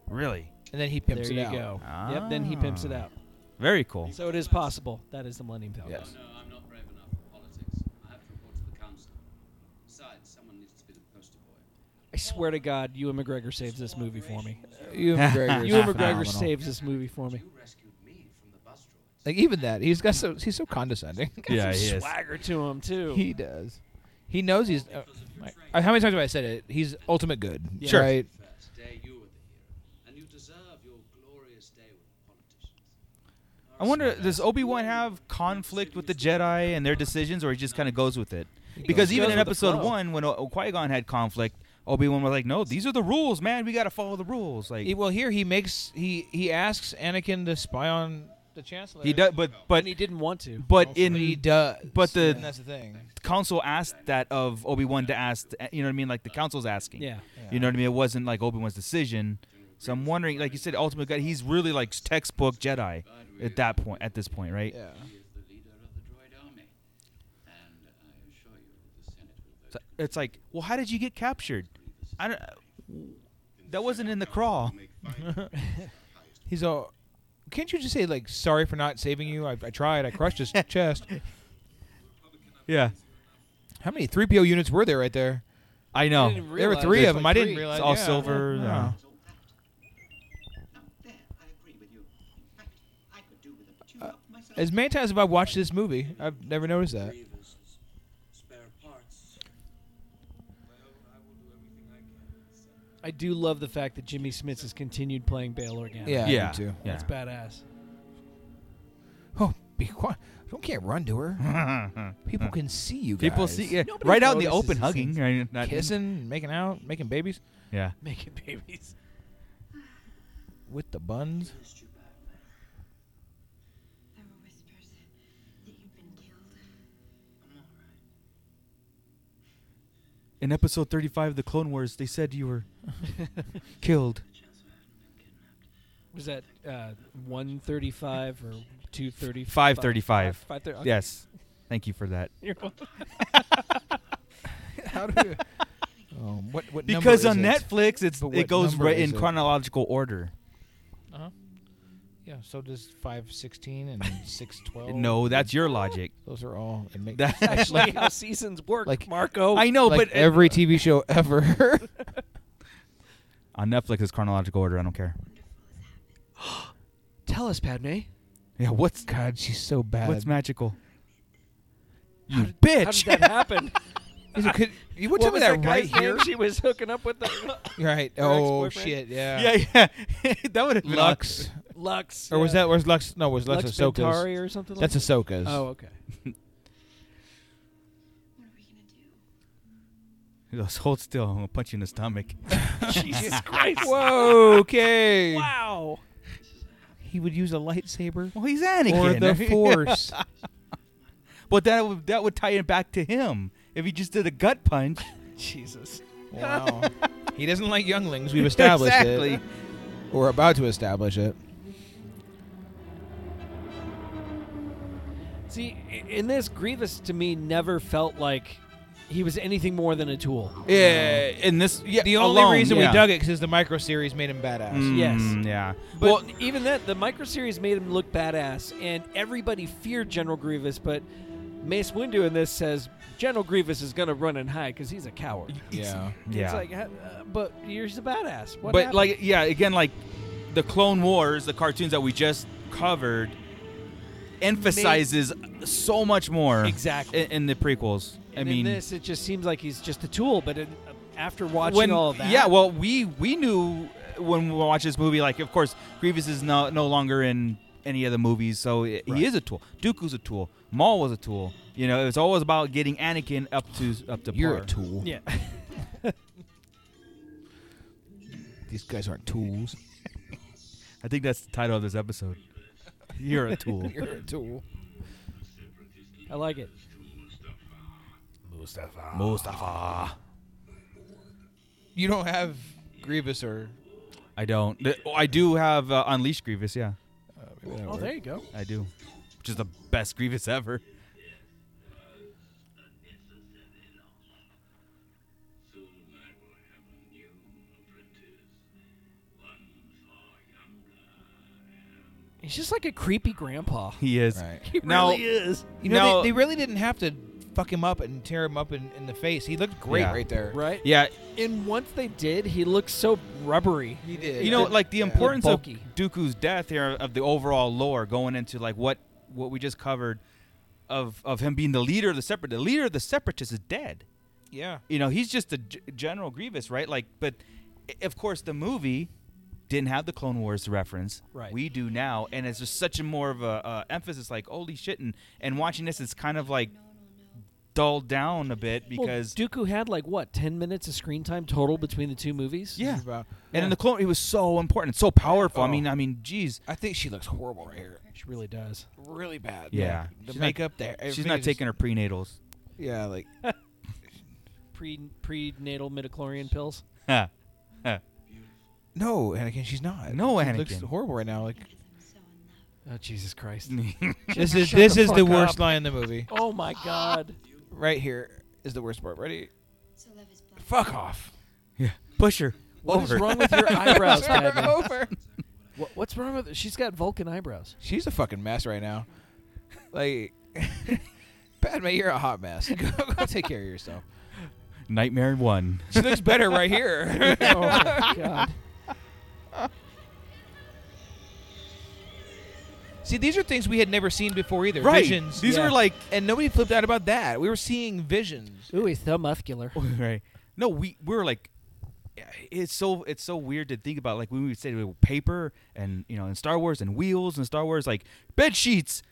Speaker 8: Really.
Speaker 2: And then he pimps
Speaker 5: there
Speaker 2: it
Speaker 5: you
Speaker 2: out.
Speaker 5: go. Yep, then he pimps it
Speaker 8: Ah.
Speaker 5: out.
Speaker 8: Very cool.
Speaker 5: So it is possible. That is the Millennium Falcon.
Speaker 8: Yes. *laughs*
Speaker 16: No, I'm not brave enough for politics. I have to report to the council. Besides, someone needs to be the poster boy.
Speaker 5: I swear to God, Ewan McGregor saves this movie for me.
Speaker 2: Ewan McGregor's
Speaker 5: Ewan
Speaker 2: phenomenal.
Speaker 5: McGregor saves this movie for me.
Speaker 2: Like even that, he's got so he's so condescending. *laughs*
Speaker 5: Got some swagger to him too.
Speaker 2: He does. He knows he's. Uh, uh, how many times have I said it? He's ultimate good.
Speaker 5: Yeah.
Speaker 16: Sure.
Speaker 2: Right?
Speaker 16: First day you were the hero, and you deserve your glorious day with the politicians.
Speaker 8: I wonder, does Obi Wan have conflict with the Jedi and their decisions, or he just kind of goes with it? Because
Speaker 13: goes
Speaker 8: even in
Speaker 13: with the
Speaker 8: Episode
Speaker 13: flow.
Speaker 8: One, when Qui Gon had conflict, Obi Wan was like, "No, these are the rules, man. We got to follow the rules." Like
Speaker 2: He- well, here he makes he he asks Anakin to spy on the Chancellor.
Speaker 8: he does, but but
Speaker 5: he didn't want to.
Speaker 8: But in
Speaker 2: he does.
Speaker 8: But the
Speaker 2: and that's the thing.
Speaker 8: council asked that of Obi Wan to ask. eh, You know what I mean? Like the council's asking.
Speaker 5: Yeah.
Speaker 8: You know what I mean? It wasn't like Obi Wan's decision. So I'm wondering, like you said, Ultimate God. He's really like textbook Jedi at that point. At this point, right?
Speaker 2: Yeah.
Speaker 8: So it's like, well, how did you get captured? I don't. That wasn't in the crawl.
Speaker 2: He's all. Can't you just say like sorry for not saving you? I, I tried. I crushed *laughs* his chest.
Speaker 8: Yeah.
Speaker 2: How many three PO units were there right there?
Speaker 8: I
Speaker 13: know. I
Speaker 2: There
Speaker 13: didn't
Speaker 2: were
Speaker 13: realize.
Speaker 2: three
Speaker 13: There's
Speaker 2: of them.
Speaker 13: like
Speaker 2: I didn't
Speaker 13: three.
Speaker 2: realize.
Speaker 13: It's all
Speaker 2: yeah.
Speaker 13: silver,
Speaker 8: uh,
Speaker 2: Yeah.
Speaker 13: yeah.
Speaker 2: As many times as I've watched this movie, I've never noticed that.
Speaker 5: I do love the fact that Jimmy Smits has continued playing Bail Organa.
Speaker 2: Yeah, I Yeah. do too.
Speaker 5: That's badass. *laughs*
Speaker 2: Oh, be quiet! Don't can't run
Speaker 8: *laughs*
Speaker 2: to her. People can see you guys.
Speaker 8: People see- yeah, Nobody right out in the notices open, these hugging, things. right? Not-
Speaker 2: kissing, making out, making babies.
Speaker 8: Yeah.
Speaker 5: Making babies.
Speaker 2: With
Speaker 8: *laughs*
Speaker 2: the buns.
Speaker 8: In episode 35 of the Clone Wars, they said you were
Speaker 2: *laughs*
Speaker 8: killed.
Speaker 5: Was that uh, 135 or 235?
Speaker 8: 535.
Speaker 5: Five thirty- okay.
Speaker 8: Yes. Thank you for that.
Speaker 5: You're welcome.
Speaker 2: How do you? Oh, what, what number
Speaker 8: because
Speaker 2: is
Speaker 8: on
Speaker 2: it?
Speaker 8: Netflix, it's
Speaker 2: But
Speaker 8: it
Speaker 2: what
Speaker 8: goes
Speaker 2: number
Speaker 8: right
Speaker 2: is
Speaker 8: in
Speaker 2: it?
Speaker 8: chronological order.
Speaker 2: Uh-huh. Yeah, so does 516 *laughs* and 612.
Speaker 8: No, that's your logic.
Speaker 2: Those are all. It makes,
Speaker 8: That's
Speaker 5: actually how *laughs* seasons work, Marco.
Speaker 8: I know,
Speaker 2: Oh, like
Speaker 8: but uh,
Speaker 2: every TV show *laughs* ever.
Speaker 8: on Netflix it's chronological order. I don't care.
Speaker 5: Tell us, Padme.
Speaker 8: Yeah, what's
Speaker 2: God? She's so bad.
Speaker 8: What's magical?
Speaker 2: You
Speaker 5: How
Speaker 2: bitch!
Speaker 5: did
Speaker 8: *laughs*
Speaker 2: *laughs*
Speaker 5: that happen?
Speaker 2: Is it- could- you would
Speaker 5: What
Speaker 2: tell me
Speaker 5: was
Speaker 2: that,
Speaker 5: that
Speaker 2: right
Speaker 5: guy's name
Speaker 2: here.
Speaker 5: She was hooking up with the.
Speaker 2: Right.
Speaker 5: her
Speaker 2: Oh
Speaker 5: ex-boyfriend?
Speaker 2: shit. Yeah.
Speaker 8: Yeah, yeah. *laughs* that would have been
Speaker 2: Lux.
Speaker 8: awesome.
Speaker 5: *coughs* Lux,
Speaker 2: Or was
Speaker 5: yeah.
Speaker 2: that? Was Lux? No, was Lux,
Speaker 5: Lux
Speaker 2: Ahsoka's?
Speaker 5: Venturi or something like
Speaker 2: That's
Speaker 5: that?
Speaker 2: Ahsoka's.
Speaker 5: Oh, okay.
Speaker 8: He goes, hold still. I'm gonna punch you in the *laughs* stomach.
Speaker 5: Jesus Christ.
Speaker 2: Whoa. Okay.
Speaker 5: Wow.
Speaker 2: He would use a *laughs* lightsaber.
Speaker 8: Well, he's Anakin.
Speaker 2: Or the
Speaker 8: *laughs*
Speaker 2: *laughs* Force.
Speaker 8: but that would that would tie it back to him if he just did a gut punch.
Speaker 5: Jesus.
Speaker 2: Wow. he doesn't like younglings. We've established it.
Speaker 8: Exactly.
Speaker 2: We're about to establish it.
Speaker 5: See, i- in this, Grievous to me never felt like he was anything more than a tool.
Speaker 8: Yeah, in this, yeah,
Speaker 2: The only
Speaker 8: alone,
Speaker 2: reason
Speaker 8: yeah.
Speaker 2: we dug it because the micro series made him badass.
Speaker 8: Mm,
Speaker 5: Yes.
Speaker 8: Yeah.
Speaker 5: But even that, the micro series made him look badass, and everybody feared General Grievous. But Mace Windu in this says General Grievous is going to run and hide because he's a coward.
Speaker 2: Yeah.
Speaker 5: It's
Speaker 8: Yeah.
Speaker 5: like, uh, but you're just a badass. What
Speaker 8: but
Speaker 5: happened?
Speaker 8: like, yeah, again, like the Clone Wars, the cartoons that we just covered, emphasizes so much more
Speaker 5: Exactly.
Speaker 8: in, in the prequels. I
Speaker 5: And in
Speaker 8: mean,
Speaker 5: this it just seems like he's just a tool. But in, after watching
Speaker 8: when,
Speaker 5: all of that,
Speaker 8: yeah, well, we we knew uh, when we watched this movie. Like, of course, Grievous is no no longer in any of the movies, so i he is a tool. Dooku's a tool. Maul was a tool. You know, it's always about getting Anakin up to up to
Speaker 9: You're a
Speaker 8: par.
Speaker 9: tool.
Speaker 2: *laughs*
Speaker 5: yeah.
Speaker 9: These guys aren't tools.
Speaker 8: I think that's the title of this episode. *laughs* You're a tool.
Speaker 2: *laughs*
Speaker 8: *laughs*
Speaker 2: You're a tool.
Speaker 5: I like it.
Speaker 2: Mustafa.
Speaker 8: Mustafa.
Speaker 2: You don't have Grievous or
Speaker 8: I don't. Th- oh, I do have uh, Unleashed Grievous. Yeah.
Speaker 2: that'll Oh, work. there you go.
Speaker 8: I do, which is the best Grievous ever. *laughs*
Speaker 5: He's just like a creepy grandpa.
Speaker 8: He is.
Speaker 5: He
Speaker 8: Now-
Speaker 5: really is.
Speaker 2: You know,
Speaker 8: Now-
Speaker 2: they, they really didn't have to fuck him up and tear him up in, in the face. He looked great
Speaker 8: Yeah.
Speaker 2: right there.
Speaker 5: Right?
Speaker 8: Yeah.
Speaker 5: And once they did, he looked so rubbery.
Speaker 2: He did.
Speaker 8: you know, like the importance of
Speaker 5: bulky.
Speaker 8: Dooku's death here of the overall lore going into like what what we just covered of of him being the leader of the separate the leader of the separatists is dead.
Speaker 2: Yeah.
Speaker 8: You know, he's just the G- General Grievous, right? Like, but i- of course the movie didn't have the Clone Wars reference.
Speaker 5: Right.
Speaker 8: We do now, and it's just such a more of a uh, emphasis. Like, holy shit! And and watching this, it's kind of like dulled down a bit because
Speaker 5: well, Dooku had like what ten minutes of screen time total between the two movies.
Speaker 8: Yeah. And in the Clone, he was so important, so powerful.
Speaker 5: Oh.
Speaker 8: I mean, I mean, geez.
Speaker 2: I think she looks horrible right here.
Speaker 5: She really does.
Speaker 2: Really bad.
Speaker 8: Yeah.
Speaker 2: The
Speaker 8: She's not-
Speaker 2: makeup there.
Speaker 8: She's
Speaker 2: everything
Speaker 8: not
Speaker 2: is-
Speaker 8: taking her *laughs* prenatals.
Speaker 2: Yeah, like
Speaker 5: Pre prenatal midichlorian pills.
Speaker 8: no,
Speaker 2: Anakin, she's not. No, She looks
Speaker 8: Anakin.
Speaker 2: horrible right now. Like
Speaker 5: Oh Jesus Christ!
Speaker 2: this is
Speaker 5: Shut
Speaker 2: this
Speaker 5: the
Speaker 2: is the
Speaker 5: fuck
Speaker 2: worst
Speaker 5: up.
Speaker 2: line in the movie.
Speaker 5: Oh my God!
Speaker 2: Right here is the worst part. Ready? Fuck off.
Speaker 8: Yeah. Push her.
Speaker 5: What is
Speaker 8: over.
Speaker 5: wrong with
Speaker 2: *laughs*
Speaker 5: your eyebrows,
Speaker 2: Push her
Speaker 5: Padme?
Speaker 2: over.
Speaker 5: What, what's wrong with? She's got Vulcan eyebrows.
Speaker 2: She's a fucking mess right now. Like, *laughs* Padme, you're a hot mess. Go, go take care of yourself.
Speaker 8: Nightmare one.
Speaker 2: She looks better right *laughs* here.
Speaker 5: oh *laughs* my God!
Speaker 2: See, these are things we had never seen before either.
Speaker 8: Right.
Speaker 2: Visions.
Speaker 8: These
Speaker 5: Yeah.
Speaker 8: were like
Speaker 2: And nobody flipped out about that. We were seeing visions.
Speaker 5: Ooh, he's so muscular.
Speaker 8: *laughs* right. No, we we were like, it's so it's so weird to think about. Like when we said paper and you know and Star Wars and wheels and Star Wars like bed sheets,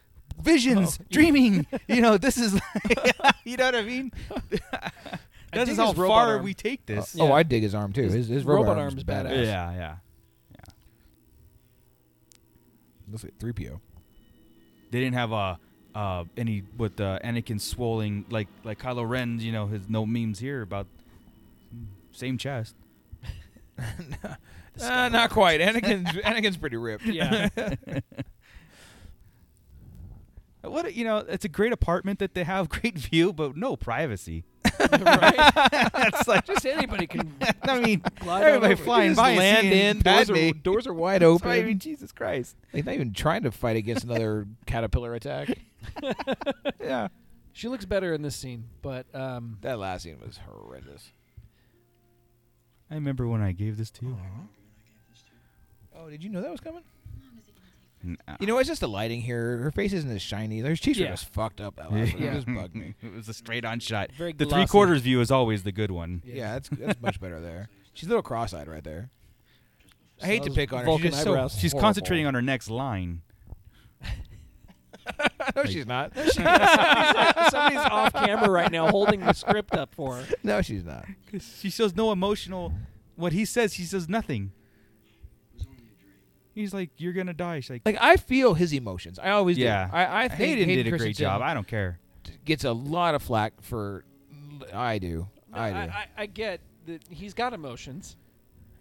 Speaker 8: visions, *laughs* dreaming. you know this is *laughs* you know what I mean. this
Speaker 5: dig
Speaker 8: is how
Speaker 5: his robot
Speaker 8: far
Speaker 5: arm.
Speaker 8: we take this.
Speaker 2: Oh,
Speaker 5: Yeah.
Speaker 2: I dig his arm too. His, his, robot,
Speaker 5: robot
Speaker 2: arm's,
Speaker 5: arm's
Speaker 2: badass.
Speaker 5: badass.
Speaker 8: oh, yeah, yeah.
Speaker 2: Looks like 3PO.
Speaker 8: They didn't have a. Uh, any with uh, Anakin swollen like like Kylo Ren, you know his no memes here about same chest.
Speaker 2: Uh, not quite. Anakin's Anakin's pretty ripped.
Speaker 5: Yeah.
Speaker 8: *laughs* What a- you know, it's a great apartment that they have, *laughs* great view, but no privacy. *laughs* That's like
Speaker 5: Just
Speaker 8: *laughs*
Speaker 5: anybody can.
Speaker 8: I mean,
Speaker 5: Glide on
Speaker 8: everybody
Speaker 5: over.
Speaker 8: flying
Speaker 2: Just
Speaker 8: by, and
Speaker 2: land
Speaker 8: seeing
Speaker 2: in. Doors
Speaker 8: Padme.
Speaker 2: are, doors are wide
Speaker 8: That's
Speaker 2: open.
Speaker 8: why I mean, Jesus Christ.
Speaker 2: They're not even trying to fight against another *laughs* caterpillar attack.
Speaker 5: *laughs*
Speaker 8: Yeah.
Speaker 5: She looks better in this scene, but um,
Speaker 2: That last scene was horrendous.
Speaker 8: I remember when I gave this to you.
Speaker 2: Oh, did you know that was coming?
Speaker 8: *laughs* Nah.
Speaker 2: You know, it's just the lighting here. Her face isn't as shiny. Her cheeks
Speaker 5: Yeah.
Speaker 2: are just fucked up. That last one. It
Speaker 5: Yeah.
Speaker 2: just bugged me.
Speaker 8: It was a straight on shot.
Speaker 5: Very
Speaker 8: the
Speaker 5: glossy.
Speaker 8: three quarters view is always the good one.
Speaker 2: *laughs* Yeah, that's that's much better there. She's a little cross-eyed right there. I hate to
Speaker 5: those
Speaker 2: pick on her.
Speaker 5: Vulcan
Speaker 2: she's just
Speaker 5: eyebrows.
Speaker 2: So
Speaker 8: She's
Speaker 2: *laughs*
Speaker 8: concentrating on her next line.
Speaker 2: no, she's not.
Speaker 5: *laughs*
Speaker 2: *laughs*
Speaker 5: somebody's off camera right now holding the script up for her.
Speaker 2: No, she's not.
Speaker 8: She shows no emotional. What he says, she says nothing. He's like, "You're gonna die." She's like,
Speaker 2: Like I feel his emotions. I always
Speaker 8: "Yeah."
Speaker 2: do. I I think
Speaker 8: Hayden, did a great
Speaker 2: Christensen
Speaker 8: job. I don't care.
Speaker 2: gets a lot of flack for. I do. I do.
Speaker 5: I, I get that he's got emotions.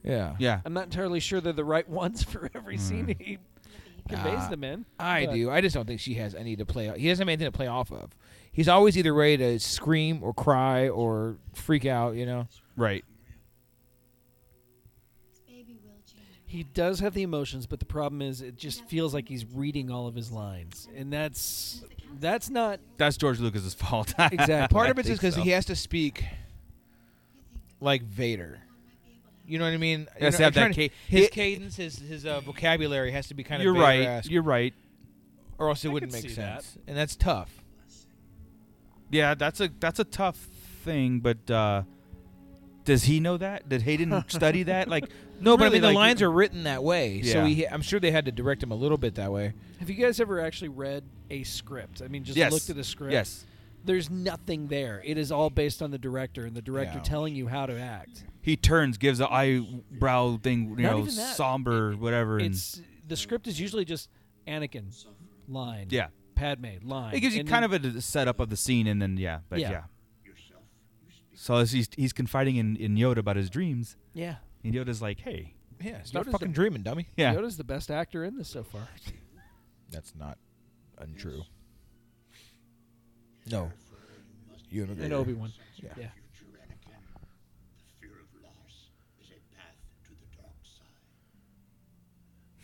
Speaker 2: yeah.
Speaker 8: Yeah.
Speaker 5: I'm not entirely sure they're the right *laughs* ones for every scene he conveys
Speaker 2: Nah,
Speaker 5: them in.
Speaker 2: I
Speaker 5: but-
Speaker 2: do. I just don't think she has any to play. He doesn't have anything to play off of. He's always either ready to scream or cry or freak out. You *laughs* know.
Speaker 8: Right.
Speaker 5: He does have the emotions, but the problem is it just feels like he's reading all of his lines, and that's that's not
Speaker 8: That's George Lucas's *laughs* fault.
Speaker 5: Exactly.
Speaker 2: Part
Speaker 8: I
Speaker 2: of it's just
Speaker 8: think
Speaker 2: because
Speaker 8: so.
Speaker 2: he has to speak like Vader. You know what I mean? You
Speaker 8: He has
Speaker 2: know,
Speaker 8: to have
Speaker 2: I'm
Speaker 8: that
Speaker 2: trying
Speaker 8: ca-
Speaker 2: his
Speaker 8: it-
Speaker 2: cadence, his his uh, vocabulary has to be kind of
Speaker 8: You're right.
Speaker 2: Vader-esque.
Speaker 8: You're right.
Speaker 2: or else it
Speaker 8: I
Speaker 2: wouldn't
Speaker 8: could
Speaker 2: make
Speaker 8: see that.
Speaker 2: sense, and that's tough.
Speaker 8: Yeah, that's a that's a tough thing, but uh does he know that? Did Hayden study that? Like no, but I
Speaker 2: Really,
Speaker 8: mean
Speaker 2: the
Speaker 8: like-
Speaker 2: lines are written that way, so
Speaker 8: Yeah.
Speaker 2: he, I'm sure they had to direct him a little bit that way.
Speaker 5: Have you guys ever actually read a script? I mean, just
Speaker 2: Yes.
Speaker 5: looked at a script.
Speaker 2: Yes.
Speaker 5: There's nothing there. It is all based on the director and the director
Speaker 8: Yeah.
Speaker 5: telling you how to act.
Speaker 8: he turns, gives the eyebrow thing, you
Speaker 5: Not
Speaker 8: know,
Speaker 5: even that.
Speaker 8: somber, whatever. and-
Speaker 5: It's the script is usually just Anakin line.
Speaker 8: Yeah.
Speaker 5: Padme line.
Speaker 8: It gives you
Speaker 5: and
Speaker 8: kind
Speaker 5: then-
Speaker 8: of a d- setup of the scene, and then yeah, but
Speaker 5: Yeah.
Speaker 8: yeah. So as he's he's confiding in, in Yoda about his dreams.
Speaker 5: Yeah.
Speaker 8: And Yoda's like, "Hey,
Speaker 2: Yeah, stop
Speaker 5: Yoda's
Speaker 2: fucking
Speaker 5: the-
Speaker 2: dreaming, dummy.
Speaker 8: Yeah.
Speaker 5: Yoda's the best actor in this so
Speaker 8: *laughs*
Speaker 5: far.
Speaker 2: That's not untrue. No. You
Speaker 5: And Obi Wan. Yeah.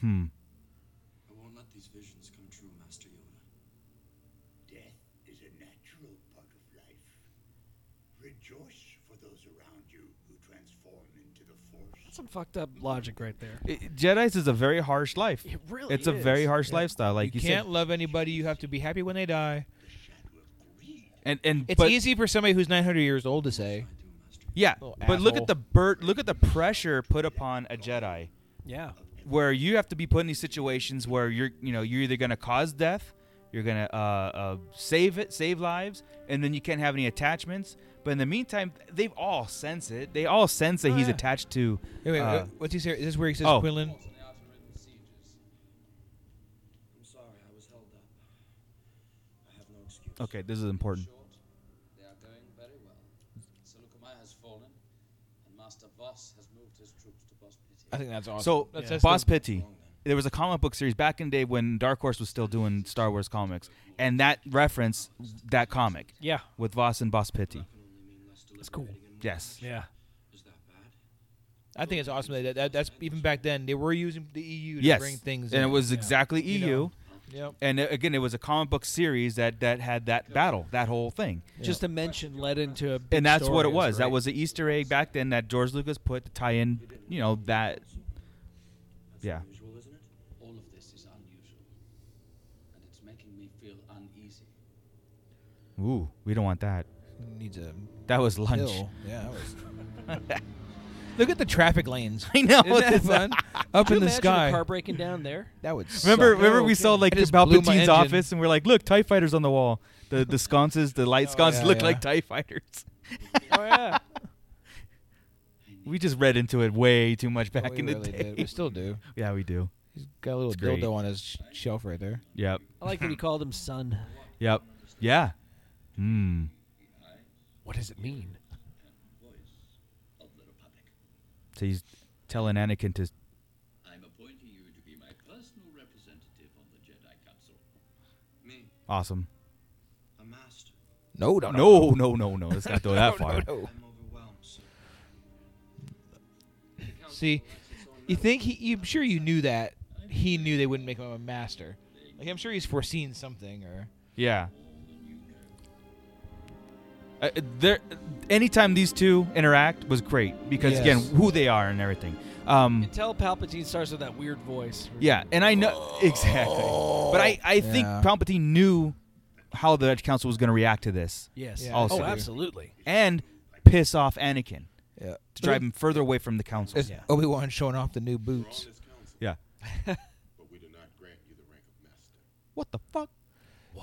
Speaker 8: hmm,
Speaker 15: I won't let these visions come true, Master Yoda.
Speaker 17: Death is a natural part of life. Rejoice for those around you who transform into the Force.
Speaker 5: That's some fucked up logic right there.
Speaker 8: It- Jedi's is a very harsh life.
Speaker 5: It really
Speaker 8: it's a very
Speaker 5: is.
Speaker 8: harsh lifestyle. Like
Speaker 2: you
Speaker 8: you,
Speaker 2: can't love anybody. You have to be happy when they die.
Speaker 8: said, and and
Speaker 2: It's
Speaker 8: but,
Speaker 2: easy for somebody who's 900 years old to say.
Speaker 8: Yeah,
Speaker 2: Little
Speaker 8: but look
Speaker 2: asshole.
Speaker 8: at the bird. Look at the pressure put upon a Jedi.
Speaker 5: Yeah.
Speaker 8: where you have to be put in these situations where you're you know you're either going to cause death you're going to uh, uh, save it save lives and then you can't have any attachments but in the meantime they've all sense it they all sense that
Speaker 2: Oh,
Speaker 8: he's
Speaker 2: yeah.
Speaker 8: attached to
Speaker 2: Wait, wait,
Speaker 8: uh,
Speaker 2: what's he say? Is this where he says
Speaker 8: oh.
Speaker 2: Quinlan?
Speaker 15: I'm sorry I was held up. I have no excuse.
Speaker 8: okay this is important
Speaker 15: They are going very well. Seleucumai has fallen, and Master Voss has moved his troops to Bos Pitti.
Speaker 2: I think that's awesome.
Speaker 8: so
Speaker 2: That's- that's
Speaker 8: boss
Speaker 2: the-
Speaker 8: pitty there was a comic book series back in the day when dark horse was still doing star wars comics and that reference that comic
Speaker 5: Yeah.
Speaker 8: with voss and boss pitty
Speaker 5: That's cool.
Speaker 8: yes
Speaker 5: Yeah.
Speaker 2: I think it's awesome that, that that's even back then they were using the EU to
Speaker 8: yes.
Speaker 2: bring things.
Speaker 8: and
Speaker 2: in.
Speaker 8: it was exactly E EU.
Speaker 2: You know? Yep.
Speaker 8: And uh, again, it was a comic book series that that had that battle, that whole thing.
Speaker 5: Just a mention led into a. Big
Speaker 8: and that's what
Speaker 5: story.
Speaker 8: it was. That
Speaker 5: great.
Speaker 8: was an Easter egg back then that George Lucas put to tie in, you know, that. Yeah.
Speaker 15: Unusual, isn't it? All of this is unusual, and it's making me feel uneasy.
Speaker 8: Ooh, we don't want that.
Speaker 2: Needs a.
Speaker 8: That was lunch. *laughs*
Speaker 2: Hill. Yeah, that was. *laughs* Look at the traffic lanes. *laughs* I
Speaker 8: know.
Speaker 2: Isn't that *laughs* fun? Up
Speaker 5: Could
Speaker 2: in
Speaker 5: you
Speaker 2: the
Speaker 5: imagine a
Speaker 2: sky.
Speaker 5: car breaking down there?
Speaker 2: That would.
Speaker 8: Remember,
Speaker 2: suck.
Speaker 8: remember,
Speaker 2: No
Speaker 8: we saw
Speaker 2: kidding.
Speaker 8: like
Speaker 2: I
Speaker 8: the
Speaker 2: just blew my
Speaker 8: Palpatine's
Speaker 2: engine.
Speaker 8: office, and we're like, "Look, Tie Fighters on the wall. The the sconces, the light sconces
Speaker 2: Oh, yeah,
Speaker 8: look
Speaker 2: yeah.
Speaker 8: like Tie Fighters." *laughs*
Speaker 5: Oh yeah.
Speaker 8: we just read into it way too much back
Speaker 2: Oh, we
Speaker 8: in the
Speaker 2: really
Speaker 8: day.
Speaker 2: did. We still do.
Speaker 8: *laughs* Yeah, we do.
Speaker 2: He's got a little
Speaker 8: It's great.
Speaker 2: dildo on his sh- shelf right there.
Speaker 8: Yep.
Speaker 5: I like that he called him son.
Speaker 8: Yep. Yeah. Hmm.
Speaker 5: What does it mean?
Speaker 8: So he's telling Anakin to
Speaker 16: I'm appointing you to be my personal representative on the Jedi Council.
Speaker 15: Me,
Speaker 8: awesome.
Speaker 15: a master.
Speaker 2: No,
Speaker 8: no,
Speaker 2: no,
Speaker 8: no,
Speaker 2: no.
Speaker 8: no, no, no. Let's
Speaker 2: *laughs*
Speaker 8: not go that
Speaker 2: No, no,
Speaker 8: far.
Speaker 2: no.
Speaker 15: I'm overwhelmed, sir.
Speaker 2: See, you think he? You, I'm sure you knew that he knew they wouldn't make him a master. Like I'm sure he's foreseen something or.
Speaker 8: Yeah. Uh, uh, there, anytime these two interact was great because
Speaker 5: Yes.
Speaker 8: again, who they are and everything. Um,
Speaker 5: Until Palpatine starts with that weird voice.
Speaker 8: yeah, and I know *laughs* exactly, but I, I think
Speaker 5: Yeah.
Speaker 8: Palpatine knew how the Edge Council was going to react to this.
Speaker 5: Yes. Yeah,
Speaker 8: Also.
Speaker 5: Oh, absolutely.
Speaker 8: And piss off Anakin.
Speaker 2: Yeah.
Speaker 8: To drive him further away from the council.
Speaker 2: It's Obi Wan showing off the new boots.
Speaker 8: Yeah.
Speaker 14: But we do not grant you the rank of master.
Speaker 8: What the fuck?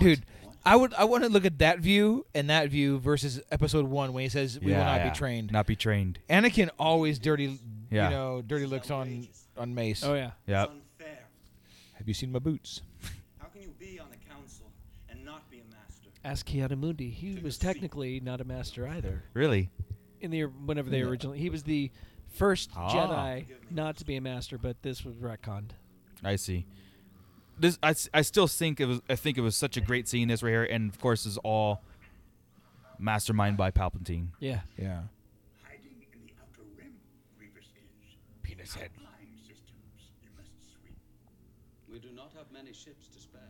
Speaker 2: Dude, I would I want to look at that view and that view versus episode one when he says we will
Speaker 8: Yeah,
Speaker 2: not
Speaker 8: yeah.
Speaker 2: be trained.
Speaker 8: Not be trained.
Speaker 2: Anakin always dirty,
Speaker 8: Yeah.
Speaker 2: you know, dirty looks on on Mace.
Speaker 5: Oh, yeah.
Speaker 8: Yeah.
Speaker 15: Unfair.
Speaker 2: Have you seen my boots?
Speaker 15: How can you be on the council and not be a master?
Speaker 5: Ask Kiada Mundi. He was technically not a master either.
Speaker 8: Really?
Speaker 5: In the whenever they
Speaker 8: Yeah.
Speaker 5: originally, he was the first
Speaker 8: Ah.
Speaker 5: Jedi not to be a master, but this was retconned.
Speaker 8: I see. This I, s- I still think it was I think it was such a great scene this right here, and of course is all mastermind by Palpatine.
Speaker 5: Yeah.
Speaker 2: Yeah.
Speaker 17: Hiding in the outer rim, Grievous is.
Speaker 2: Penis head.
Speaker 17: Flying systems you must sweep.
Speaker 15: We do not have many ships to spare.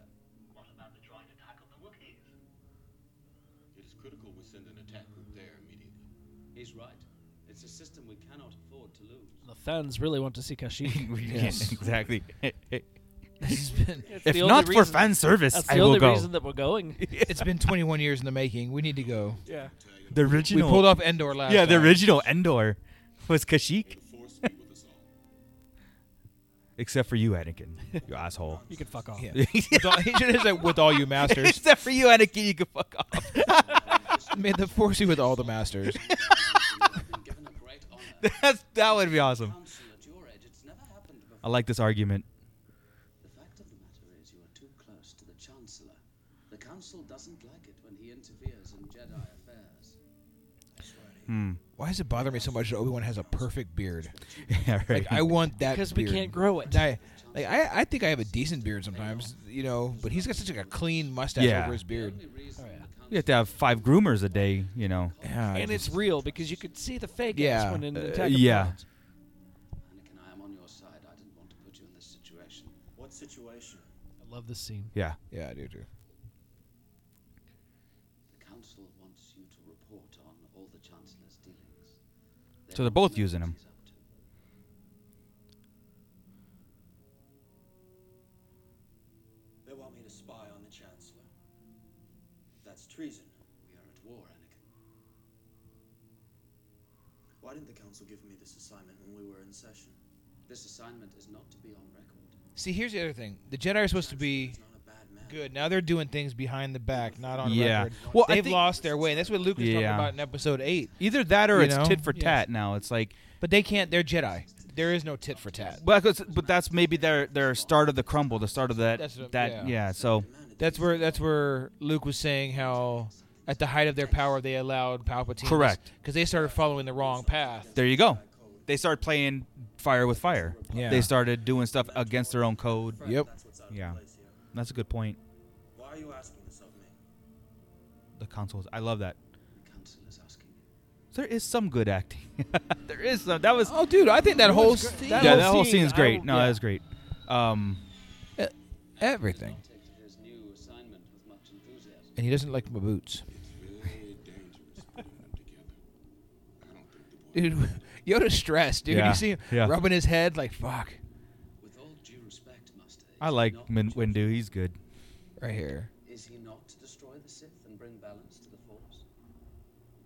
Speaker 17: What about the trying to tackle the Wookiees?
Speaker 10: It is critical we send an attack group there immediately.
Speaker 15: He's right. It's a system we cannot afford to lose.
Speaker 5: *laughs* The fans really want to see Kashyyyk.
Speaker 8: Yes, exactly.
Speaker 2: This has been.
Speaker 5: It's If the only not for reason- fan service, that's the I will only go. reason that we're going.
Speaker 2: it's been 21 years in the making. We need to go.
Speaker 5: *laughs* Yeah.
Speaker 8: The original.
Speaker 2: We pulled off Endor last.
Speaker 8: Yeah, the
Speaker 2: time.
Speaker 8: original Endor was Kashyyyk. Except for you, Anakin. You *laughs* asshole.
Speaker 5: You can fuck off.
Speaker 2: Yeah. With all- *laughs* he should have said, "With all you masters."
Speaker 8: *laughs* Except for you, Anakin, you can fuck off.
Speaker 2: May the force be with all the masters.
Speaker 8: *laughs* That's, that would be awesome. I like this argument.
Speaker 15: The fact of the matter is you are too close to the Chancellor. The Council doesn't like it when he interferes in Jedi affairs.
Speaker 8: Hmm. *laughs*
Speaker 2: Why does it bother me so much that Obi Wan has a perfect beard?
Speaker 8: Yeah, right.
Speaker 2: Like I want that
Speaker 5: 'Cause we
Speaker 2: beard.
Speaker 5: can't grow it.
Speaker 2: I, like I, I think I have a decent beard sometimes, you know. But he's got such like a clean mustache
Speaker 8: Yeah.
Speaker 2: over his beard.
Speaker 8: You have to have five groomers a day, you know. Yeah.
Speaker 5: and it's real because you could see the fake ass
Speaker 8: yeah.
Speaker 5: one in
Speaker 8: uh,
Speaker 5: Attack of the
Speaker 8: yeah.
Speaker 5: Clones.
Speaker 15: Anakin, I am on your side. I didn't want to put you in this situation. What situation?
Speaker 5: I love this scene.
Speaker 8: Yeah.
Speaker 2: Yeah, I do too.
Speaker 15: The Council wants you to report on all the Chancellor's dealings.
Speaker 8: So they're both using him.
Speaker 15: They want me to spy on the Chancellor. That's treason. We are at war, Anakin.
Speaker 18: Why didn't the council give me this assignment when we were in session?
Speaker 15: This assignment is not to be on record.
Speaker 2: See, here's the other thing: the Jedi are supposed to be good. Now they're doing things behind the back, not on
Speaker 8: Yeah.
Speaker 2: record.
Speaker 8: Well, I
Speaker 2: they've
Speaker 8: think-
Speaker 2: lost their way. That's what Luke is talking
Speaker 8: Yeah.
Speaker 2: about in Episode Eight.
Speaker 8: Either that or
Speaker 2: You
Speaker 8: it's
Speaker 2: know?
Speaker 8: tit for
Speaker 2: Yes.
Speaker 8: tat now. It's like
Speaker 2: But they can't. They're Jedi. There is no tit for tat.
Speaker 8: well, 'cause- but that's maybe their their start of the crumble, the start of that
Speaker 2: That's what-
Speaker 8: that
Speaker 2: yeah.
Speaker 8: yeah. So
Speaker 2: That's where that's where Luke was saying how at the height of their power they allowed Palpatine.
Speaker 8: Correct.
Speaker 2: Because they started following the wrong path.
Speaker 8: there you go. They started playing fire with fire.
Speaker 2: Yeah.
Speaker 8: They started doing stuff against their own code.
Speaker 2: Yep.
Speaker 8: Yeah. That's a good point.
Speaker 18: Why are you asking this of me?
Speaker 8: The consoles. I love that.
Speaker 15: The Council is asking you.
Speaker 8: There is some good acting. *laughs* there is some. That was.
Speaker 2: Oh, dude, I think that whole scene-
Speaker 8: Yeah, that whole scene is great. No, that is great. Um,
Speaker 2: Everything.
Speaker 15: His new assignment with much enthusiasm.
Speaker 2: And he doesn't like my boots. Dude, *laughs* Yoda's stressed, dude.
Speaker 8: Yeah,
Speaker 2: You see him
Speaker 8: yeah.
Speaker 2: rubbing his head like, fuck.
Speaker 15: With all due respect, Master,
Speaker 8: I like Min- Windu. He's good.
Speaker 2: Right here.
Speaker 15: is he not to destroy the Sith and bring balance to the Force?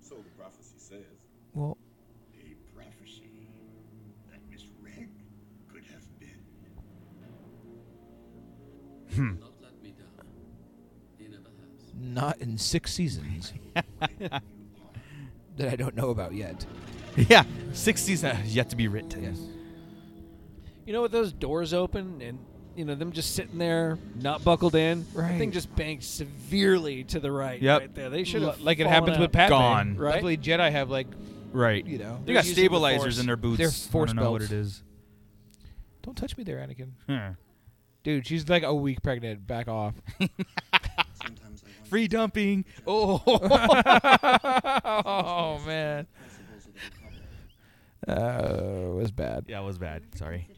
Speaker 14: So the prophecy says.
Speaker 2: Well,
Speaker 12: A prophecy that misread could have been.
Speaker 8: Hmm.
Speaker 15: Not let me down. He never has.
Speaker 2: Not in six seasons that I don't know about yet.
Speaker 8: *laughs* Yeah, six seasons have yet to be written.
Speaker 5: You know what? Those doors open and you know them just sitting there, not buckled in. Right. thing just banked severely to the right.
Speaker 8: Yep.
Speaker 5: Right there. They should
Speaker 2: L-
Speaker 5: have
Speaker 2: like it
Speaker 5: fallen
Speaker 2: happens
Speaker 5: out.
Speaker 2: with Padme.
Speaker 8: Gone.
Speaker 5: Right?
Speaker 2: Luckily, Jedi have like,
Speaker 8: Right.
Speaker 2: You know,
Speaker 8: They
Speaker 2: they're
Speaker 8: got
Speaker 2: using the
Speaker 8: stabilizers
Speaker 2: Force.
Speaker 8: in their boots.
Speaker 2: They're force
Speaker 8: I don't know
Speaker 2: belts.
Speaker 8: what it is.
Speaker 2: Don't touch me there, Anakin.
Speaker 8: Huh.
Speaker 2: Dude, she's like a week pregnant. Back off. *laughs*
Speaker 8: Free dumping. Oh.
Speaker 2: oh man. Uh, it was bad.
Speaker 8: Yeah, it was bad. Sorry.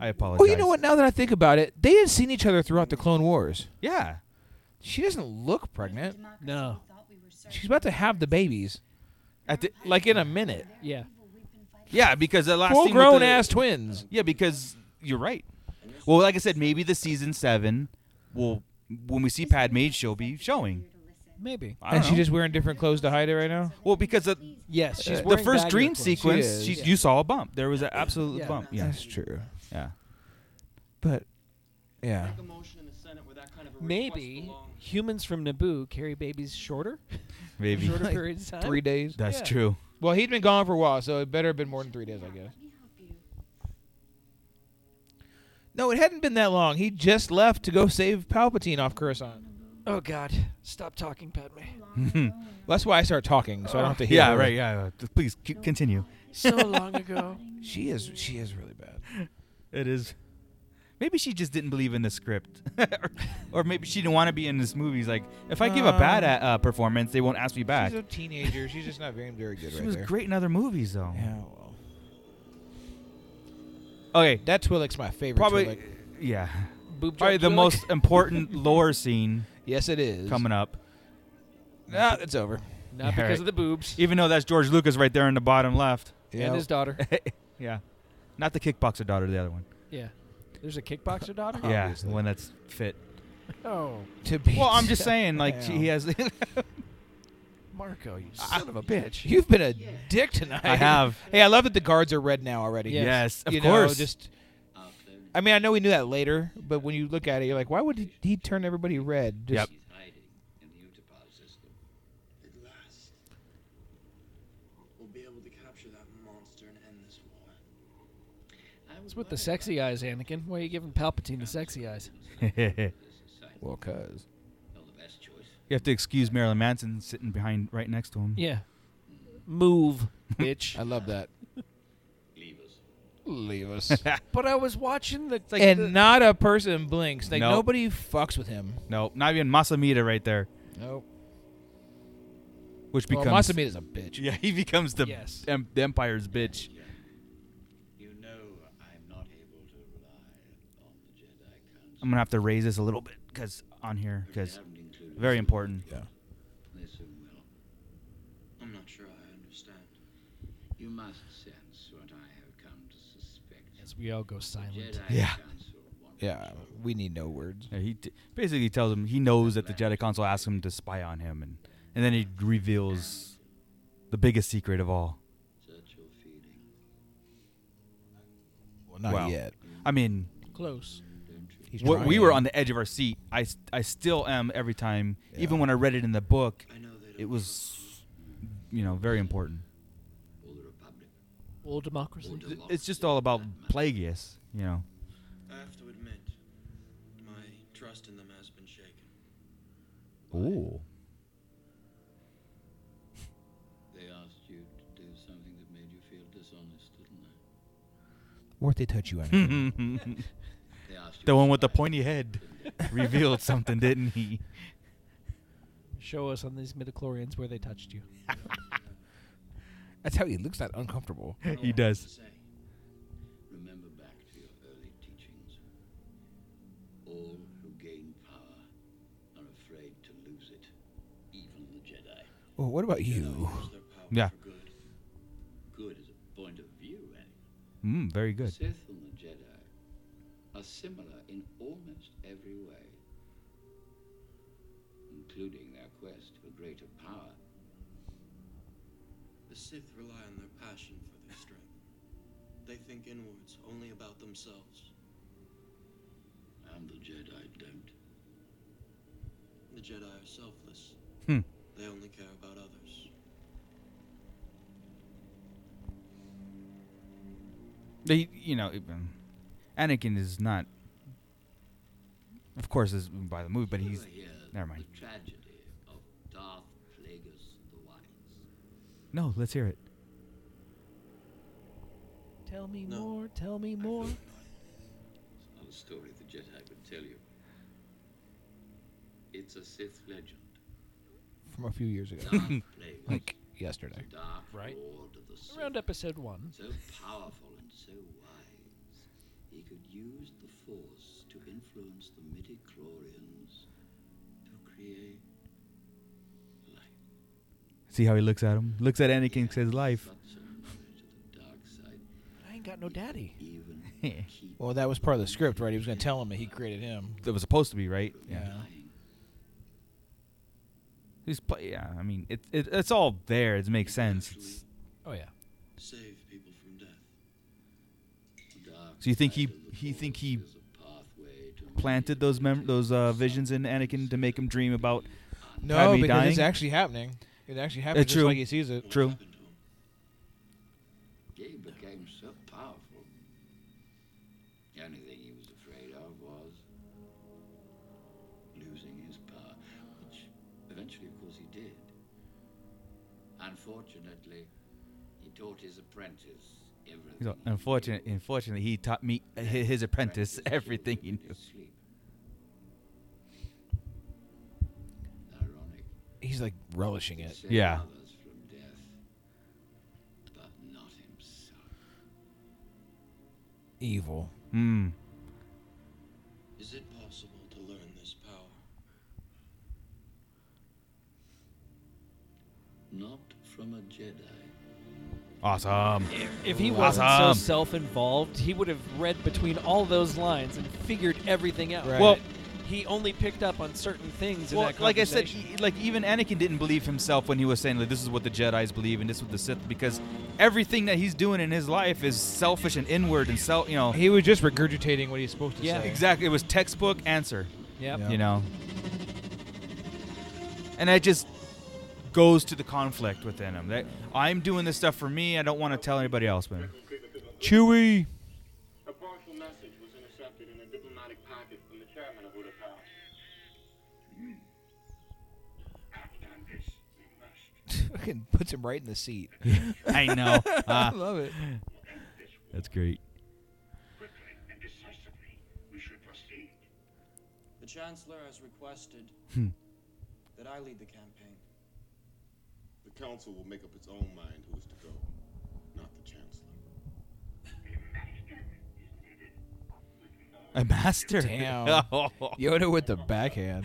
Speaker 8: I
Speaker 2: Oh,
Speaker 8: apologize.
Speaker 2: you know what? Now that I think about it, they had seen each other throughout the Clone Wars.
Speaker 8: Yeah.
Speaker 2: She doesn't look pregnant.
Speaker 5: No.
Speaker 2: She's about to have the babies.
Speaker 8: At the,
Speaker 2: like in a minute.
Speaker 5: Yeah.
Speaker 8: Yeah, because the last
Speaker 2: Full
Speaker 8: thing with
Speaker 2: grown
Speaker 8: the-
Speaker 2: ass twins.
Speaker 8: Yeah, because you're right. Well, like I said, maybe the season seven will when we see Padme, she'll be showing.
Speaker 5: Maybe.
Speaker 8: I don't
Speaker 2: And she
Speaker 8: know.
Speaker 2: just wearing different clothes to hide it right now.
Speaker 8: Well, because the
Speaker 5: yes, she's
Speaker 8: Uh, the
Speaker 5: wearing
Speaker 8: first
Speaker 5: baggy
Speaker 8: dream
Speaker 5: clothes. She
Speaker 8: sequence,
Speaker 5: is.
Speaker 8: she,
Speaker 5: Yeah.
Speaker 8: you saw a bump. There was an absolute
Speaker 5: Yeah.
Speaker 8: bump. Yeah,
Speaker 2: That's true.
Speaker 8: Yeah.
Speaker 2: But yeah.
Speaker 5: Maybe humans from Naboo carry babies shorter.
Speaker 8: *laughs* Maybe.
Speaker 5: Shorter
Speaker 2: Like
Speaker 5: periods of time.
Speaker 2: Three
Speaker 8: *laughs*
Speaker 2: days.
Speaker 8: That's Yeah. true.
Speaker 2: Well, he'd been gone for a while, so it better have been more than three days, I guess. No, it hadn't been that long. He just left to go save Palpatine off Coruscant.
Speaker 5: Oh God! Stop talking, Padme.
Speaker 8: *laughs*
Speaker 2: That's why I start talking, so I don't have to hear.
Speaker 8: yeah,
Speaker 2: her.
Speaker 8: right. Yeah, yeah. please c- continue.
Speaker 5: So long ago.
Speaker 2: She is. She is really bad.
Speaker 8: It is. Maybe she just didn't believe in the script, *laughs* or, or maybe she didn't want to be in this movie. It's like, if I give a bad
Speaker 2: Um,
Speaker 8: a- uh, performance, they won't ask me back.
Speaker 2: She's a teenager. She's just not very, very good
Speaker 8: She
Speaker 2: right
Speaker 8: was
Speaker 2: there.
Speaker 8: great in other movies, though.
Speaker 2: Yeah, well.
Speaker 8: Okay,
Speaker 2: that Twi'lek's my favorite.
Speaker 8: Probably,
Speaker 2: Twi'lek.
Speaker 8: yeah.
Speaker 5: *laughs* Boob
Speaker 8: Probably
Speaker 5: job
Speaker 8: the
Speaker 5: Twi'lek?
Speaker 8: most
Speaker 2: *laughs*
Speaker 8: important lore scene.
Speaker 2: Yes, it is
Speaker 8: coming up.
Speaker 2: Nah, it's over.
Speaker 5: Not because of the boobs.
Speaker 8: Even though that's George Lucas right there in the
Speaker 2: *laughs*
Speaker 8: bottom left,
Speaker 5: And his daughter.
Speaker 8: yeah, not the kickboxer daughter, the other one.
Speaker 5: Yeah. There's a kickboxer daughter.
Speaker 8: Yeah, when that's fit.
Speaker 5: *laughs* Oh.
Speaker 2: To be
Speaker 8: Well, I'm
Speaker 2: *laughs*
Speaker 8: *laughs* just saying, like she, he *laughs* has.
Speaker 5: Marco, you
Speaker 2: I-
Speaker 5: son of a bitch.
Speaker 2: You've been a dick tonight.
Speaker 8: I have.
Speaker 2: *laughs* Hey, I love that the guards are red now already.
Speaker 8: Yes. Yes, of
Speaker 2: You know,
Speaker 8: course.
Speaker 2: just. I mean, I know we knew that later, but when you look at it, you're like, why would he, he turn everybody red? Just,
Speaker 8: Yep.
Speaker 15: At last, we'll be able to capture that monster and end this war.
Speaker 5: What's with the sexy eyes, Anakin? Why are you giving Palpatine the sexy eyes?
Speaker 2: *laughs* well, cause
Speaker 8: you have to excuse Marilyn Manson sitting behind, right next to him.
Speaker 5: Yeah. *laughs* Move, bitch.
Speaker 2: I love that.
Speaker 16: Leave us.
Speaker 2: Leave *laughs* us.
Speaker 5: But I was watching the
Speaker 2: and not a person blinks. Like
Speaker 8: Nope.
Speaker 2: nobody fucks with him.
Speaker 8: Nope, not even Masamita right there,
Speaker 2: Nope.
Speaker 8: which
Speaker 2: Well,
Speaker 8: becomes
Speaker 2: Masamita's a bitch.
Speaker 8: *laughs* Yeah, he becomes the
Speaker 5: Yes.
Speaker 8: em- the Empire's bitch.
Speaker 16: You know I'm not able to rely on the Jedi Council.
Speaker 8: I'm gonna have to raise this a little bit because on here because very important. Yeah.
Speaker 16: They soon will. I'm not sure I understand. You must sense what I have come to suspect.
Speaker 5: *laughs* As we all go silent.
Speaker 16: Jedi
Speaker 8: Yeah.
Speaker 16: Council want
Speaker 2: Yeah, we need no words.
Speaker 8: Yeah, he t- basically tells him he knows that the Jedi Council asked him to spy on him, and and then he reveals the biggest secret of all.
Speaker 16: search your feeling.
Speaker 2: Well, not
Speaker 8: Well,
Speaker 2: yet.
Speaker 8: I mean,
Speaker 5: Close.
Speaker 2: He's
Speaker 8: we- we
Speaker 2: trying.
Speaker 8: were on the edge of our seat. I s- I still am every time. Even when I read it in the book, it was, you know, very important.
Speaker 16: All the Republic.
Speaker 5: All democracy.
Speaker 8: Th- It's just all about Plagueis, you know.
Speaker 15: I have to admit, my trust in them has been shaken.
Speaker 8: *laughs* Ooh.
Speaker 16: They asked you to do something that made you feel dishonest, didn't they?
Speaker 2: What if they touch you? Anakin?
Speaker 16: They asked you
Speaker 8: the
Speaker 16: to
Speaker 8: one with the
Speaker 16: spy.
Speaker 8: pointy head *laughs* revealed something, didn't he?
Speaker 5: Show us on these midichlorians where they touched you.
Speaker 2: That's how he looks that uncomfortable.
Speaker 8: He does.
Speaker 16: Say, remember back to your early teachings. All who gain power are afraid to lose it, even the Jedi.
Speaker 2: Well, what about you?
Speaker 8: Yeah.
Speaker 16: Good is a point of view, Anakin.
Speaker 8: Mm, very good.
Speaker 16: Sith and the Jedi are similar in almost every way, including their quest for greater power.
Speaker 15: The Sith rely on their passion for their strength. They think inwards, only about themselves.
Speaker 16: And the Jedi don't.
Speaker 15: The Jedi are selfless.
Speaker 8: Hmm.
Speaker 15: They only care about others.
Speaker 8: They, you know, even- Anakin is not, of course, is by the movie, but he's.
Speaker 16: Never hear
Speaker 8: Never mind.
Speaker 16: The tragedy of Darth Plagueis the Wise.
Speaker 8: No, let's hear it.
Speaker 5: Tell me more. Tell me
Speaker 16: *laughs*
Speaker 5: more.
Speaker 16: It's not a story the Jedi would tell you. It's a Sith legend.
Speaker 2: From a few years ago, *laughs*
Speaker 16: Darth Plagueis.
Speaker 2: like yesterday.
Speaker 16: The Dark
Speaker 5: Right.
Speaker 16: Lord of the Sith.
Speaker 5: Around episode one.
Speaker 16: So powerful and so wise, he could use the Force to influence the midichlorians to create life.
Speaker 8: See how he looks at him. Looks at Anakin, says life. *laughs*
Speaker 16: Such a knowledge of the dark side,
Speaker 5: I ain't got no daddy.
Speaker 16: even keep
Speaker 2: Well, that was part of the script, right? He was going to tell him that he created him.
Speaker 8: That was supposed to be right.
Speaker 2: Yeah.
Speaker 16: dying.
Speaker 8: He's play. Yeah, I mean, it, it it's all there. It makes sense. It's-
Speaker 5: Oh yeah.
Speaker 15: Save people from death.
Speaker 16: The dark
Speaker 8: so you think
Speaker 16: side
Speaker 8: he
Speaker 16: of the
Speaker 8: he think
Speaker 16: Force
Speaker 8: he
Speaker 16: is a pathway to
Speaker 8: planted those mem- those uh, visions in Anakin to make him dream about?
Speaker 2: No,
Speaker 8: Padme
Speaker 2: because it's
Speaker 8: dying?
Speaker 2: actually happening. It actually happens just
Speaker 8: true.
Speaker 2: like he sees it.
Speaker 8: True.
Speaker 16: He became so powerful. The only thing he was afraid of was losing his power, which eventually, of course, he did. Unfortunately, he taught his apprentice everything.
Speaker 8: He's all,
Speaker 16: he
Speaker 8: unfortunate,
Speaker 16: knew.
Speaker 8: unfortunately, he taught me hi- *laughs* his apprentice everything he knew.
Speaker 16: Sleep. Ironic.
Speaker 2: He's like relishing
Speaker 16: to
Speaker 2: it.
Speaker 16: save
Speaker 8: Yeah.
Speaker 16: others from death, but not himself.
Speaker 2: Evil.
Speaker 8: Hmm.
Speaker 15: Is it possible to learn this power?
Speaker 16: Not from a Jedi.
Speaker 8: Awesome.
Speaker 5: If he wasn't
Speaker 8: Awesome.
Speaker 5: so self-involved, he would have read between all those lines and figured everything out.
Speaker 8: Right. Well-
Speaker 5: he only picked up on certain things
Speaker 8: well,
Speaker 5: in that
Speaker 8: like I said,
Speaker 5: conversation.
Speaker 8: e- like even Anakin didn't believe himself when he was saying like this is what the Jedi's believe and this is what the Sith because everything that he's doing in his life is selfish and inward and self. You know.
Speaker 2: He was just regurgitating what he's supposed to say.
Speaker 8: exactly. It was textbook answer.
Speaker 2: Yep.
Speaker 8: You know. And that just goes to the conflict within him. That I'm doing this stuff for me. I don't want to tell anybody else, *laughs* man.
Speaker 2: Chewy.
Speaker 19: A partial message was intercepted in a diplomatic packet from the chairman of Huda Palace.
Speaker 2: *laughs* Fucking puts him right in the seat.
Speaker 8: I know.
Speaker 2: *laughs* I
Speaker 8: Uh,
Speaker 2: love it.
Speaker 8: That's great.
Speaker 18: The Chancellor has requested
Speaker 8: Hmm.
Speaker 18: that I lead the campaign.
Speaker 14: The council will make up its own mind who is to go, not the chancellor.
Speaker 8: A master.
Speaker 2: Damn. Yoda with the backhand.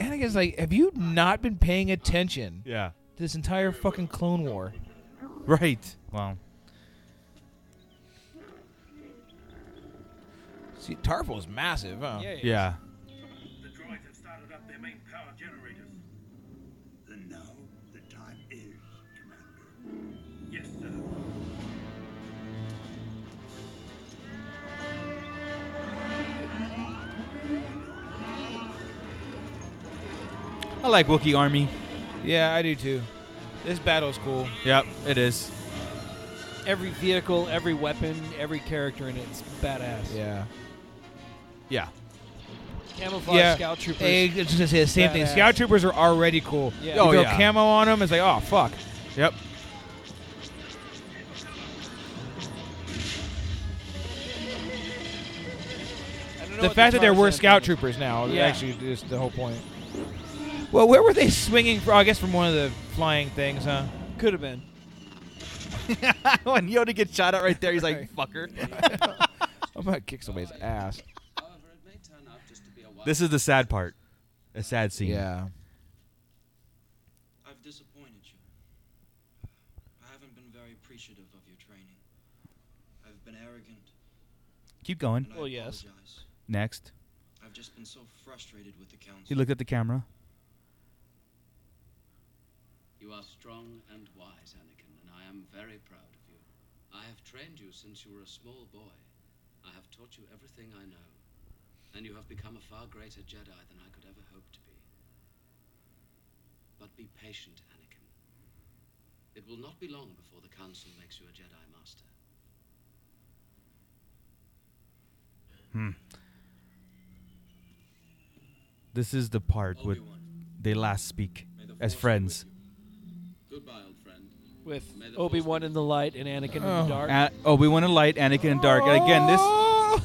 Speaker 2: Anakin's like, have you not been paying attention?
Speaker 8: *laughs* Yeah.
Speaker 2: to This entire fucking Clone War.
Speaker 8: Right. Well.
Speaker 2: See, Tarpo's massive, huh?
Speaker 8: Yeah, he Yeah.
Speaker 19: The droids have started up their main power generators. Then now the time is, Commander. Yes, sir.
Speaker 8: I like Wookiee Army.
Speaker 2: Yeah, I do too. This battle's cool.
Speaker 8: Yep, it is.
Speaker 5: every vehicle, every weapon, every character in it's badass.
Speaker 2: Yeah.
Speaker 8: Yeah.
Speaker 5: Camouflage scout troopers.
Speaker 2: eh, I was just gonna say the same thing.
Speaker 5: badass.
Speaker 2: Scout troopers are already cool.
Speaker 5: Yeah.
Speaker 2: You
Speaker 5: Oh,
Speaker 2: throw
Speaker 5: yeah.
Speaker 2: camo on them, it's like, oh fuck.
Speaker 8: Yep. *laughs*
Speaker 5: don't know
Speaker 2: The
Speaker 5: what
Speaker 2: fact that there
Speaker 5: Tatar
Speaker 2: were
Speaker 5: said.
Speaker 2: scout troopers now
Speaker 5: Yeah.
Speaker 2: actually is the whole point. Well, where were they *laughs* swinging from? I guess from one of the flying things, huh?
Speaker 5: Could have been.
Speaker 8: when Oh, Yoda gets shot at right there, he's like, "Fucker."
Speaker 2: I'm gonna kick somebody's ass.
Speaker 8: This is the sad part. A sad scene.
Speaker 2: Yeah.
Speaker 18: I've disappointed you. I haven't been very appreciative of your training. I've been arrogant.
Speaker 8: Keep going.
Speaker 18: and I
Speaker 5: Well, yes.
Speaker 18: apologize.
Speaker 8: Next.
Speaker 18: I've just been so frustrated with the council.
Speaker 8: He looked at the camera.
Speaker 16: You are strong and wise, Anakin, and I am very proud of you. I have trained you since you were a small boy. I have taught you everything I know, and you have become a far greater Jedi than I could ever hope to be. But be patient, Anakin. It will not be long before the Council makes you a Jedi Master.
Speaker 8: Hmm. This is the part where they last speak as friends.
Speaker 16: Goodbye, old friend.
Speaker 5: With Obi Wan in the light and Anakin in the dark.
Speaker 8: An- oh, we want to light Anakin and Dark. And again,
Speaker 2: Oh.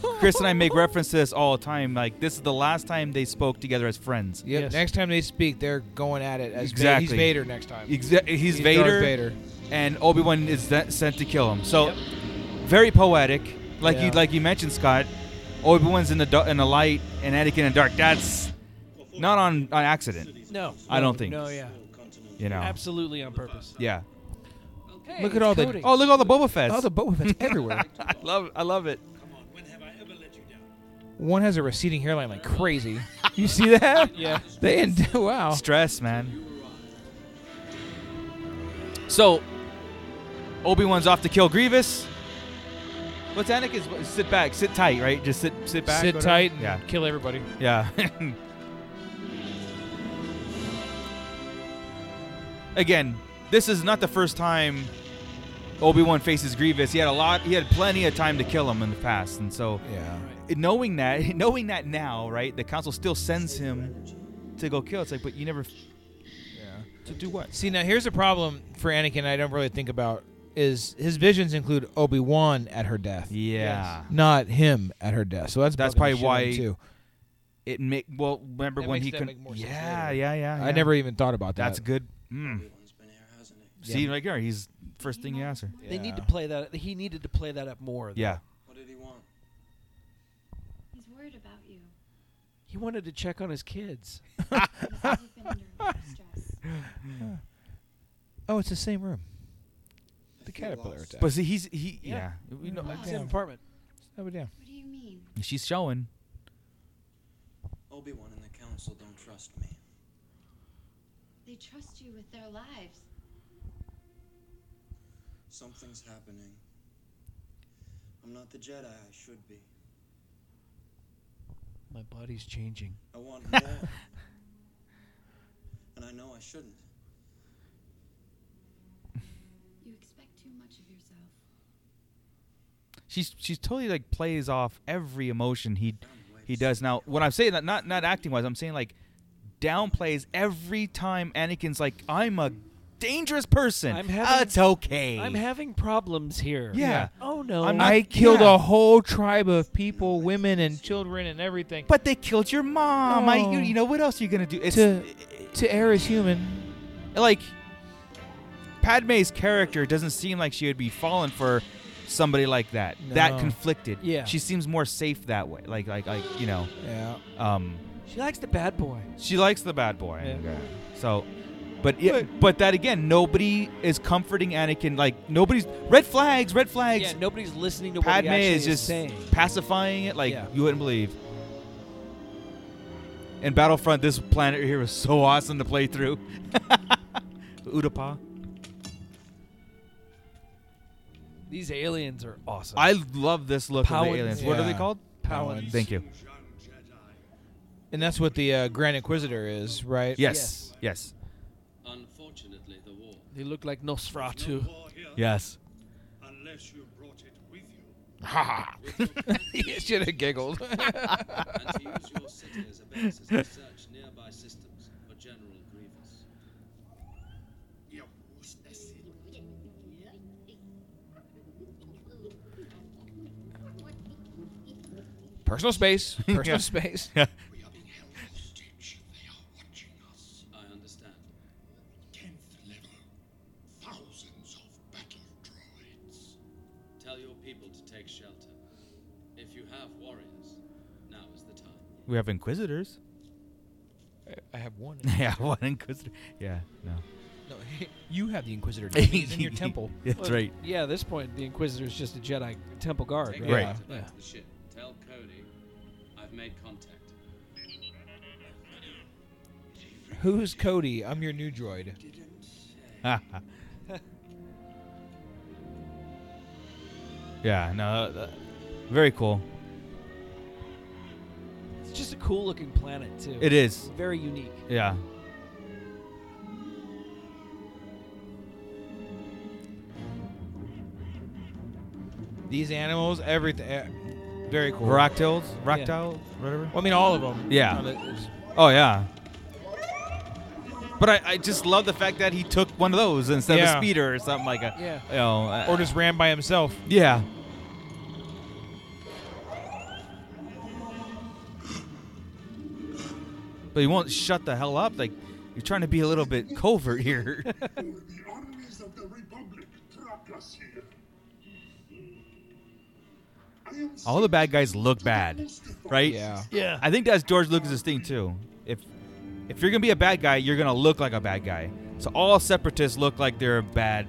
Speaker 8: this Chris and I make reference to this all the time. Like this is the last time they spoke together as friends.
Speaker 2: Yep. Next time they speak, they're going at it as Va-
Speaker 8: Exactly.
Speaker 2: he's Vader next time.
Speaker 8: Exa- he's,
Speaker 2: Darth
Speaker 8: Vader.
Speaker 2: Vader.
Speaker 8: And Obi Wan is that sent to kill him. So, very poetic. Like you
Speaker 2: Yeah.
Speaker 8: like you mentioned, Scott. Obi Wan's in the du- in the light, and Anakin in the dark. That's not on on accident.
Speaker 5: No,
Speaker 8: I
Speaker 5: no,
Speaker 8: don't think.
Speaker 5: No, yeah.
Speaker 8: You know.
Speaker 5: Absolutely on purpose.
Speaker 8: Yeah.
Speaker 5: Hey,
Speaker 2: Look at all
Speaker 5: it's
Speaker 2: the
Speaker 5: Cody.
Speaker 8: Oh, look at all the Boba Fett's.
Speaker 2: all the Boba Fett's everywhere.
Speaker 8: *laughs* I love I love it.
Speaker 2: *laughs* One has a receding hairline like crazy. You see that?
Speaker 5: Yeah.
Speaker 2: They and *laughs* wow.
Speaker 8: Stress, man. So, Obi Wan's off to kill Grievous. What's Anakin's? what- Sit back, sit tight, right? Just sit, sit back.
Speaker 2: Sit
Speaker 8: whatever.
Speaker 2: tight and
Speaker 8: Yeah,
Speaker 2: kill everybody.
Speaker 8: yeah. *laughs* Again, this is not the first time Obi Wan faces Grievous. He had a lot. He had plenty of time to kill him in the past, and so
Speaker 2: yeah.
Speaker 8: Knowing that, *laughs* knowing that now, right? The council still sends him to go kill. It's like, but you never.
Speaker 2: Yeah.
Speaker 8: To do what?
Speaker 2: See, now here's a problem for Anakin. I don't really think about is his visions include Obi Wan at her death.
Speaker 8: Yeah. Yes.
Speaker 2: Not him at her death. So that's
Speaker 8: That's probably
Speaker 2: bugging the shit out of me,
Speaker 8: why
Speaker 2: too.
Speaker 8: it make. Well, remember
Speaker 2: That
Speaker 8: when
Speaker 2: makes
Speaker 8: he
Speaker 2: that
Speaker 8: con-
Speaker 2: make more sense
Speaker 8: yeah,
Speaker 2: later.
Speaker 8: yeah, Oh, yeah,
Speaker 2: I
Speaker 8: yeah.
Speaker 2: never even thought about that.
Speaker 8: That's good. Mm.
Speaker 2: Yeah.
Speaker 8: See, right there, he's first thing you ask her.
Speaker 5: They need to play that. He needed to play that up more. though.
Speaker 8: Yeah.
Speaker 18: What did he want?
Speaker 20: He's worried about
Speaker 2: *laughs*
Speaker 20: you.
Speaker 5: He wanted to check on his kids.
Speaker 20: He says you've been under a lot of stress.
Speaker 2: Oh, it's the same room. The
Speaker 9: feel
Speaker 2: caterpillar
Speaker 9: lost.
Speaker 2: attack.
Speaker 8: But see, he's he yeah.
Speaker 2: Yeah.
Speaker 8: You know,
Speaker 2: Oh,
Speaker 8: like,
Speaker 2: damn.
Speaker 8: same apartment.
Speaker 2: Oh, damn.
Speaker 20: What do you mean?
Speaker 8: She's showing.
Speaker 18: Obi Wan and the Council don't trust me.
Speaker 20: They trust you with their lives.
Speaker 18: Something's happening. I'm not the Jedi I should be.
Speaker 5: My body's changing.
Speaker 18: I want
Speaker 5: *laughs*
Speaker 18: more. and I know I shouldn't.
Speaker 20: You expect too much of yourself.
Speaker 8: She's she's totally like plays off every emotion he he does. Now, when I'm saying that, not not acting wise, I'm saying like downplays every time Anakin's like, "I'm a dangerous person.
Speaker 5: I'm having-
Speaker 8: it's okay.
Speaker 5: I'm having problems here.
Speaker 8: Yeah. Yeah.
Speaker 5: Oh no.
Speaker 8: I'm
Speaker 2: I
Speaker 8: not-
Speaker 2: killed
Speaker 8: yeah.
Speaker 2: a whole tribe of people, women and children and everything.
Speaker 8: But they killed your mom. I, you,
Speaker 2: No.
Speaker 8: you know what else are you gonna do? It's
Speaker 2: Oh. to to err is human.
Speaker 8: like Padme's character doesn't seem like she would be falling for somebody like that.
Speaker 2: No.
Speaker 8: That conflicted.
Speaker 5: Yeah.
Speaker 8: She seems more safe that way. Like like like you know.
Speaker 2: Yeah.
Speaker 8: Um.
Speaker 5: She likes the bad boy.
Speaker 8: She likes the bad boy. So, but yeah, but, that again, nobody is comforting Anakin. Like nobody's red flags, red flags.
Speaker 5: Yeah, nobody's listening to what he
Speaker 8: Padme
Speaker 5: actually
Speaker 8: is just
Speaker 5: saying.
Speaker 8: pacifying it like
Speaker 5: Yeah.
Speaker 8: you wouldn't believe. And Battlefront, this planet here was so *laughs* awesome to play through. Utapa.
Speaker 5: These aliens are awesome.
Speaker 8: I love this look of
Speaker 5: Powans.
Speaker 8: the aliens. What are they
Speaker 2: Yeah.
Speaker 8: called?
Speaker 2: Powans.
Speaker 8: Thank you.
Speaker 2: And that's what the uh, Grand Inquisitor is, right?
Speaker 8: Yes. Yes.
Speaker 16: Unfortunately, the war.
Speaker 5: They look like Nosferatu.
Speaker 8: Yes.
Speaker 19: Unless you brought it with you.
Speaker 2: *laughs* Ha
Speaker 16: *laughs*
Speaker 5: *laughs*
Speaker 2: ha. *laughs* You should have giggled.
Speaker 16: and to use your city as a basis to search nearby systems for General Grievous.
Speaker 19: Yeah, what's this?
Speaker 2: Personal *laughs* space. Personal
Speaker 8: Yeah.
Speaker 2: space.
Speaker 8: Yeah.
Speaker 16: I understand.
Speaker 19: Tenth level. Thousands of battle droids.
Speaker 16: Tell your people to take shelter. If you have warriors, now is the time.
Speaker 8: We have Inquisitors.
Speaker 2: I have *laughs* one.
Speaker 8: *laughs* yeah, one Inquisitor. Yeah. *laughs* No.
Speaker 2: No, you have the *laughs* Inquisitor. Jimmy. He's in your temple.
Speaker 8: *laughs* That's right.
Speaker 5: Yeah, at this point, the Inquisitor is just a Jedi temple guard.
Speaker 16: Take
Speaker 5: Right.
Speaker 16: Right.
Speaker 5: Yeah.
Speaker 16: Back to the ship. Tell Cody I've made contact.
Speaker 2: Who's Cody? I'm your new droid.
Speaker 8: yeah. No. that- very cool.
Speaker 5: It's just a cool looking planet too.
Speaker 8: It is.
Speaker 5: very unique.
Speaker 8: Yeah.
Speaker 2: These animals, everything. eh, very cool.
Speaker 8: Varactyls? Ractyl?
Speaker 2: Ractile,
Speaker 8: Whatever?
Speaker 2: Well, I mean, all of them.
Speaker 8: Yeah.
Speaker 2: No, that is-
Speaker 8: Oh yeah. But I, I just love the fact that he took one of those instead of
Speaker 2: Yeah.
Speaker 8: a speeder or something like a
Speaker 2: Yeah.
Speaker 8: You know, uh,
Speaker 2: or just ran by himself.
Speaker 8: yeah. But he won't shut the hell up. Like you're trying to be a little
Speaker 19: *laughs*
Speaker 8: bit covert here. *laughs*
Speaker 19: the armies of the Republic trapped us here. I am
Speaker 8: All the bad guys look bad, right?
Speaker 2: *laughs* Yeah.
Speaker 5: Yeah.
Speaker 8: I think that's George Lucas's thing too. If if you're gonna be a bad guy, you're gonna look like a bad guy. So all separatists look like they're bad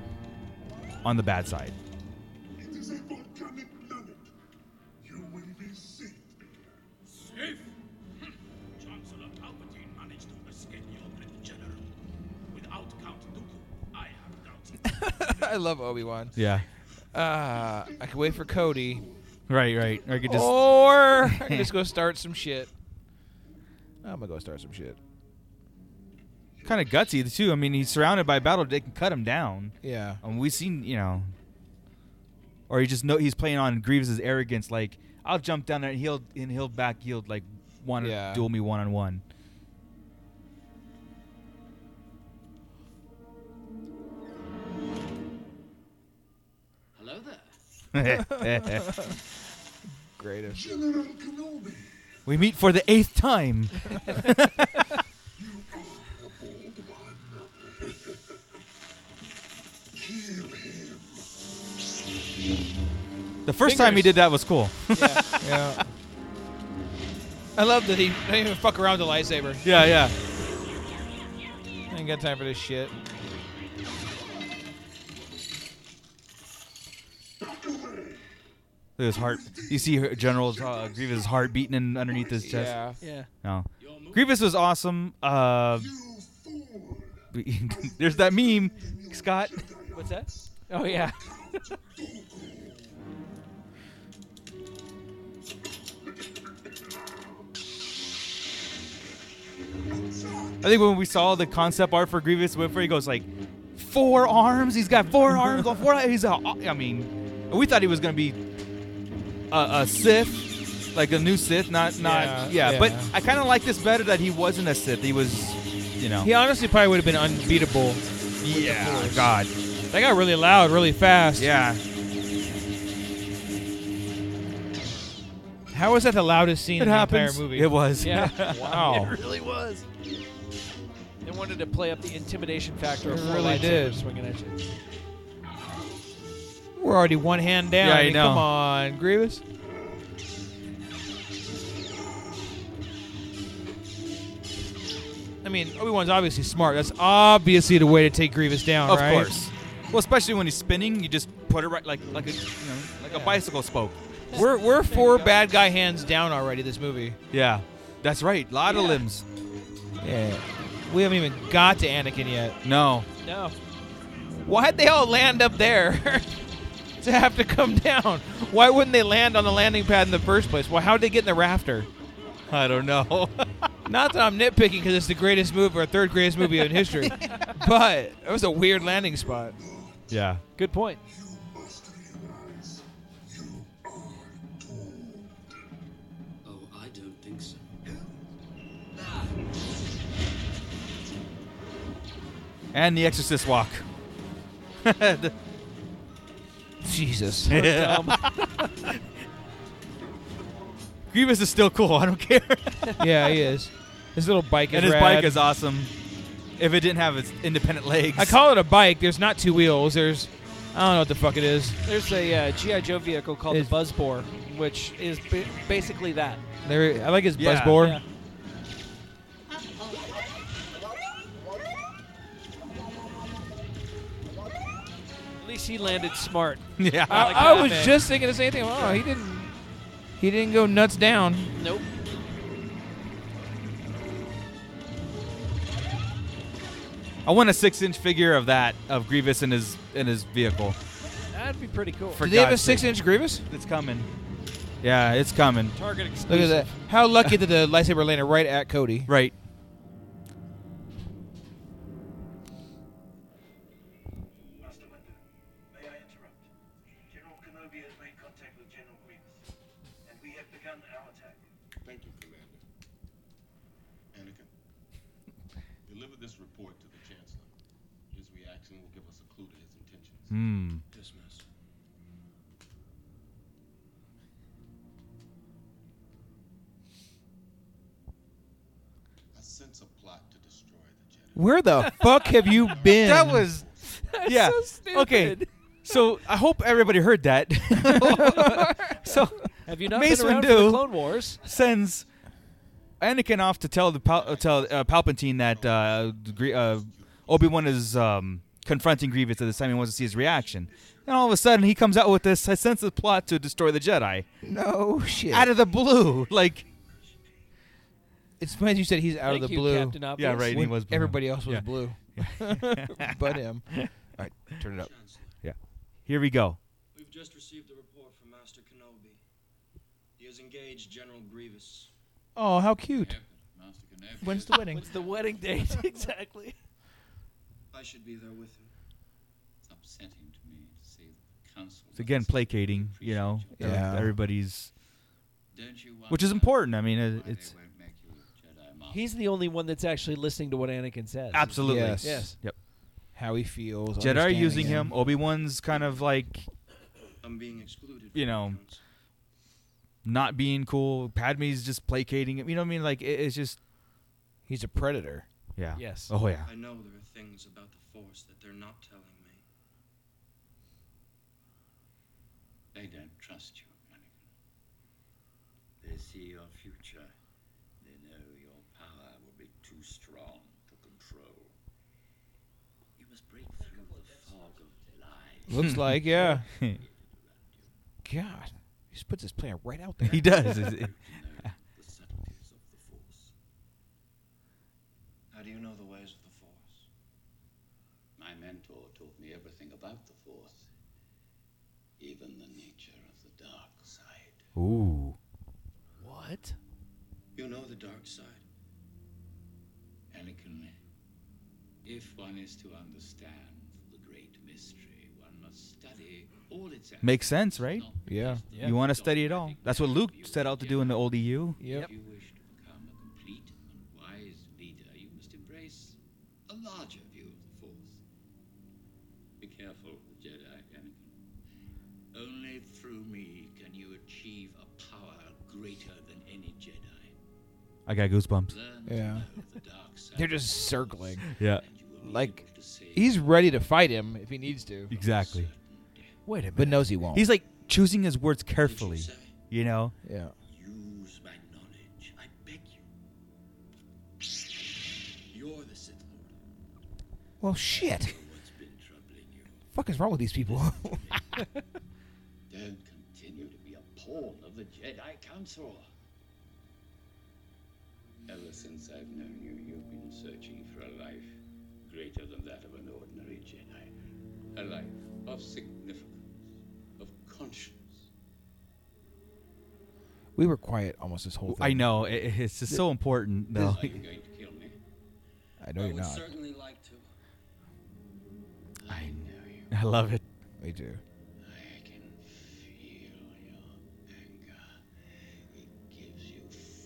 Speaker 8: on the bad side.
Speaker 19: It is a volcanic planet. You will be safe there. Safe? Chancellor Palpatine managed to escape your little general. Without Count Dooku, I have doubts.
Speaker 2: I love Obi Wan.
Speaker 8: Yeah.
Speaker 2: Uh, I could wait for Cody,
Speaker 8: Right, right. Or I could just *laughs*
Speaker 2: Oh. or I could just go start some shit. I'm gonna go start some shit.
Speaker 8: kind of gutsy too. I mean, he's surrounded by battle. They can cut him down.
Speaker 2: Yeah.
Speaker 8: And we've seen, you know, or he just know he's playing on Grievous's arrogance. Like I'll jump down there and he'll and he'll back yield like one
Speaker 2: Yeah.
Speaker 8: duel me one on one.
Speaker 2: *laughs*
Speaker 16: Hello there.
Speaker 2: Greatest.
Speaker 19: General Kenobi,
Speaker 8: *laughs* We meet for the eighth time. *laughs*
Speaker 19: you are a bold one. Kill him.
Speaker 8: the first time he
Speaker 2: Fingers.
Speaker 8: did that was cool.
Speaker 2: Yeah. yeah. *laughs* I love that he didn't even fuck around with the lightsaber.
Speaker 8: yeah, yeah.
Speaker 2: I ain't got time for this shit.
Speaker 8: at his heart. You see her- General uh, Grievous' heart beating in underneath his chest.
Speaker 2: Yeah. Yeah.
Speaker 8: No. Grievous was awesome. Uh, *laughs* there's that meme, Scott.
Speaker 5: What's that? Oh yeah.
Speaker 8: I think when we saw the concept art for Grievous, where he goes like four arms, he's got four arms on four. He's a, I mean, we thought he was gonna be a, a Sith, like a new Sith, not not
Speaker 2: Yeah,
Speaker 8: yeah. But
Speaker 2: yeah.
Speaker 8: I kind of like this better that he wasn't a Sith. He was, you know,
Speaker 2: He honestly probably would have been unbeatable.
Speaker 8: yeah, Oh, God,
Speaker 2: They got really loud, really fast.
Speaker 8: Yeah.
Speaker 2: How was that the loudest scene
Speaker 8: It
Speaker 2: in the entire
Speaker 8: happens.
Speaker 2: movie?
Speaker 8: It was. *laughs*
Speaker 5: Yeah.
Speaker 2: *laughs*
Speaker 8: Wow.
Speaker 5: It really was. They wanted to play up the intimidation factor.
Speaker 2: It
Speaker 5: of four
Speaker 2: really
Speaker 5: lightsabers
Speaker 2: did.
Speaker 5: Swinging at you.
Speaker 2: We're already one hand down.
Speaker 8: Yeah, I
Speaker 2: I mean,
Speaker 8: know.
Speaker 2: Come on, Grievous. I mean, Obi Wan's obviously smart. That's obviously the way to take Grievous down,
Speaker 8: of
Speaker 2: right?
Speaker 8: course. Well, especially when he's spinning, you just put it right like like a you know like a bicycle spoke.
Speaker 2: We're we're four bad guy hands down already. This movie.
Speaker 8: Yeah, that's right. A lot of limbs.
Speaker 2: Yeah. We haven't even got to Anakin yet.
Speaker 8: No.
Speaker 5: No.
Speaker 2: Why'd they all land up there *laughs* to have to come down? Why wouldn't they land on the landing pad in the first place? Well, how'd they get in the rafter?
Speaker 8: I don't know.
Speaker 2: *laughs* Not that I'm nitpicking because it's the greatest movie or third greatest movie in history,
Speaker 8: *laughs*
Speaker 2: but it was a weird landing spot.
Speaker 8: Yeah.
Speaker 5: Good point.
Speaker 16: Oh, I don't think so.
Speaker 8: And the Exorcist walk. The-
Speaker 2: Jesus.
Speaker 8: *laughs* Grievous is still cool. *laughs* I don't care.
Speaker 2: yeah, he is. His little bike is
Speaker 8: and his
Speaker 2: rad.
Speaker 8: bike is awesome. If it didn't have its independent legs,
Speaker 2: I call it a bike. There's not two wheels. There's I don't know what the fuck it is.
Speaker 5: There's a uh, GI Joe vehicle called
Speaker 2: Is-
Speaker 5: the Buzz Bore, which is b- basically that.
Speaker 2: There, I like his
Speaker 5: Yeah.
Speaker 2: buzz bore.
Speaker 5: Yeah. At least he landed smart.
Speaker 8: *laughs* Yeah.
Speaker 2: I,
Speaker 5: like
Speaker 2: I
Speaker 5: that,
Speaker 2: was
Speaker 5: man.
Speaker 2: just thinking the same thing. Wow, he didn't. He didn't go nuts down.
Speaker 5: Nope.
Speaker 8: I want a six-inch figure of that of Grievous in his in his vehicle.
Speaker 5: That'd be pretty cool. *laughs*
Speaker 8: For
Speaker 2: Do they have a
Speaker 8: God's sake.
Speaker 2: six-inch Grievous?
Speaker 8: It's coming. Yeah, it's coming.
Speaker 5: Target
Speaker 2: Look
Speaker 5: exclusive.
Speaker 2: at that. How lucky that the lightsaber landed right at Cody.
Speaker 8: Right.
Speaker 19: Master Windu, may I interrupt? General Kenobi has made contact with General Grievous, and we have begun our attack.
Speaker 14: Thank you, Commander. Anakin, deliver this report to the Chancellor. His reaction will give us a clue to his intentions.
Speaker 8: Hmm.
Speaker 19: Yes, Master.
Speaker 14: I sense a plot to destroy the Jedi.
Speaker 2: Where the *laughs* fuck have you been?
Speaker 8: That was yeah. Okay. So I hope everybody heard that. *laughs* *laughs* so
Speaker 5: Have you not
Speaker 8: Mace
Speaker 5: been around
Speaker 8: Windu
Speaker 5: for the Clone Wars?
Speaker 8: sends Anakin off to tell the Pal- uh, tell uh, Palpatine that uh, Gre- uh, Obi Wan is um, confronting Grievous at this time. He wants to see his reaction, and all of a sudden he comes out with this. I sense the plot to destroy the Jedi
Speaker 2: *laughs* No shit.
Speaker 8: out of the blue. *laughs* Like
Speaker 2: It's funny you said he's out
Speaker 5: Thank
Speaker 2: of the
Speaker 5: you,
Speaker 2: blue.
Speaker 5: Captain Obvious.
Speaker 8: Yeah, right, he
Speaker 2: When
Speaker 8: was blue.
Speaker 2: Everybody else was
Speaker 8: Yeah.
Speaker 2: blue, but him. All right, turn it up.
Speaker 8: yeah, here we go.
Speaker 15: We've just received a report from Master Kenobi. He has engaged General Grievous.
Speaker 2: Oh, how cute. Ah, When's the wedding?
Speaker 5: When's the wedding *laughs* date? exactly.
Speaker 15: I should be there with him.
Speaker 21: It's upsetting to me to see the council.
Speaker 8: It's again placating, you know, uh,
Speaker 2: Yeah.
Speaker 8: everybody's,
Speaker 21: Don't you
Speaker 8: which is
Speaker 21: wonder
Speaker 8: important. I mean, it, it's
Speaker 21: why they won't make you Jedi Master?
Speaker 5: He's the only one that's actually listening to what Anakin says.
Speaker 8: absolutely
Speaker 2: Yes.
Speaker 5: Yes.
Speaker 8: Yep.
Speaker 2: How he feels.
Speaker 8: Jedi are
Speaker 2: understanding
Speaker 8: using him. Obi Wan's kind of like
Speaker 15: I'm being excluded.
Speaker 8: you
Speaker 15: from the
Speaker 8: know,
Speaker 15: council.
Speaker 8: not being cool. Padme's just placating him. You know what I mean? Like it, it's just
Speaker 2: He's a predator.
Speaker 8: yeah.
Speaker 5: Yes.
Speaker 2: *laughs*
Speaker 8: Oh yeah. *laughs*
Speaker 15: I know there are things about the Force that they're not telling me.
Speaker 21: They don't trust you, Anakin. They see your future. They know your power will be too strong to control. You must break through the fog of lies.
Speaker 2: Looks like yeah. God. He just puts his plan right out there.
Speaker 8: He does. *laughs*
Speaker 11: the subtleties of the Force.
Speaker 22: How do you know the ways of the Force?
Speaker 16: My mentor taught me everything about the Force, even the nature of the dark side.
Speaker 8: Ooh.
Speaker 5: What?
Speaker 11: You know the dark side.
Speaker 16: Eloquently. If one is to understand the great mystery, one must study all its aspects.
Speaker 8: Makes sense, right?
Speaker 2: Yeah.
Speaker 8: You want to study it all. That's what Luke set out to do in the old E EU.
Speaker 2: Yep.
Speaker 16: If you wish to become a complete and wise leader, you must embrace a larger view of the Force. Be careful, Jedi Anakin. Only through me can you achieve a power greater than any Jedi.
Speaker 8: I got goosebumps.
Speaker 2: Yeah. They're just circling.
Speaker 8: Yeah.
Speaker 2: Like he's ready to fight him if he needs to.
Speaker 8: Exactly.
Speaker 2: Wait a minute. But knows he won't.
Speaker 8: He's like choosing his words carefully. You know?
Speaker 2: Yeah.
Speaker 11: Use my knowledge, I beg you. You're the Sith Lord.
Speaker 2: Well, shit.
Speaker 16: What's been troubling you?
Speaker 2: Fuck is wrong with these people? *laughs*
Speaker 16: Don't continue to be a pawn of the Jedi Council. Ever since I've known you, you've been searching for a life greater than that of an ordinary Jedi. A life of significance, of conscience.
Speaker 2: we were quiet almost this whole thing.
Speaker 8: I know. It, it's just so important, though.
Speaker 16: Are you going to kill me?
Speaker 2: I know
Speaker 11: I
Speaker 2: you're
Speaker 11: would
Speaker 2: not.
Speaker 11: certainly like to.
Speaker 16: I know you.
Speaker 8: *laughs* I love it.
Speaker 2: We do.
Speaker 16: I can feel your anger. It gives you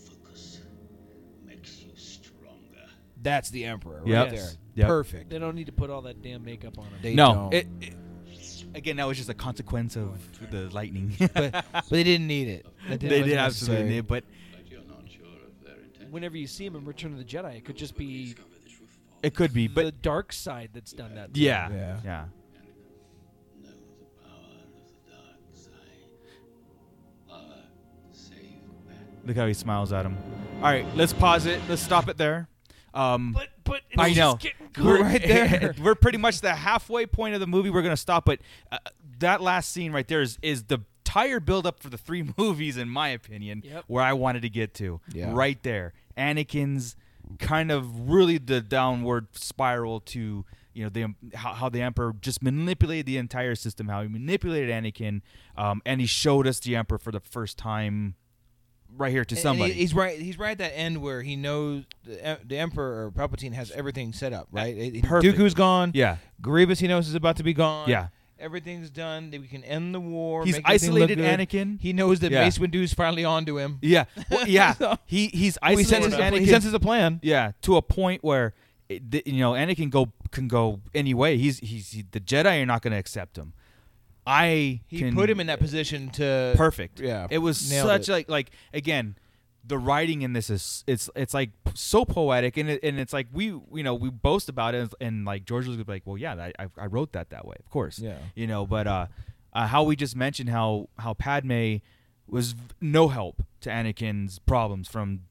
Speaker 16: focus, makes you stronger.
Speaker 2: That's the emperor right
Speaker 8: Yep.
Speaker 2: there.
Speaker 8: Yes. Yep.
Speaker 2: Perfect.
Speaker 5: They don't need to put all that damn makeup on him.
Speaker 2: They
Speaker 8: no.
Speaker 2: don't.
Speaker 8: It, it, again, that was just a consequence of the lightning.
Speaker 2: but, but they didn't need it.
Speaker 8: *laughs*
Speaker 2: That
Speaker 8: they
Speaker 2: didn't- wasn't
Speaker 8: did absolutely
Speaker 2: necessary.
Speaker 8: need it, but
Speaker 16: But you're not sure of their intention.
Speaker 5: Whenever you see him in Return of the Jedi, it could just be
Speaker 8: it could be.
Speaker 5: the
Speaker 8: But
Speaker 5: dark side that's done that. to
Speaker 8: yeah.
Speaker 5: him.
Speaker 8: Yeah. yeah.
Speaker 16: Know the power of the dark side. Power save man.
Speaker 8: Look how he smiles at him. All right, let's pause it. Let's stop it there. Um,
Speaker 5: But but it's
Speaker 8: I know.
Speaker 5: Just getting good.
Speaker 8: We're
Speaker 5: *laughs*
Speaker 2: right there.
Speaker 8: we're pretty much the halfway point of the movie. We're gonna stop, but uh, that last scene right there is is the tire buildup for the three *laughs* movies, in my opinion,
Speaker 5: Yep.
Speaker 8: where I wanted to get to.
Speaker 2: Yeah.
Speaker 8: Right there, Anakin's kind of really the downward spiral to you know the um, how, how the Emperor just manipulated the entire system, how he manipulated Anakin, um, and he showed us the Emperor for the first time. Right here to
Speaker 2: And- and
Speaker 8: somebody.
Speaker 2: he- he's right. He's right at that end where he knows the, em- the emperor or Palpatine has everything set up. Right. It- it-
Speaker 8: perfect.
Speaker 2: Dooku's gone.
Speaker 8: Yeah.
Speaker 2: Grievous he knows is about to be gone.
Speaker 8: Yeah.
Speaker 2: Everything's done. That we can end the war.
Speaker 8: He's
Speaker 2: make everything look
Speaker 8: isolated
Speaker 2: good.
Speaker 8: Anakin.
Speaker 2: He knows that
Speaker 8: Yeah.
Speaker 2: Mace Windu's finally onto him.
Speaker 8: Yeah, Well,
Speaker 2: *laughs*
Speaker 8: yeah.
Speaker 2: So-
Speaker 8: he he's
Speaker 2: Well, he
Speaker 8: isolated
Speaker 2: senses a pl- he
Speaker 8: Anakin-
Speaker 2: senses a plan.
Speaker 8: Yeah, to a point where it, th- you know Anakin go can go any way. He's he's he, the Jedi are not going to accept him. I
Speaker 2: He
Speaker 8: can-
Speaker 2: put him in that position to
Speaker 8: perfect.
Speaker 2: Yeah.
Speaker 8: it was
Speaker 2: nailed
Speaker 8: such
Speaker 2: it.
Speaker 8: like like again. The writing in this is it's it's like so poetic and it, and it's like we you know we boast about it and like George was like well yeah I- I, I wrote that that way of course
Speaker 2: Yeah.
Speaker 8: you know but uh, uh how we just mentioned how how padme was v- no help to anakin's problems from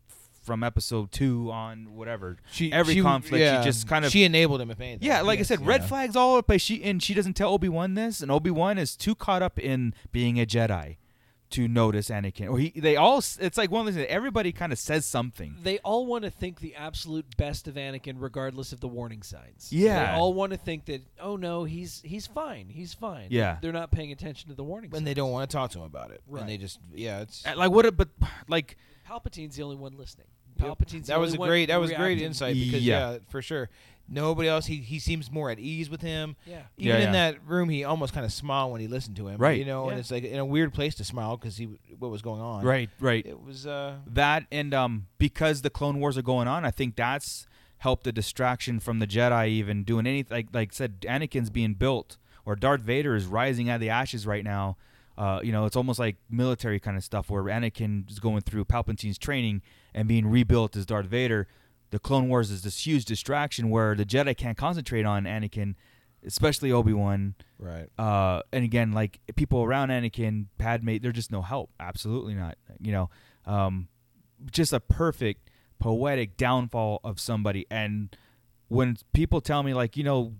Speaker 8: from episode two on whatever every conflict
Speaker 2: yeah.
Speaker 8: she just kind of
Speaker 2: she enabled him if anything.
Speaker 8: yeah like
Speaker 2: Yes,
Speaker 8: i said red
Speaker 2: yeah.
Speaker 8: flags all over the place she and she doesn't tell obi-wan this and obi-wan is too caught up in being a jedi to notice anakin or he they all s- it's like one of those things, everybody kind of says something
Speaker 5: They all want to think the absolute best of Anakin, regardless of the warning signs.
Speaker 8: Yeah.
Speaker 5: they all want to think that. Oh no, he's he's fine. He's fine.
Speaker 8: Yeah.
Speaker 5: they're not paying attention to the warning.
Speaker 2: And
Speaker 5: signs.
Speaker 2: they don't want to talk to him about it.
Speaker 5: Right.
Speaker 2: And they just yeah. It's
Speaker 8: Uh, like what a, but like
Speaker 5: Palpatine's the only one listening.
Speaker 2: Yep.
Speaker 5: Palpatine's
Speaker 2: that
Speaker 5: the
Speaker 2: was
Speaker 5: only
Speaker 2: a
Speaker 5: one
Speaker 2: great that was great
Speaker 5: reacting.
Speaker 2: insight because
Speaker 8: Yeah.
Speaker 2: yeah. for sure nobody else he he seems more at ease with him
Speaker 5: Yeah.
Speaker 2: even
Speaker 8: Yeah,
Speaker 2: in
Speaker 8: yeah.
Speaker 2: that room he almost kind of smiled when he listened to him
Speaker 8: Right.
Speaker 2: you know
Speaker 5: Yeah.
Speaker 2: and it's like in a weird place to smile because he what was going on
Speaker 8: right right
Speaker 2: it was uh
Speaker 8: that and um because the clone wars are going on i think that's helped the distraction from the jedi even doing anything like like said anakin's being built or darth vader is rising out of the ashes right now uh, you know, it's almost like military kind of stuff where Anakin is going through Palpatine's training and being rebuilt as Darth Vader. The Clone Wars is this huge distraction where the Jedi can't concentrate on Anakin, especially Obi Wan.
Speaker 2: right
Speaker 8: Uh, and again, like people around Anakin, Padme, they're just no help. Absolutely not. You know, um, just a perfect poetic downfall of somebody. And when people tell me, like, you know,